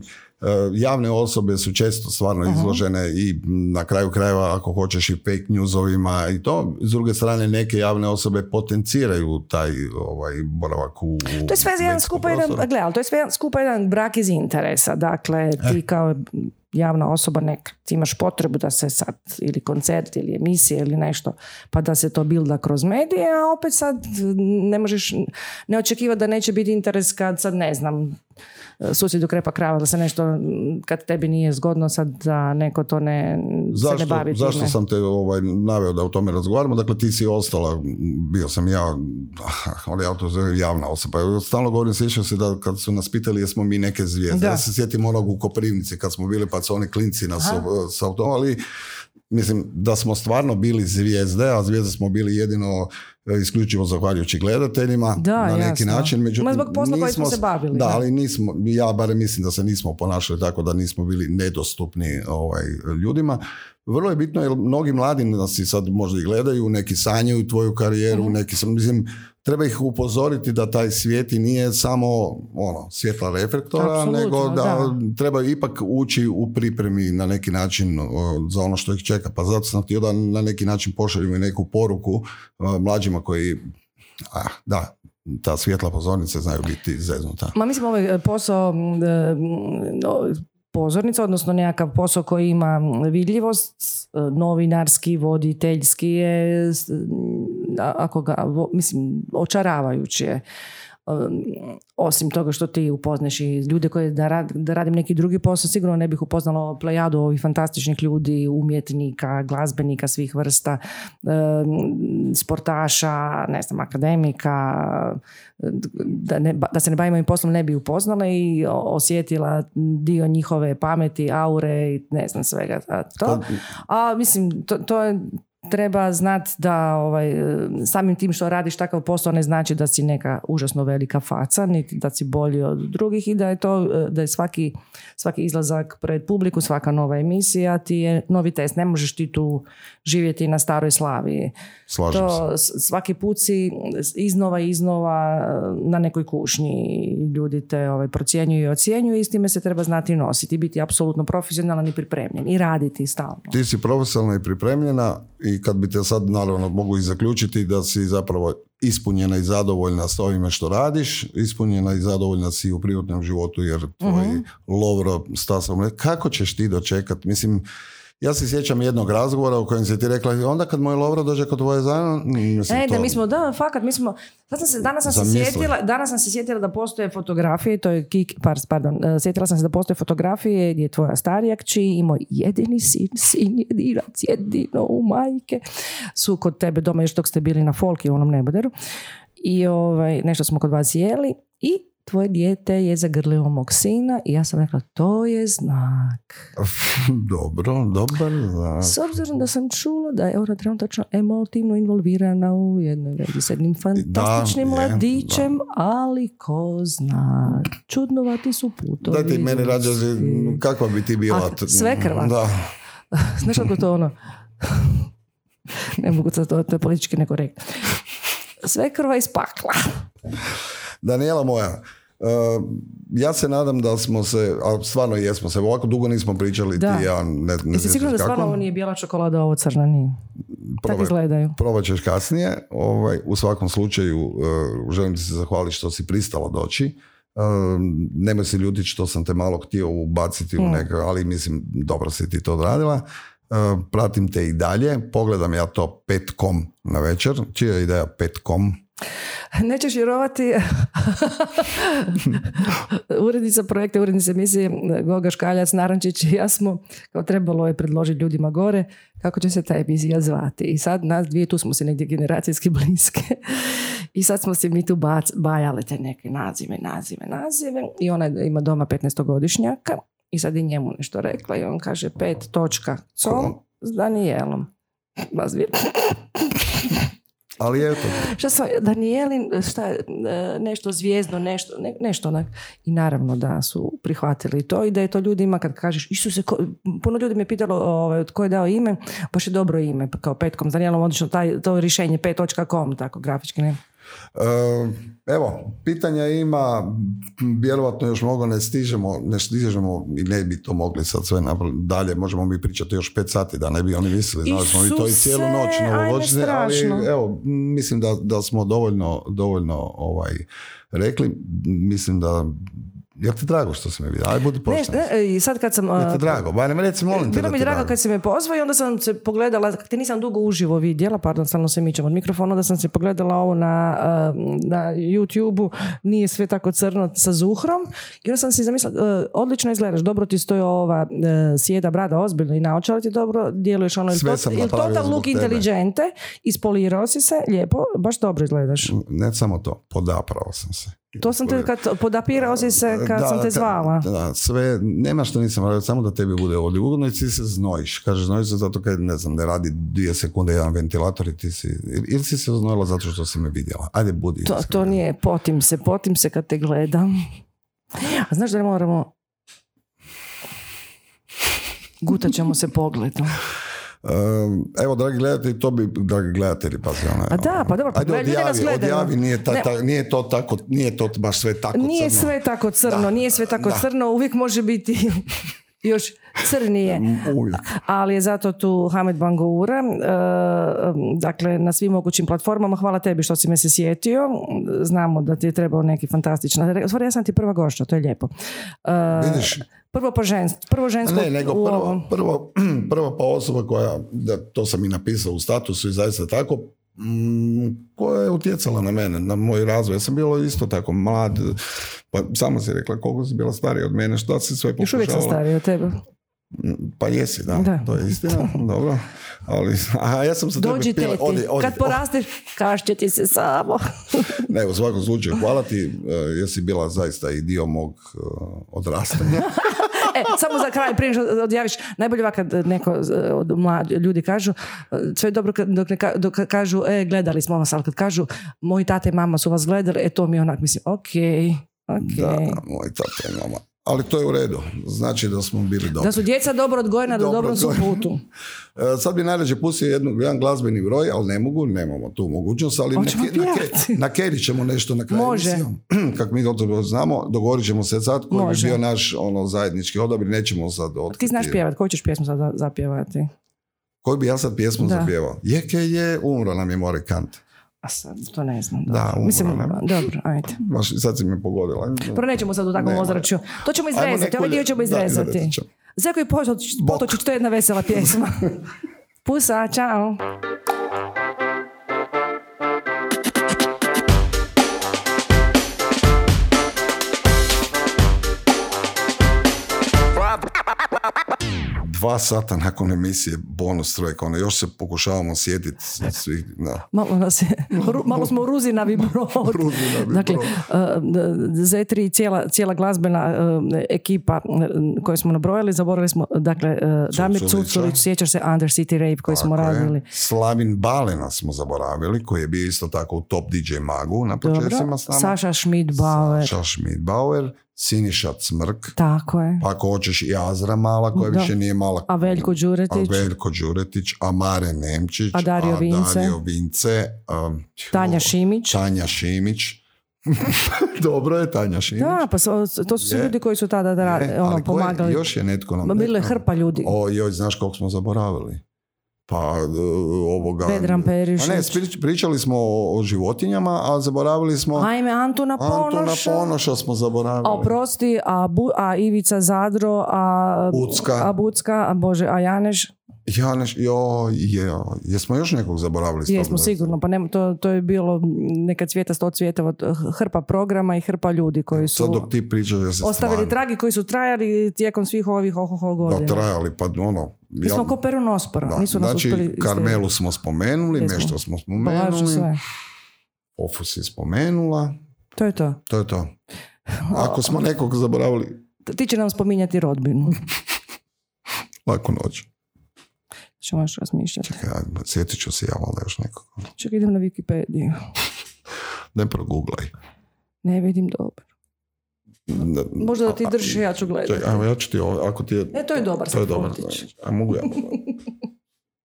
Javne osobe su često stvarno izložene i na kraju krajeva ako hoćeš i fake newsovima i to. S druge strane neke javne osobe potenciraju taj ovaj, boravak u
To je sve jedan skupa jedan, gle, ali to je sve jedan skupa jedan brak iz interesa. Dakle,
Eh.
ti kao javna osoba nek, ti imaš potrebu da se sad ili koncert ili emisije ili nešto, pa da se to bilda kroz medije, a opet sad ne možeš, ne očekivati da neće biti interes kad sad ne znam, susjedu krepa krava, da se nešto, kad tebi nije zgodno sad da neko to ne, se
Zašto,
ne bavi
zašto
time.
sam te ovaj, naveo da o tome razgovaramo? Dakle, ti si ostala, bio sam ja, ali ja to zovem javna osoba. Stalno govorim, sjećam se da kad su nas pitali jesmo mi neke zvijezde.
Da.
Ja se sjetim onog u Koprivnici kad smo bili pa su oni klinci nas sa ali Mislim, da smo stvarno bili zvijezde, a zvijezde smo bili jedino e, isključivo zahvaljujući gledateljima
Da,
na neki
jasno.
način. Međutim,
Ma zbog posla kojim
nismo
smo se bavili,
Da,
da.
ali nismo, ja barem mislim da se nismo ponašali tako da nismo bili nedostupni ovaj, ljudima. Vrlo je bitno jer mnogi mladi nas i sad možda i gledaju, neki sanjaju tvoju karijeru,
Mhm.
neki sam, mislim, treba ih upozoriti da taj svijet i nije samo ono, svjetla reflektora,
Apsolutno,
nego da,
da.
trebaju ipak ući u pripremi na neki način o, za ono što ih čeka. Pa zato sam htio da na neki način pošaljemo i neku poruku o, mlađima koji, a, da, ta svjetla pozornice znaju biti zeznuta.
Ma mislim ovaj e, posao m, e, m, no, pozornica, odnosno nekakav posao koji ima vidljivost, e, novinarski, voditeljski je, s- m, a- ako ga, vo- mislim, očaravajući je. Um, Osim toga što ti upoznaš i ljude koje da, rad- da radim neki drugi posao, sigurno ne bih upoznala plejadu ovih fantastičnih ljudi, umjetnika, glazbenika svih vrsta, um, sportaša, ne znam, akademika, da, ne, da se ne bavim ovim poslom ne bi upoznala i o- osjetila dio njihove pameti, aure i ne znam svega. A, to, a mislim, to, to je treba znat da ovaj, eh, samim tim što radiš takav posao ne znači da si neka užasno velika faca, niti da si bolji od drugih i da je to, eh, da je svaki, svaki izlazak pred publiku, svaka nova emisija ti je novi test. Ne možeš ti tu živjeti na staroj slavi
Slažem se.
to s- svaki put si iznova i iznova e, na nekoj kušnji ljudi te ovaj, procjenjuju i ocjenjuju i s time se treba znati nositi, biti apsolutno profesionalan i pripremljen i raditi stalno.
Ti si profesionalno i pripremljena i kad bi te sad naravno mogu i zaključiti da si zapravo ispunjena i zadovoljna s ovime što radiš, ispunjena i zadovoljna si u privatnom životu jer tvoj
Mhm.
lovro stasom re- kako ćeš ti dočekat? Mislim, ja se sjećam jednog razgovora u kojem si ti rekla, "I onda kad moj lovro dođe kod tvoje zajam, mislim,
E,
to-
da mi smo, da, fakat, mi smo, sad sam se, danas sam se
Zamisli.
sjetila, danas sam se sjetila da postoje fotografije, to je kik, par, pardon, e, sjetila sam se da postoje fotografije gdje je tvoja starija kći i moj jedini sin, sin jedinac, jedino u majke, su kod tebe doma još dok ste bili na folki u onom neboderu i ovaj, nešto smo kod vas jeli i tvoje dijete je zagrlilo mog sina i ja sam rekla to je znak.
dobro, dobar, znak.
S obzirom da sam čula da je ona trenutačno emotivno involvirana u jednoj vezi s jednim fantastičnim
je,
mladićem, ali ko zna, čudnovati su putovi.
Daj ti meni rađa,
ljudski.
kakva bi ti bila?
A, svekrva.
Da.
Znaš kako to ono? ne mogu sad to, to je politički nekorektno. Sve krva iz pakla.
Daniela moja, e, ja se nadam da smo se, a stvarno jesmo se, ovako dugo nismo pričali
Da.
ti i ja, ne, ne
Jesi
sjećam
sigurno da
kako.
stvarno ovo nije bijela čokolada, a ovo crna nije? Tako
Probaj-
izgledaju.
Probat ćeš kasnije, ovaj, u svakom slučaju e, želim ti se zahvaliti što si pristala doći. E, nemoj se ljutiti što sam te malo htio ubaciti
Mm.
u neka, ali mislim dobro si ti to odradila. E, pratim te i dalje, pogledam ja to petkom na večer. Čija je ideja petkom?
Nećeš vjerovati urednica projekta, urednica emisije eh, Goga Škaljac, Narančić i ja smo, kao trebalo je predložiti ljudima gore kako će se ta emisija zvati. I sad nas dvije, tu smo se negdje generacijski bliske. I sad smo se mi tu bac, bajale te neke nazive, nazive, nazive. I ona ima doma 15-godišnjaka i sad je njemu nešto rekla i on kaže pet točka com s Danielom. Vas vi-
Ali eto,
Šta sam, Danijelin, šta, je, e, nešto zvijezno, nešto, ne- nešto onak. I naravno da su prihvatili to i da je to ljudima kad kažeš, Isuse, ko, puno ljudi me pitalo ovaj, tko je dao ime, baš je dobro ime, pa kao petkom, s Danijelom, odlično, taj, to rješenje, pet.com, tako grafički, ne?
E, Evo, pitanja ima, m, vjerojatno još mnogo ne stižemo, ne stižemo i ne bi to mogli sad sve napra- dalje, možemo mi pričati još pet sati da ne bi oni mislili, znali smo mi to i cijelu
Isuse,
noć
ajme,
novogodišnje, ali
strašno.
evo, m, mislim da, da smo dovoljno, dovoljno ovaj, rekli, M, mislim da, jel ti drago što si me vidio, aj budi
Ne,
pošten.
ne, e, I sad kad sam...
Jel
a,
ti drago, barem reci molim te da
Bilo
ti
mi
je
drago
drago.
kad si me pozvao i onda sam se pogledala, te nisam dugo uživo vidjela, pardon, stalno se mičem od mikrofona, da sam se pogledala ovo na, um, na youtube nije sve tako crno sa zuhrom i onda sam si zamislila, e, odlično izgledaš, dobro ti stoji ova e, sjeda brada ozbiljno i naočala ti dobro, djeluješ ono, ili
Sve
tot-
sam
ili
napravio
total
zbog
look
tebe. Mm.
inteligente, ispolirao si se, lijepo, baš dobro izgledaš.
Ne samo to, podaprao sam se.
To sam te kad podapirao si se kad
Da,
sam te
ka-
zvala.
Da, sve, nema što nisam radio, samo da tebi bude ovdje ugodno i ti se znojiš. Kažeš, znojiš se zato kad, ne znam, ne radi dvije sekunde jedan ventilator i ti si, ili- ili si se znojila zato što si me vidjela. Ajde, budi.
To,
iskrena.
to nije, potim se, potim se kad te gledam. A znaš da ne moramo... Gutat ćemo se pogledom.
Um, Evo, dragi gledatelji, to bi, dragi gledatelji, pazi, ono,
A da, pa dobro, pa
Ajde,
ljudi nas
odjavi,
gledaju.
odjavi, nije, ta-
Ne.
ta- nije to tako, nije to baš sve tako
Nije
crno.
sve tako crno,
Da.
nije sve tako
Da.
crno, uvijek može biti još crnije.
M, Uvijek.
ali je zato tu Hamed Bangoura, e, dakle na svim mogućim platformama. Hvala tebi što si me se sjetio. Znamo da ti je trebao neki fantastičan... U stvari, ja sam ti prva gošća, to je lijepo. E,
Vidiš?
Prvo, po ženst, prvo žensko
Pa Ne, nego
u
prvo,
ovom.
prvo, prva pa osoba koja, da, to sam i napisao u statusu i zaista tako, mm, koja je utjecala na mene, na moj razvoj. Ja sam bilo isto tako mlad, pa sama si rekla koliko si bila starija od mene, što si sve
Još uvijek sam
pokušavala.
starija od tebe.
Mm, Pa jesi, da,
Da.
to je istina, dobro. Ali, a ja sam se
Dođi
tebi pila,
teti,
odi, odi,
kad porasteš, kašće ti se samo.
Ne, u svakom slučaju, hvala ti, e, jesi bila zaista i dio mog e, odrastanja.
e, samo za kraj, prije što odjaviš, najbolje ovako kad neko e, od mlad, ljudi kažu, e, sve je dobro kad- dok, ne ka- dok kažu, e, gledali smo vas, ali kad kažu, moji tate i mama su vas gledali, e, to mi je onak, mislim, okej, okej.
Da, moj tata i mama. Ali to je u redu, znači da smo bili dobri.
Da su djeca dobro odgojena, da
Dobro
dobro su
odgojena.
putu.
E, Sad bi najrađe pustio jednu, jedan glazbeni broj, ali ne mogu, nemamo tu mogućnost, ali na,
Hoćemo
ke- na, ke-
pjevati.
na keri ćemo nešto na kraju.
Može.
emisije. Kako mi to znamo, dogovorit ćemo se sad koji
Može.
bi bio naš ono, zajednički odabir, nećemo sad otkriti.
Ti znaš pjevat, koju ćeš pjesmu sada zapjevati?
Koju bi ja sad pjesmu
Da.
zapjevao? Jeke je, umro nam je More Kant.
A sad, to ne znam.
Da,
dobro.
umro,
Mislim,
ne?
dobro, ajde.
Baš, sad si me pogodila.
Prvo nećemo sad u takvom
Nema.
ozračju. To ćemo
Ajmo
izrezati,
neku
ovaj dio
lje-
ćemo
da,
izrezati.
izrezat ćemo.
Za koji potoč, potočić, to je jedna vesela pjesma. Pusa, čao.
Dva sata nakon emisije bonus trojka, ono, još se pokušavamo sjetiti svih. Da.
Malo, nas je, ru- malo smo ruzinavi brod.
Ruzinavi brod.
dakle, eh, Z3 i cijela, cijela glazbena eh, ekipa eh, koju smo nabrojali, zaboravili smo, dakle, eh, Damir
Cuculića.
Cuculić, sjećaš se Under City Rape koji smo
Tako je.
radili.
Slavin Balena smo zaboravili, koji je bio isto tako u top DJ magu na
Dobro,
početcima s nama.
Saša Schmidt-Bauer.
Saša Schmidbauer, Siniša Cmrk,
Tako je.
pa ako hoćeš i Azra Mala, koja
Da.
više nije mala.
A Veljko Đuretić,
A Veljko Đuretić, a Mare Nemčić,
A Dario Vince.
Dario Vince, um,
Tanja Šimić.
Tanja Šimić. Dobro je Tanja Šimić.
Da, pa so- to su svi
Je.
ljudi koji su tada da,
E,
ra-
ali
ono,
ko je-
pomagali.
još je netko nam...
Ma bilo je
rekao.
hrpa ljudi.
O, joj, znaš koliko smo zaboravili. Pa, e, ovoga...
Vedran Perišić.
Pa ne, sprič- pričali smo o, o životinjama, a zaboravili smo...
Ajme, Antuna
Antona
Ponoša.
Ponoša smo zaboravili.
A oprosti, a, Bu- a Ivica Zadro, a
Bucka.
a, Bucka, a Bože, a Janeš.
Ja neš, jo, je, jesmo još nekog zaboravili? s
Jesmo
tobom?
sigurno, pa nema, to, to je bilo neka cvijeta, sto cvijeta, hrpa programa i hrpa ljudi koji
Sad
su
dok ti pričaš, ja se
ostavili
stvarno-
tragi koji su trajali tijekom svih ovih ohoho
Da,
godina.
trajali, pa ono...
Mi
ja-
smo ko perunospora,
da,
nisu nas
znači,
uspjeli...
Karmelu smo spomenuli,
Jesmo.
nešto smo
Balažu
spomenuli,
sve.
Ofu si spomenula,
To je to.
to je to. Ako smo nekog zaboravili,
Ti će nam spominjati rodbinu.
laku noć.
Što možeš razmišljati.
Čekaj, ajde, sjetit ću se ja valjda još nekog.
Čekaj, idem na Wikipediju.
Ne proguglaj.
Ne vidim dobro.
Da-
Možda da ti
a- a-
drži, ja ću gledati.
Čekaj, ajmo, ja ću ti ovo, ako ti je...
E, to je dobar
To je dobar.
sapunić.
A mogu ja.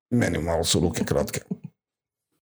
Meni malo su ruke kratke.